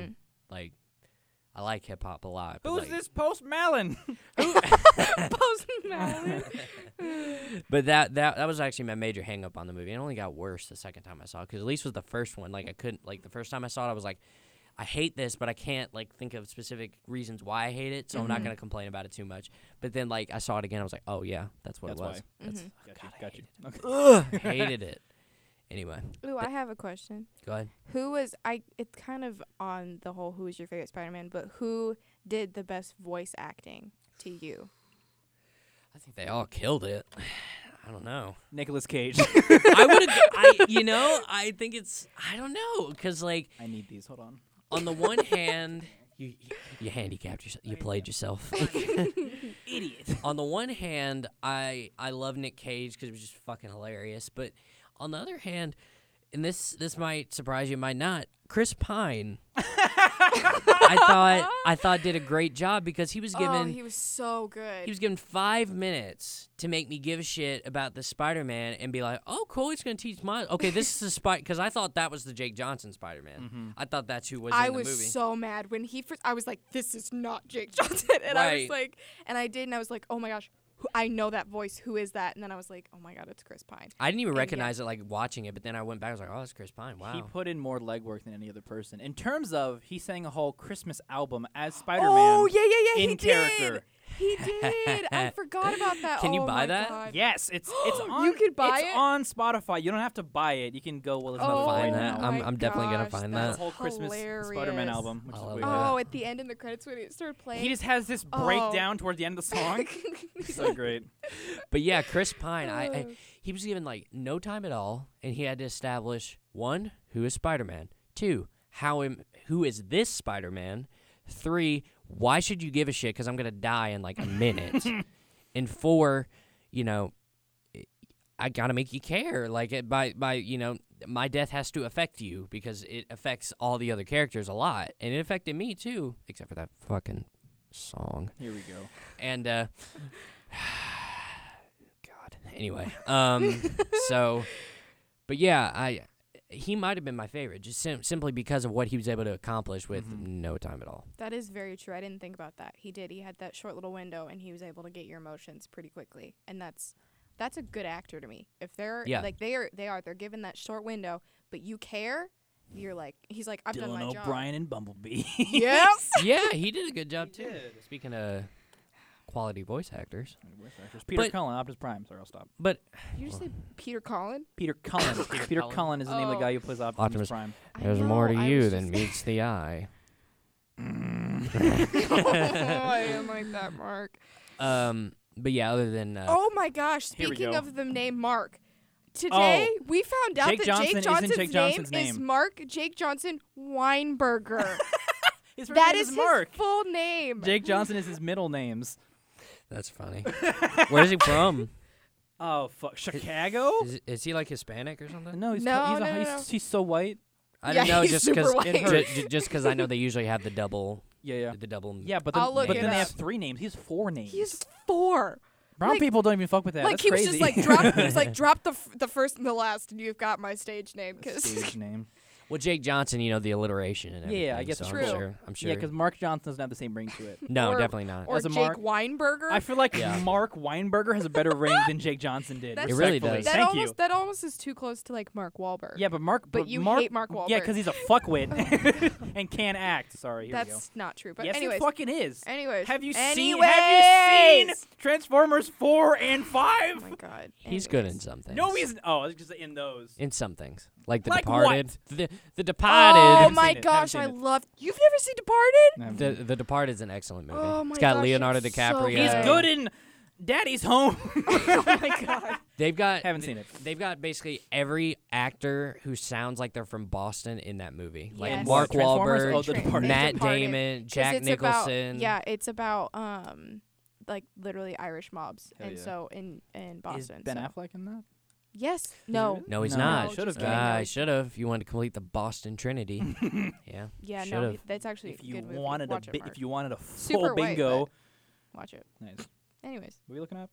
like like I like hip hop a lot. but, Who's like- this Post Malin? Post Malone. But that that that was actually my major hang up on the movie. It only got worse the second time I saw it because at least with the first one, like I couldn't like the first time I saw it, I was like, I hate this, but I can't like think of specific reasons why I hate it, so I'm not Mhm. gonna complain about it too much. But then like I saw it again, I was like, oh yeah, that's what That's it was. why. That's Mhm. Got God, I you. Got you. Okay. I hated it. Anyway, Ooh, I have a question. go ahead. Who was I? It's kind of on the whole. Who is your favorite Spider-Man? But who did the best voice acting to you? I think they all killed it. I don't know. Nicholas Cage. I would have. I you know I think it's I don't know because like I need these. Hold on. on the one hand, you you handicapped yourself. You played yourself. Idiot. on the one hand, I I love Nick Cage because it was just fucking hilarious. But on the other hand, and this this might surprise you, might not. Chris Pine, I thought I thought did a great job because he was given oh, he was so good. he was given five minutes to make me give a shit about the Spider Man and be like, oh, cool, he's going to teach Miles. Okay, this is the Spider. Because I thought that was the Jake Johnson Spider Man. I thought that's who was I in the was movie. so mad when he first. I was like, "This is not Jake Johnson," and I Right. was like, and I did, and I was like, "Oh my gosh, who, I know that voice. Who is that?" And then I was like, "Oh my god, it's Chris Pine." I didn't even yeah. recognize it like watching it, but then I went back. I was like, oh, that's Chris Pine. Wow. He put in more legwork than any other person. In terms of, he sang a whole Christmas album as Spider Man. oh yeah, yeah, yeah, in he character. did. He did. I forgot about that. Can you Oh buy my that? God. Yes, it's it's You on. could buy it's it? on Spotify. You don't have to buy it. You can go. Well, it's I'm not gonna oh, find available that. now. my I'm- I'm definitely gonna gosh, find the that. that's whole Christmas Spider-Man hilarious. album. Which I is love weird. that. Yeah. Oh, at the end in the credits when it started playing. He just has this Oh. breakdown toward the end of the song. so great. But yeah, Chris Pine, I, I Oh. he was given like no time at all, and he had to establish one, who is Spider Man, two, how am who is this Spider Man, three, why should you give a shit because I'm gonna die in like a minute, and four, you know, I gotta make you care, like it, by by you know my death has to affect you because it affects all the other characters a lot, and it affected me too, except for that fucking song Here we go. and uh god anyway um so but yeah i he might have been my favorite just sim- simply because of what he was able to accomplish with Mhm. Mm-hmm. no time at all that is very true. I didn't think about that. He did. He had that short little window, and he was able to get your emotions pretty quickly. And that's that's a good actor to me. If they're Yeah. like they are, they are. They're given that short window, but you care, you're like he's like I've done Dylan my job. O'Brien and Bumblebee. Yep. yeah, he did a good job He too. did. Speaking of quality voice actors, Peter But- Cullen, Optimus Prime. Sorry, I'll stop. but you just say Peter Collin. Peter Cullen. Peter Cullen. Cullen is the name of Oh. the guy who plays Optimus, Optimus. Prime. I there's know, more to I you was than meets the eye. just- Oh, I am like that, Mark. Um, but yeah, other than uh, Oh my gosh! Here we Speaking go. Oh, of the name Mark, today we found out Jake that Johnson Jake, isn't Johnson's, Jake Johnson's name, is name. Mark Jake Johnson Weinberger. His first that name is his Mark. full name. Jake Johnson is his middle names. that's funny. Where's he from? Oh fuck, Chicago? Is, is he like Hispanic or something? No, he's No, he's, a, no, no, he's, he's so white. I Yeah, don't know, he's just super because white. ju- ju- just because I know they usually have the double, Yeah, yeah, the double. yeah. But then, I'll look but it then they up. have three names. He's four names. He's four. Brown like- people don't even fuck with that. like That's he crazy. was just like drop. He was like drop the f- the first and the last, and you've got my stage name because Stage name. Well, Jake Johnson, you know the alliteration and Yeah, yeah, everything. I guess so true. I'm sure. I'm sure. Yeah, because Mark Johnson doesn't have the same ring to it. no, or- definitely not. or As a Mark- Jake Weinberger. I feel like Yeah. Mark Weinberger has a better ring than Jake Johnson did. That's- It really respectfully. does. that Thank almost you. that almost is too close to like Mark Wahlberg. Yeah, but Mark. But you Mark, hate Mark Yeah, Wahlberg. Oh. because he's a fuckwit and can't act. Sorry, here we go. that's not true. But yes, anyways, it fucking is. anyways, Have you seen? Have you Anyways! seen Transformers four and Oh five? my god, he's good in Anyways. some things. no, he's oh, I was just in those. in some things, like the Like Departed. what? The the Oh Departed. Haven't my seen it, gosh, I haven't seen love. You've never seen Departed? the the Departed is an excellent movie. Oh my it's got gosh, Leonardo it's so DiCaprio. He's Yeah. good in Daddy's Home. oh my god. They've got Haven't seen it. They've got basically every actor who sounds like they're from Boston in that movie. Like Yes. Mark Transformers? Wahlberg, Oh, The Tra- Departed. Matt Departed. Damon, 'Cause Jack it's Nicholson. About, yeah, it's about um, like literally Irish mobs, Hell and yeah. so in in Boston. Is Ben so- Affleck in that? Yes. No. really? No, he's No, not. I should've just done. kidding, Ah, I no. should have. You wanted to complete the Boston Trinity. yeah. Yeah, no, should've. he- that's actually if a you good movie. wanted a Watch it, bit, Mark. if you wanted a full Super white, bingo. Watch it. nice. What Anyways, are we looking up?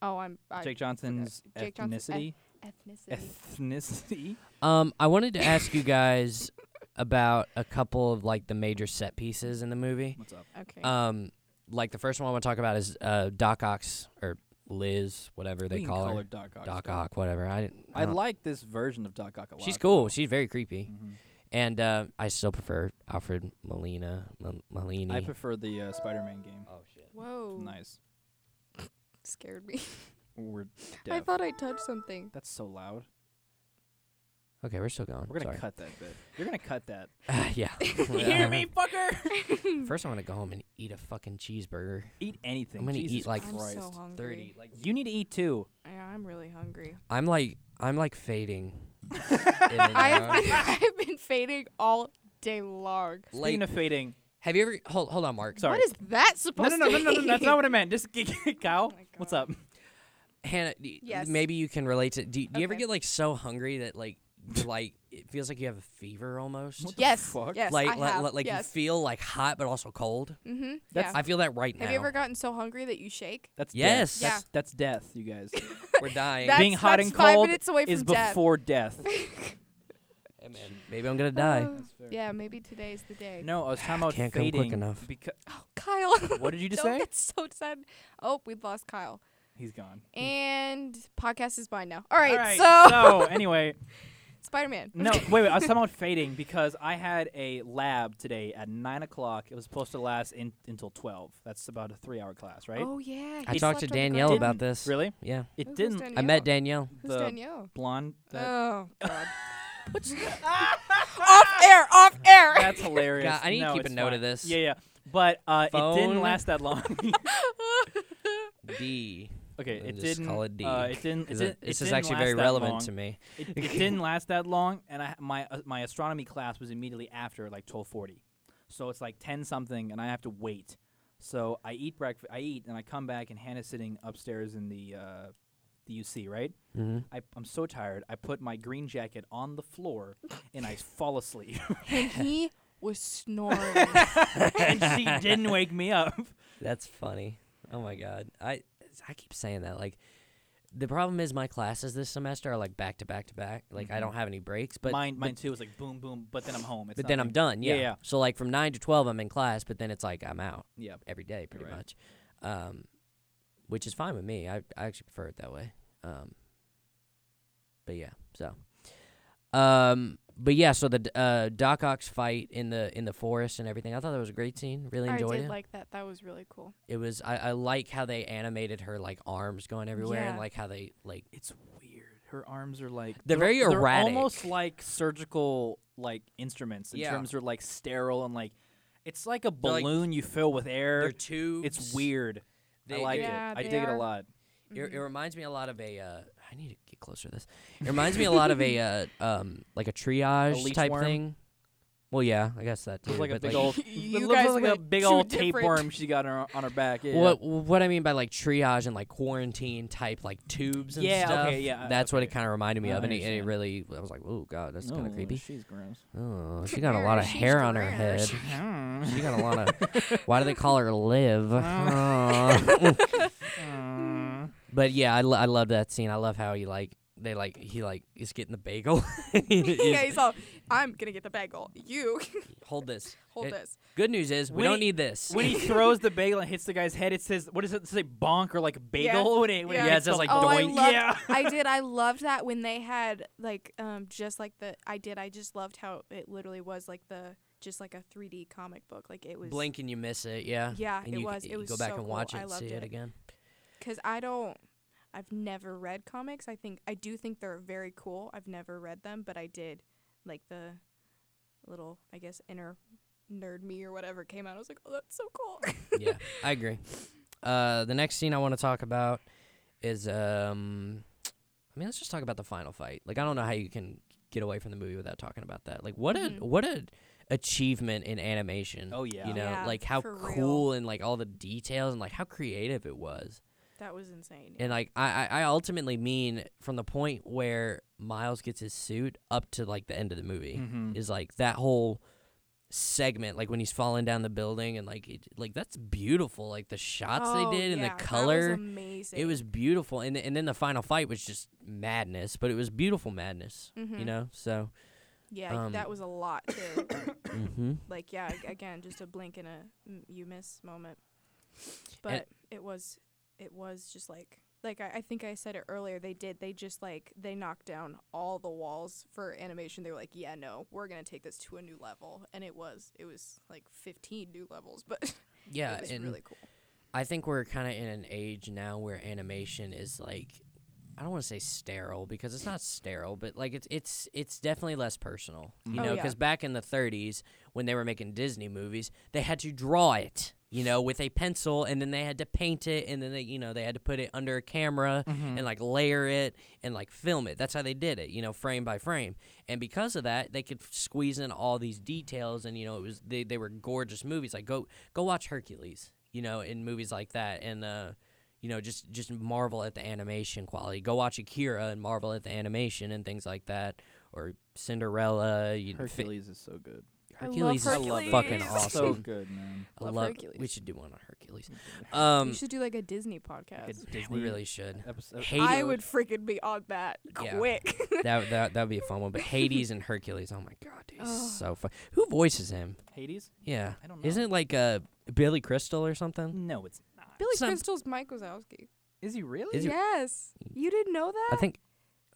oh, I'm I, Jake Johnson's Jake Johnson- ethnicity. ethnicity. ethnicity. Um, I wanted to ask you guys about a couple of like the major set pieces in the movie. What's up? okay. Um, like the first one I want to talk about is uh, Doc Ock's or Liz, whatever they we can call, call her. Doc Ock. Doc still. Ock, whatever. I didn't. I don't- like this version of Doc Ock a lot. She's cool. She's very creepy. Mhm. And uh, I still prefer Alfred Molina. M- Molini. I prefer the uh, Spider-Man game. oh shit. Whoa. Nice. Scared me. We're I deaf. thought I touched something. That's so loud. Okay, we're still going. We're gonna Sorry. cut that bit. You're gonna cut that. Ah, yeah. you hear me, fucker? First, I'm gonna go home and eat a fucking cheeseburger. Eat anything. I'm gonna Jesus eat, like, I'm Christ. so hungry. Thirty. Like You need to eat too. Yeah, I'm really hungry. I'm like I'm like fading. in and I out. have I've been fading all day long. Like- Speaking of fading, Have you ever? Hold, hold on, Mark. sorry. What is that no, supposed no, no, no, to no, no, be? that's not what I meant. Just g- g- Kyle, Oh my what's up? God. Hannah, do, Yes. maybe you can relate to. Do, do you ever Okay. get like so hungry that like you're, like it feels like you have a fever almost? What the Yes. fuck? Yes. like I li- have. li- like yes. you feel like hot but also cold. Mm-hmm. That's- Yeah. I feel that right now. Have you ever gotten so hungry that you shake? That's Yes. Death. That's, that's death, you guys. We're dying. That's- Being hot that's and five cold minutes away is from death. before death. Hey, man, maybe I'm gonna die. Uh, yeah, maybe today's the day. No, I was talking about Can't come quick fading. enough. Because Kyle. what did you just Don't say? get so sad. Oh, we've lost Kyle. He's gone. And podcast is mine now. All right, Hmm. All right. so, so anyway, Spider Man. no, wait, wait. I was talking about fading because I had a lab today at nine o'clock. It was supposed to last in, until twelve. That's about a three-hour class, right? Oh yeah. I he talked slept to on the Danielle ground. about Didn't- this. Really? Yeah, It Who's didn't. Danielle? I met Danielle. Who's the Danielle? blonde. That, Oh god. off air, off air. that's hilarious. God, I need to No, keep a it's note of fine. this. Yeah, yeah. But uh, it Phone. didn't last that long. D. okay, it Just didn't. call it D. Uh, it didn't. It 'Cause didn't it- this it is didn't actually last very that relevant long. to me. It, it didn't last that long, and I my uh, my astronomy class was immediately after like twelve forty, so it's like ten something, and I have to wait. So I eat breakfast. I eat, and I come back, and Hannah's sitting upstairs in the uh, the UC, right? Mm-hmm. I, I'm so tired. I put my green jacket on the floor, and I fall asleep. and he was snoring. and she didn't wake me up. That's funny. Oh my god. I I keep saying that like the problem is my classes this semester are like back to back to back. Like I don't have any breaks, but Mm-hmm. mine, but, mine too. was like boom, boom. But then I'm home. It's but not then like- I'm done. Yeah. Yeah, yeah. So like from 9 to 12 I'm in class, but then it's like I'm out Yeah, every day pretty right. much. Um which is fine with me. I I actually prefer it that way. Um but yeah, so um But yeah, so the uh, Doc Ock's fight in the in the forest and everything, I thought that was a great scene. Really I enjoyed did it. like that. That was really cool. it was I, I like how they animated her like arms going everywhere and Yeah. like how they like It's weird. Her arms are like They're very erratic. almost like surgical like instruments in Yeah. terms of like sterile and like it's like a They're like- balloon you fill with their air. tubes. It's weird. They- I like Yeah, it. I they dig it a are. lot. It, it Mm-hmm. reminds me a lot of a. Uh, I need to get closer to this. It reminds me a lot of a uh, um like a triage leech type worm? thing. Well, yeah, I guess that. Too, It's like a but, big old. You it looks guys like a went big two old different- tapeworm she got on her, on her back. Yeah. What what I mean by like triage and like quarantine type like tubes and Yeah, stuff. okay, yeah, uh, That's what it okay. kind of reminded me I of, and it, and it understand. really I was like, oh god, that's kind No, of creepy. She's gross. Oh, she got a Ew, lot of she's hair on her head. gross. She Mm. got a lot of. Why do they call her Liv? Oh. Aw. but yeah, I, lo- I love that scene. I love how he like they like he like is getting the bagel. yeah, he's all, I'm gonna get the bagel. You hold this. hold It- this. Good news is we When don't he- need this. when he throws the bagel and hits the guy's head, it says, "What does it say? Bonk or like bagel?" When it, when Yeah. it Yeah, it hits the- says, like, Oh, I doink. loved. yeah. I did. I loved that when they had like um just like the I did. I just loved how it literally was like the just like a 3D comic book. Like it was Blink and you miss it. Yeah. Yeah, And it you, was. You It was go back so and watch cool. it I and loved see it, it. again. because I don't. I've never read comics. I think I do think they're very cool. I've never read them, but I did like the little I guess inner nerd me or whatever came out. I was like, oh, that's so cool. yeah, I agree. Uh, the next scene I want to talk about is, um, I mean, let's just talk about the final fight. Like, I don't know how you can get away from the movie without talking about that. Like, what Mhm. a what a achievement in animation. Oh, yeah. you know, Yeah, like how for cool and like all the details and like how creative it was. that was insane. And like, I I I ultimately mean from the point where Miles gets his suit up to like the end of the movie Mhm. is like that whole segment like when he's falling down the building and like it, like that's beautiful like the shots Oh, they did and yeah, that the was color amazing. it was beautiful and th- and then the final fight was just madness but it was beautiful madness you Mhm. know so yeah, um, that was a lot too. mhm. like yeah, ag- again, just a blink and a m- you miss moment. But it was it was just like like I, I think I said it earlier. They did they just like they knocked down all the walls for animation. They were like, yeah, no, we're gonna take this to a new level, and it was it was like 15 new levels, but yeah it was and really cool. i think we're kind of in an age now where animation is like i don't want to say sterile because it's not sterile but like it's it's it's definitely less personal you Oh, know yeah. because back in the 30s when they were making disney movies they had to draw it you know with a pencil and then they had to paint it and then they you know they had to put it under a camera Mm-hmm. and like layer it and like film it that's how they did it you know frame by frame and because of that they could squeeze in all these details and you know it was they, they were gorgeous movies like go go watch hercules you know in movies like that and uh you know just just marvel at the animation quality go watch akira and marvel at the animation and things like that or cinderella you know, fi- Hercules is so good. hercules, I love is Hercules. fucking I love awesome So good, man. I Love love Hercules. we should do one on hercules um you should do like a Disney podcast. we really should episode. Hades, I would freaking be on that Yeah. quick. that that that would be a fun one but hades and hercules oh my god dude he's Oh. so fun who voices him Hades? yeah I don't know. Isn't it like uh, Billy Crystal or something? No, it's not. Billy Some- Crystal's Mike Wazowski. Is he really? Is he- yes, you didn't know that. I think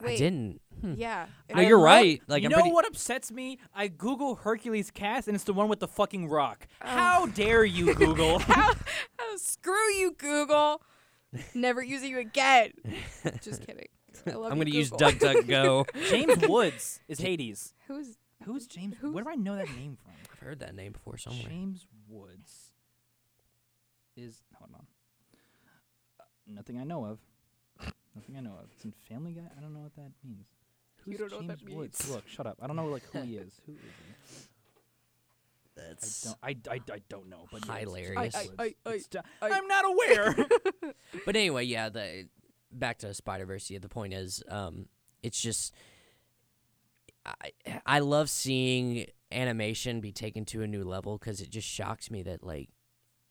I Wait. didn't. Hmm. Yeah. No, it you're was- right. Like you I'm know pretty. what upsets me? I Google Hercules cast and it's the one with the fucking rock. How dare you, Google? Oh, screw you, Google. Never using you again. Just kidding. I love I'm you, gonna use Google. Duck Duck Go. James Woods is Hades. Who's Who's James? Who's- Where do I know that name from? I've heard that name before somewhere. James Woods is hold on. Uh, nothing I know of. Nothing I know of. It's in Family Guy. I don't know what that means. Who's don't know James what that Woods? means. Look, shut up. I don't know like who he is. Who is he? That's. I don't. I, I, I don't know. But yeah, it's James Hilarious. Woods. I- I- It's da- I- I'm not aware. But anyway, yeah. The back to Spider Verse. Yeah, the point is, um, it's just. I I love seeing animation be taken to a new level because it just shocks me that like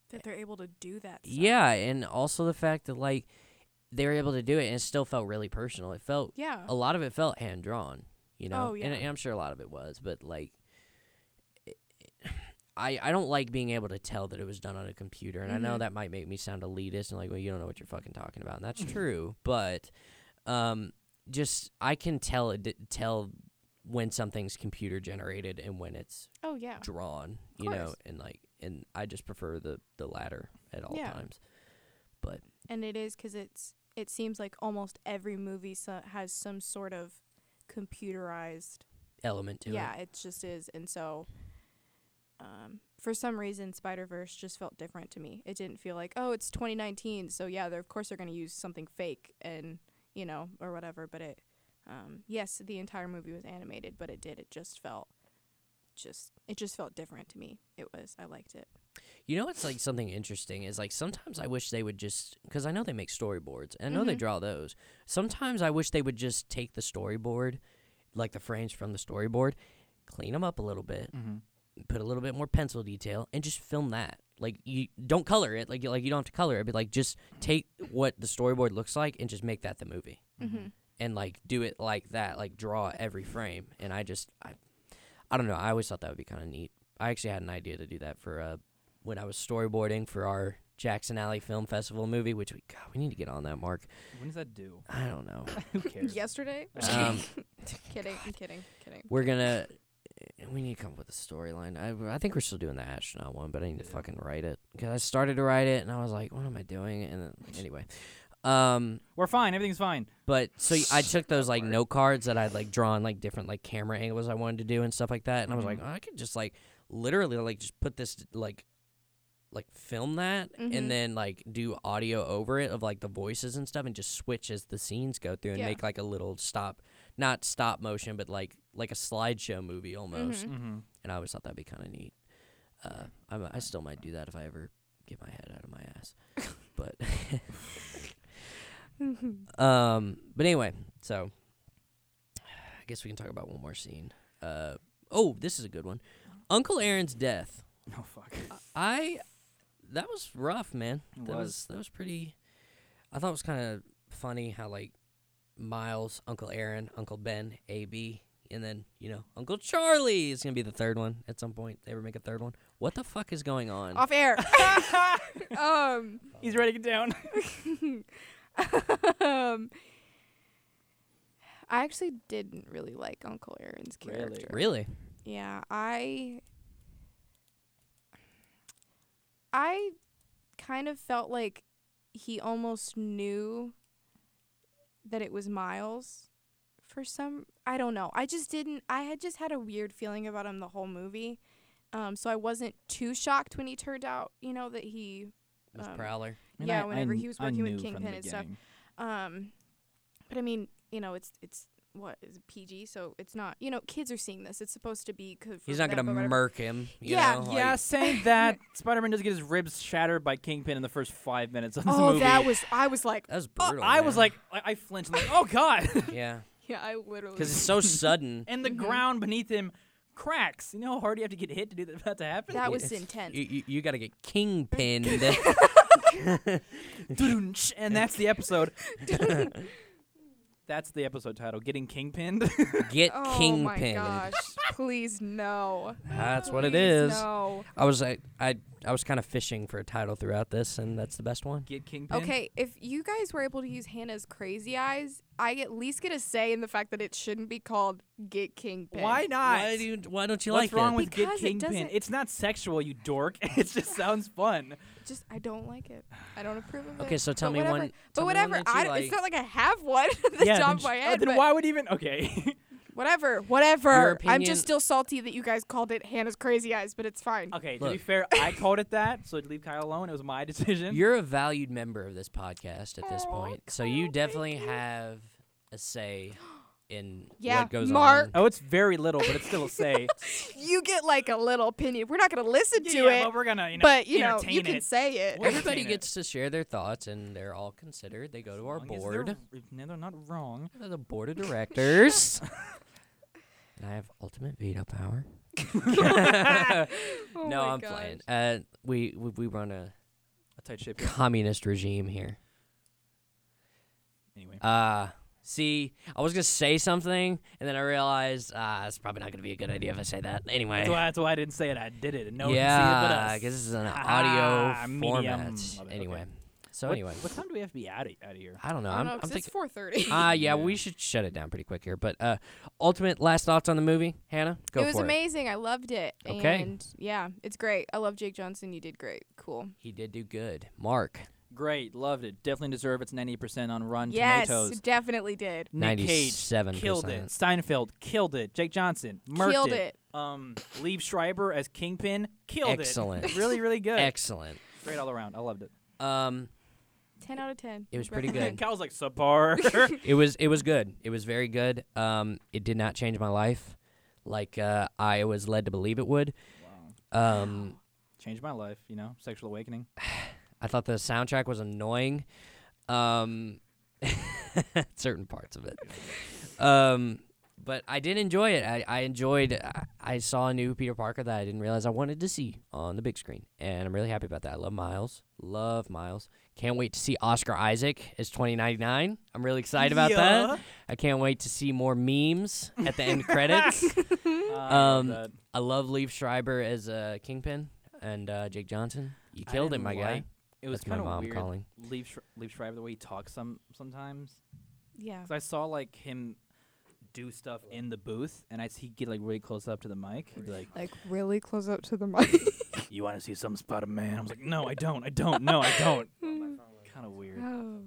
that they're able to do that? stuff. yeah, and also the fact that like they were able to do it and it still felt really personal. It felt Yeah. a lot of it felt hand drawn, you know. Oh, and, yeah. and I'm sure a lot of it was, but like, I I don't like being able to tell that it was done on a computer, and I know Mhm. that might make me sound elitist and like, well, you don't know what you're fucking talking about, Mm-hmm. and that's true, but um, just I can tell it di- tell when something's computer generated and when it's Oh yeah. drawn, you know, course. and like and I just prefer the the latter at all Yeah. times. And it is cuz it's it seems like almost every movie so- has some sort of computerized Element to yeah, it. it. just is. And so, um, for some reason, Spider Verse just felt different to me. It didn't feel like, oh, it's 2019, so yeah, they're, of course they're going to use something fake and you know or whatever. But it, um, yes, the entire movie was animated, but it did. It just felt, just it just felt different to me. It was. I liked it. You know, it's like something interesting is like sometimes I wish they would just because I know they make storyboards and I know they Mhm. draw those. Sometimes I wish they would just take the storyboard, like the frames from the storyboard, clean them up a little bit, Mm-hmm. put a little bit more pencil detail and just film that. Like you don't color it, like you like you don't have to color it, but like just take what the storyboard looks like and just make that the movie. Mm-hmm. and like do it like that, like draw every frame. And I just, I, I don't know. I always thought that would be kind of neat. I actually had an idea to do that for uh, when I was storyboarding for our Jackson Alley Film Festival movie, which we God, we need to get on that, Mark. When does that do? I don't know. Who cares? Yesterday. Um, kidding. I'm kidding. Kidding. we're gonna, we need to come up with a storyline. I, I think we're still doing the astronaut one, but I need to Yeah. fucking write it because I started to write it and I was like, what am I doing? And then, anyway, um, We're fine. Everything's fine. But so y- I took those like part. note cards that I'd like drawn like different like camera angles I wanted to do and stuff like that, and I was like, Mhm. oh, I could just like literally like just put this like like film that Mhm. and then like do audio over it of like the voices and stuff and just switch as the scenes go through and Yeah. make like a little stop not stop motion but like like a slideshow movie almost Mhm. Mm-hmm. and I always thought that'd be kind of neat uh I, mi- I still might do that if I ever get my head out of my ass but um, but anyway, so I guess we can talk about one more scene. Uh, oh, this is a good one. Uncle Aaron's death. Oh fuck. I that was rough, man. It that was. that was pretty. I thought it was kind of funny how like Miles, Uncle Aaron, Uncle Ben, AB, and then you know Uncle Charlie is gonna be the third one at some point. They ever make a third one? What the fuck is going on? Off air. um. He's writing it down. um, I actually didn't really like Uncle Aaron's Really? character. Really? Yeah, I I kind of felt like he almost knew that it was Miles for some I don't know. I just didn't I had just had a weird feeling about him the whole movie. Um, so I wasn't too shocked when he turned out, you know, that he It was Um, Prowler. And Yeah, I- I whenever kn- he was I working with knew from Kingpin uh, the and stuff. beginning. Um, but I mean, you know, it's it's what is it, PG, so it's not. You know, kids are seeing this. It's supposed to be. co- for He's not gonna them or whatever. murk him. you Yeah, know, like- Yeah, saying that Spider-Man does get his ribs shattered by Kingpin in the first five minutes of this Oh, movie. that was. I was like, That was Uh, brutal. I was man. like, I, I flinched. I'm like, oh god! yeah. yeah, I literally. Because it's so sudden. and the Mm-hmm. ground beneath him cracks. You know how hard you have to get hit to do that for that to happen? that was it's- intense. You, you, you got to get kingpinned. Dudunch, and that's the episode. that's the episode title. Getting kingpinned. get oh my kingpinned. gosh! Please no. That's what it Please, is. No. I was I, I I was kind of fishing for a title throughout this, and that's the best one. Get kingpin. Okay, if you guys were able to use Hannah's crazy eyes, I at least get a say in the fact that it shouldn't be called Get Kingpin. Why not? Why do you, Why don't you What's like wrong it? with Because get it kingpin? doesn't- It's not sexual, you dork. it just sounds fun. Just I don't like it. I don't approve of it. Okay, so tell but me whatever. one- But tell me one whatever. that you I, like. It's not like I have one at the top then, of sh- my oh, head. then but why would even? Okay. Whatever. Whatever. I'm opinion- just still salty that you guys called it Hannah's Crazy Eyes, but it's fine. okay. To be Look. fair, I called it that, so leave Kyle alone. It was my decision. You're a valued member of this podcast at this Aw, point, so Kyle, you thank definitely you. have a say in Yeah, what goes Mark. on. oh, it's very little, but it's still a say. You get like a little opinion. We're not going to listen to yeah, it, but we're gonna, you know, but you know, entertain you can it. say it. We're Everybody entertain it. gets to share their thoughts, and they're all considered. They go to our As long as board. They're, no, they're not wrong. Go to the board of directors. and I have ultimate veto power. Oh no, my I'm gosh. playing. Uh, we, we we run a A tight ship. communist regime here. Anyway. Uh see, I was gonna say something, and then I realized uh, it's probably not gonna be a good idea if I say that. Anyway, That's why, that's why I didn't say it. I did it, and no one can see it but uh, yeah, us. because this is an Ha audio ha, format. medium. Love it, okay. Anyway, So What- anyway, what time do we have to be out of, out of here? I don't know. I I'm, don't know, I'm 'cause it's thinking. four thirty. Ah, yeah, Yeah. we should shut it down pretty quick here. But uh, ultimate last thoughts on the movie, Hannah? Go it was for it. amazing. I loved it. Okay. And yeah, it's great. I love Jake Johnson. You did great. Cool. He did do good. Mark, Great, loved it. Definitely deserve its ninety percent on Rotten Mm, yes, Tomatoes. definitely did. Nick Cage 97%. killed it. Steinfeld killed it. Jake Johnson murked Killed Um, Liev Schreiber as Kingpin killed it. Excellent. really, really good. excellent. Great all around. I loved it. Um, Ten out of ten. It was pretty Recommend. good. Kyle's like subpar. it was it was good. It was very good. Um, it did not change my life, like uh, I was led to believe it would. Um, Changed my life, you know. Sexual awakening. I thought the soundtrack was annoying. Um, certain parts of it. Um, but I did enjoy it. I, I enjoyed. I, I saw a new Peter Parker that I didn't realize I wanted to see on the big screen, and I'm really happy about that. I love Miles. Love Miles. Can't wait to see Oscar Isaac as 2099. I'm really excited about Yeah. that. I can't wait to see more memes at the end credits. Uh, Um, that- I love Leaf Schreiber as uh, Kingpin and uh, Jake Johnson. You I killed it, didn't my guy. like- It was That's my kind of mom weird. calling. Leave Sh- Leave Schreiber the way he talks some sometimes. Yeah. 'Cause I saw like him do stuff in the booth, and I see get like really close up to the mic. He'd be like, Like really close up to the mic. "You want to see some Spider Man?" I was like, "No, I don't. I don't. No, I don't." kind of weird. oh.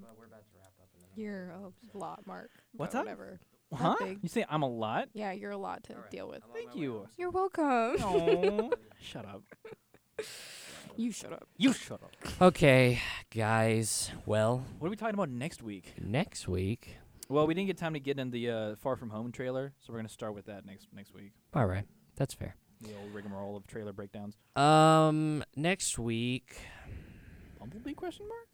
You're a lot, Mark. What's But up? Whatever. Huh? big. You say I'm a lot? Yeah, you're a lot to deal with. Thank you. You're welcome. Aw. shut up. You shut up. You shut up. Okay, guys. Well, What are we talking about next week? next week. Well, we didn't get time to get in the uh, Far From Home trailer, so we're gonna start with that next next week. All right, that's fair. The old rigmarole of trailer breakdowns. Um, next week. Bumblebee question mark?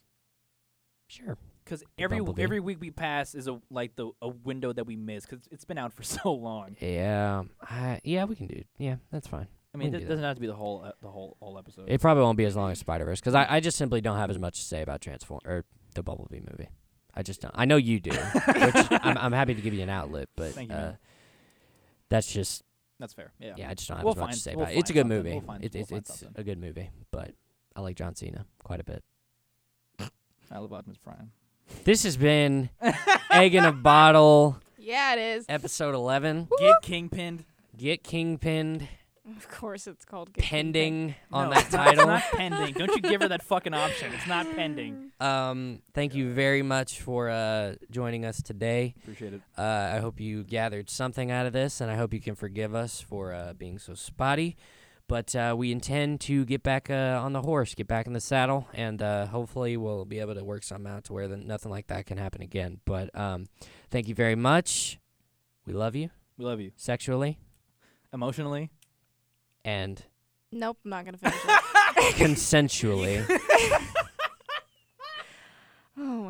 Sure. Because every Bumblebee. every week we pass is a like the a window that we miss because it's been out for so long. Yeah. I, yeah, we can do. Yeah, that's fine. I mean, can it do that. doesn't have to be the whole uh, the whole whole episode. It probably won't be as long as Spider Verse because I, I just simply don't have as much to say about Transform or the Bumblebee movie. I just don't. I know you do, which I'm, I'm happy to give you an outlet, but Thank you, uh, man. that's just That's fair. Yeah. yeah. I just don't have We'll as much find- to say we'll about it. It's a find good something. movie. We'll find- it, we'll it, find it's something. a good movie, but I like John Cena quite a bit. I love Optimus Prime. This has been Egg in a Bottle, Yeah, it is. episode 11. Get kingpinned. Get kingpinned, Of course, it's called Good Kid pending on No, that it's not- it's title. not pending. Don't you give her that fucking option. It's not pending. Um, thank you very much for uh, joining us today. Appreciate it. Uh, I hope you gathered something out of this, and I hope you can forgive us for uh, being so spotty. But uh, we intend to get back uh, on the horse, get back in the saddle, and uh, hopefully we'll be able to work something out to where that nothing like that can happen again. But um, thank you very much. We love you We love you sexually emotionally. and Nope, I'm not gonna finish it. consensually. Oh,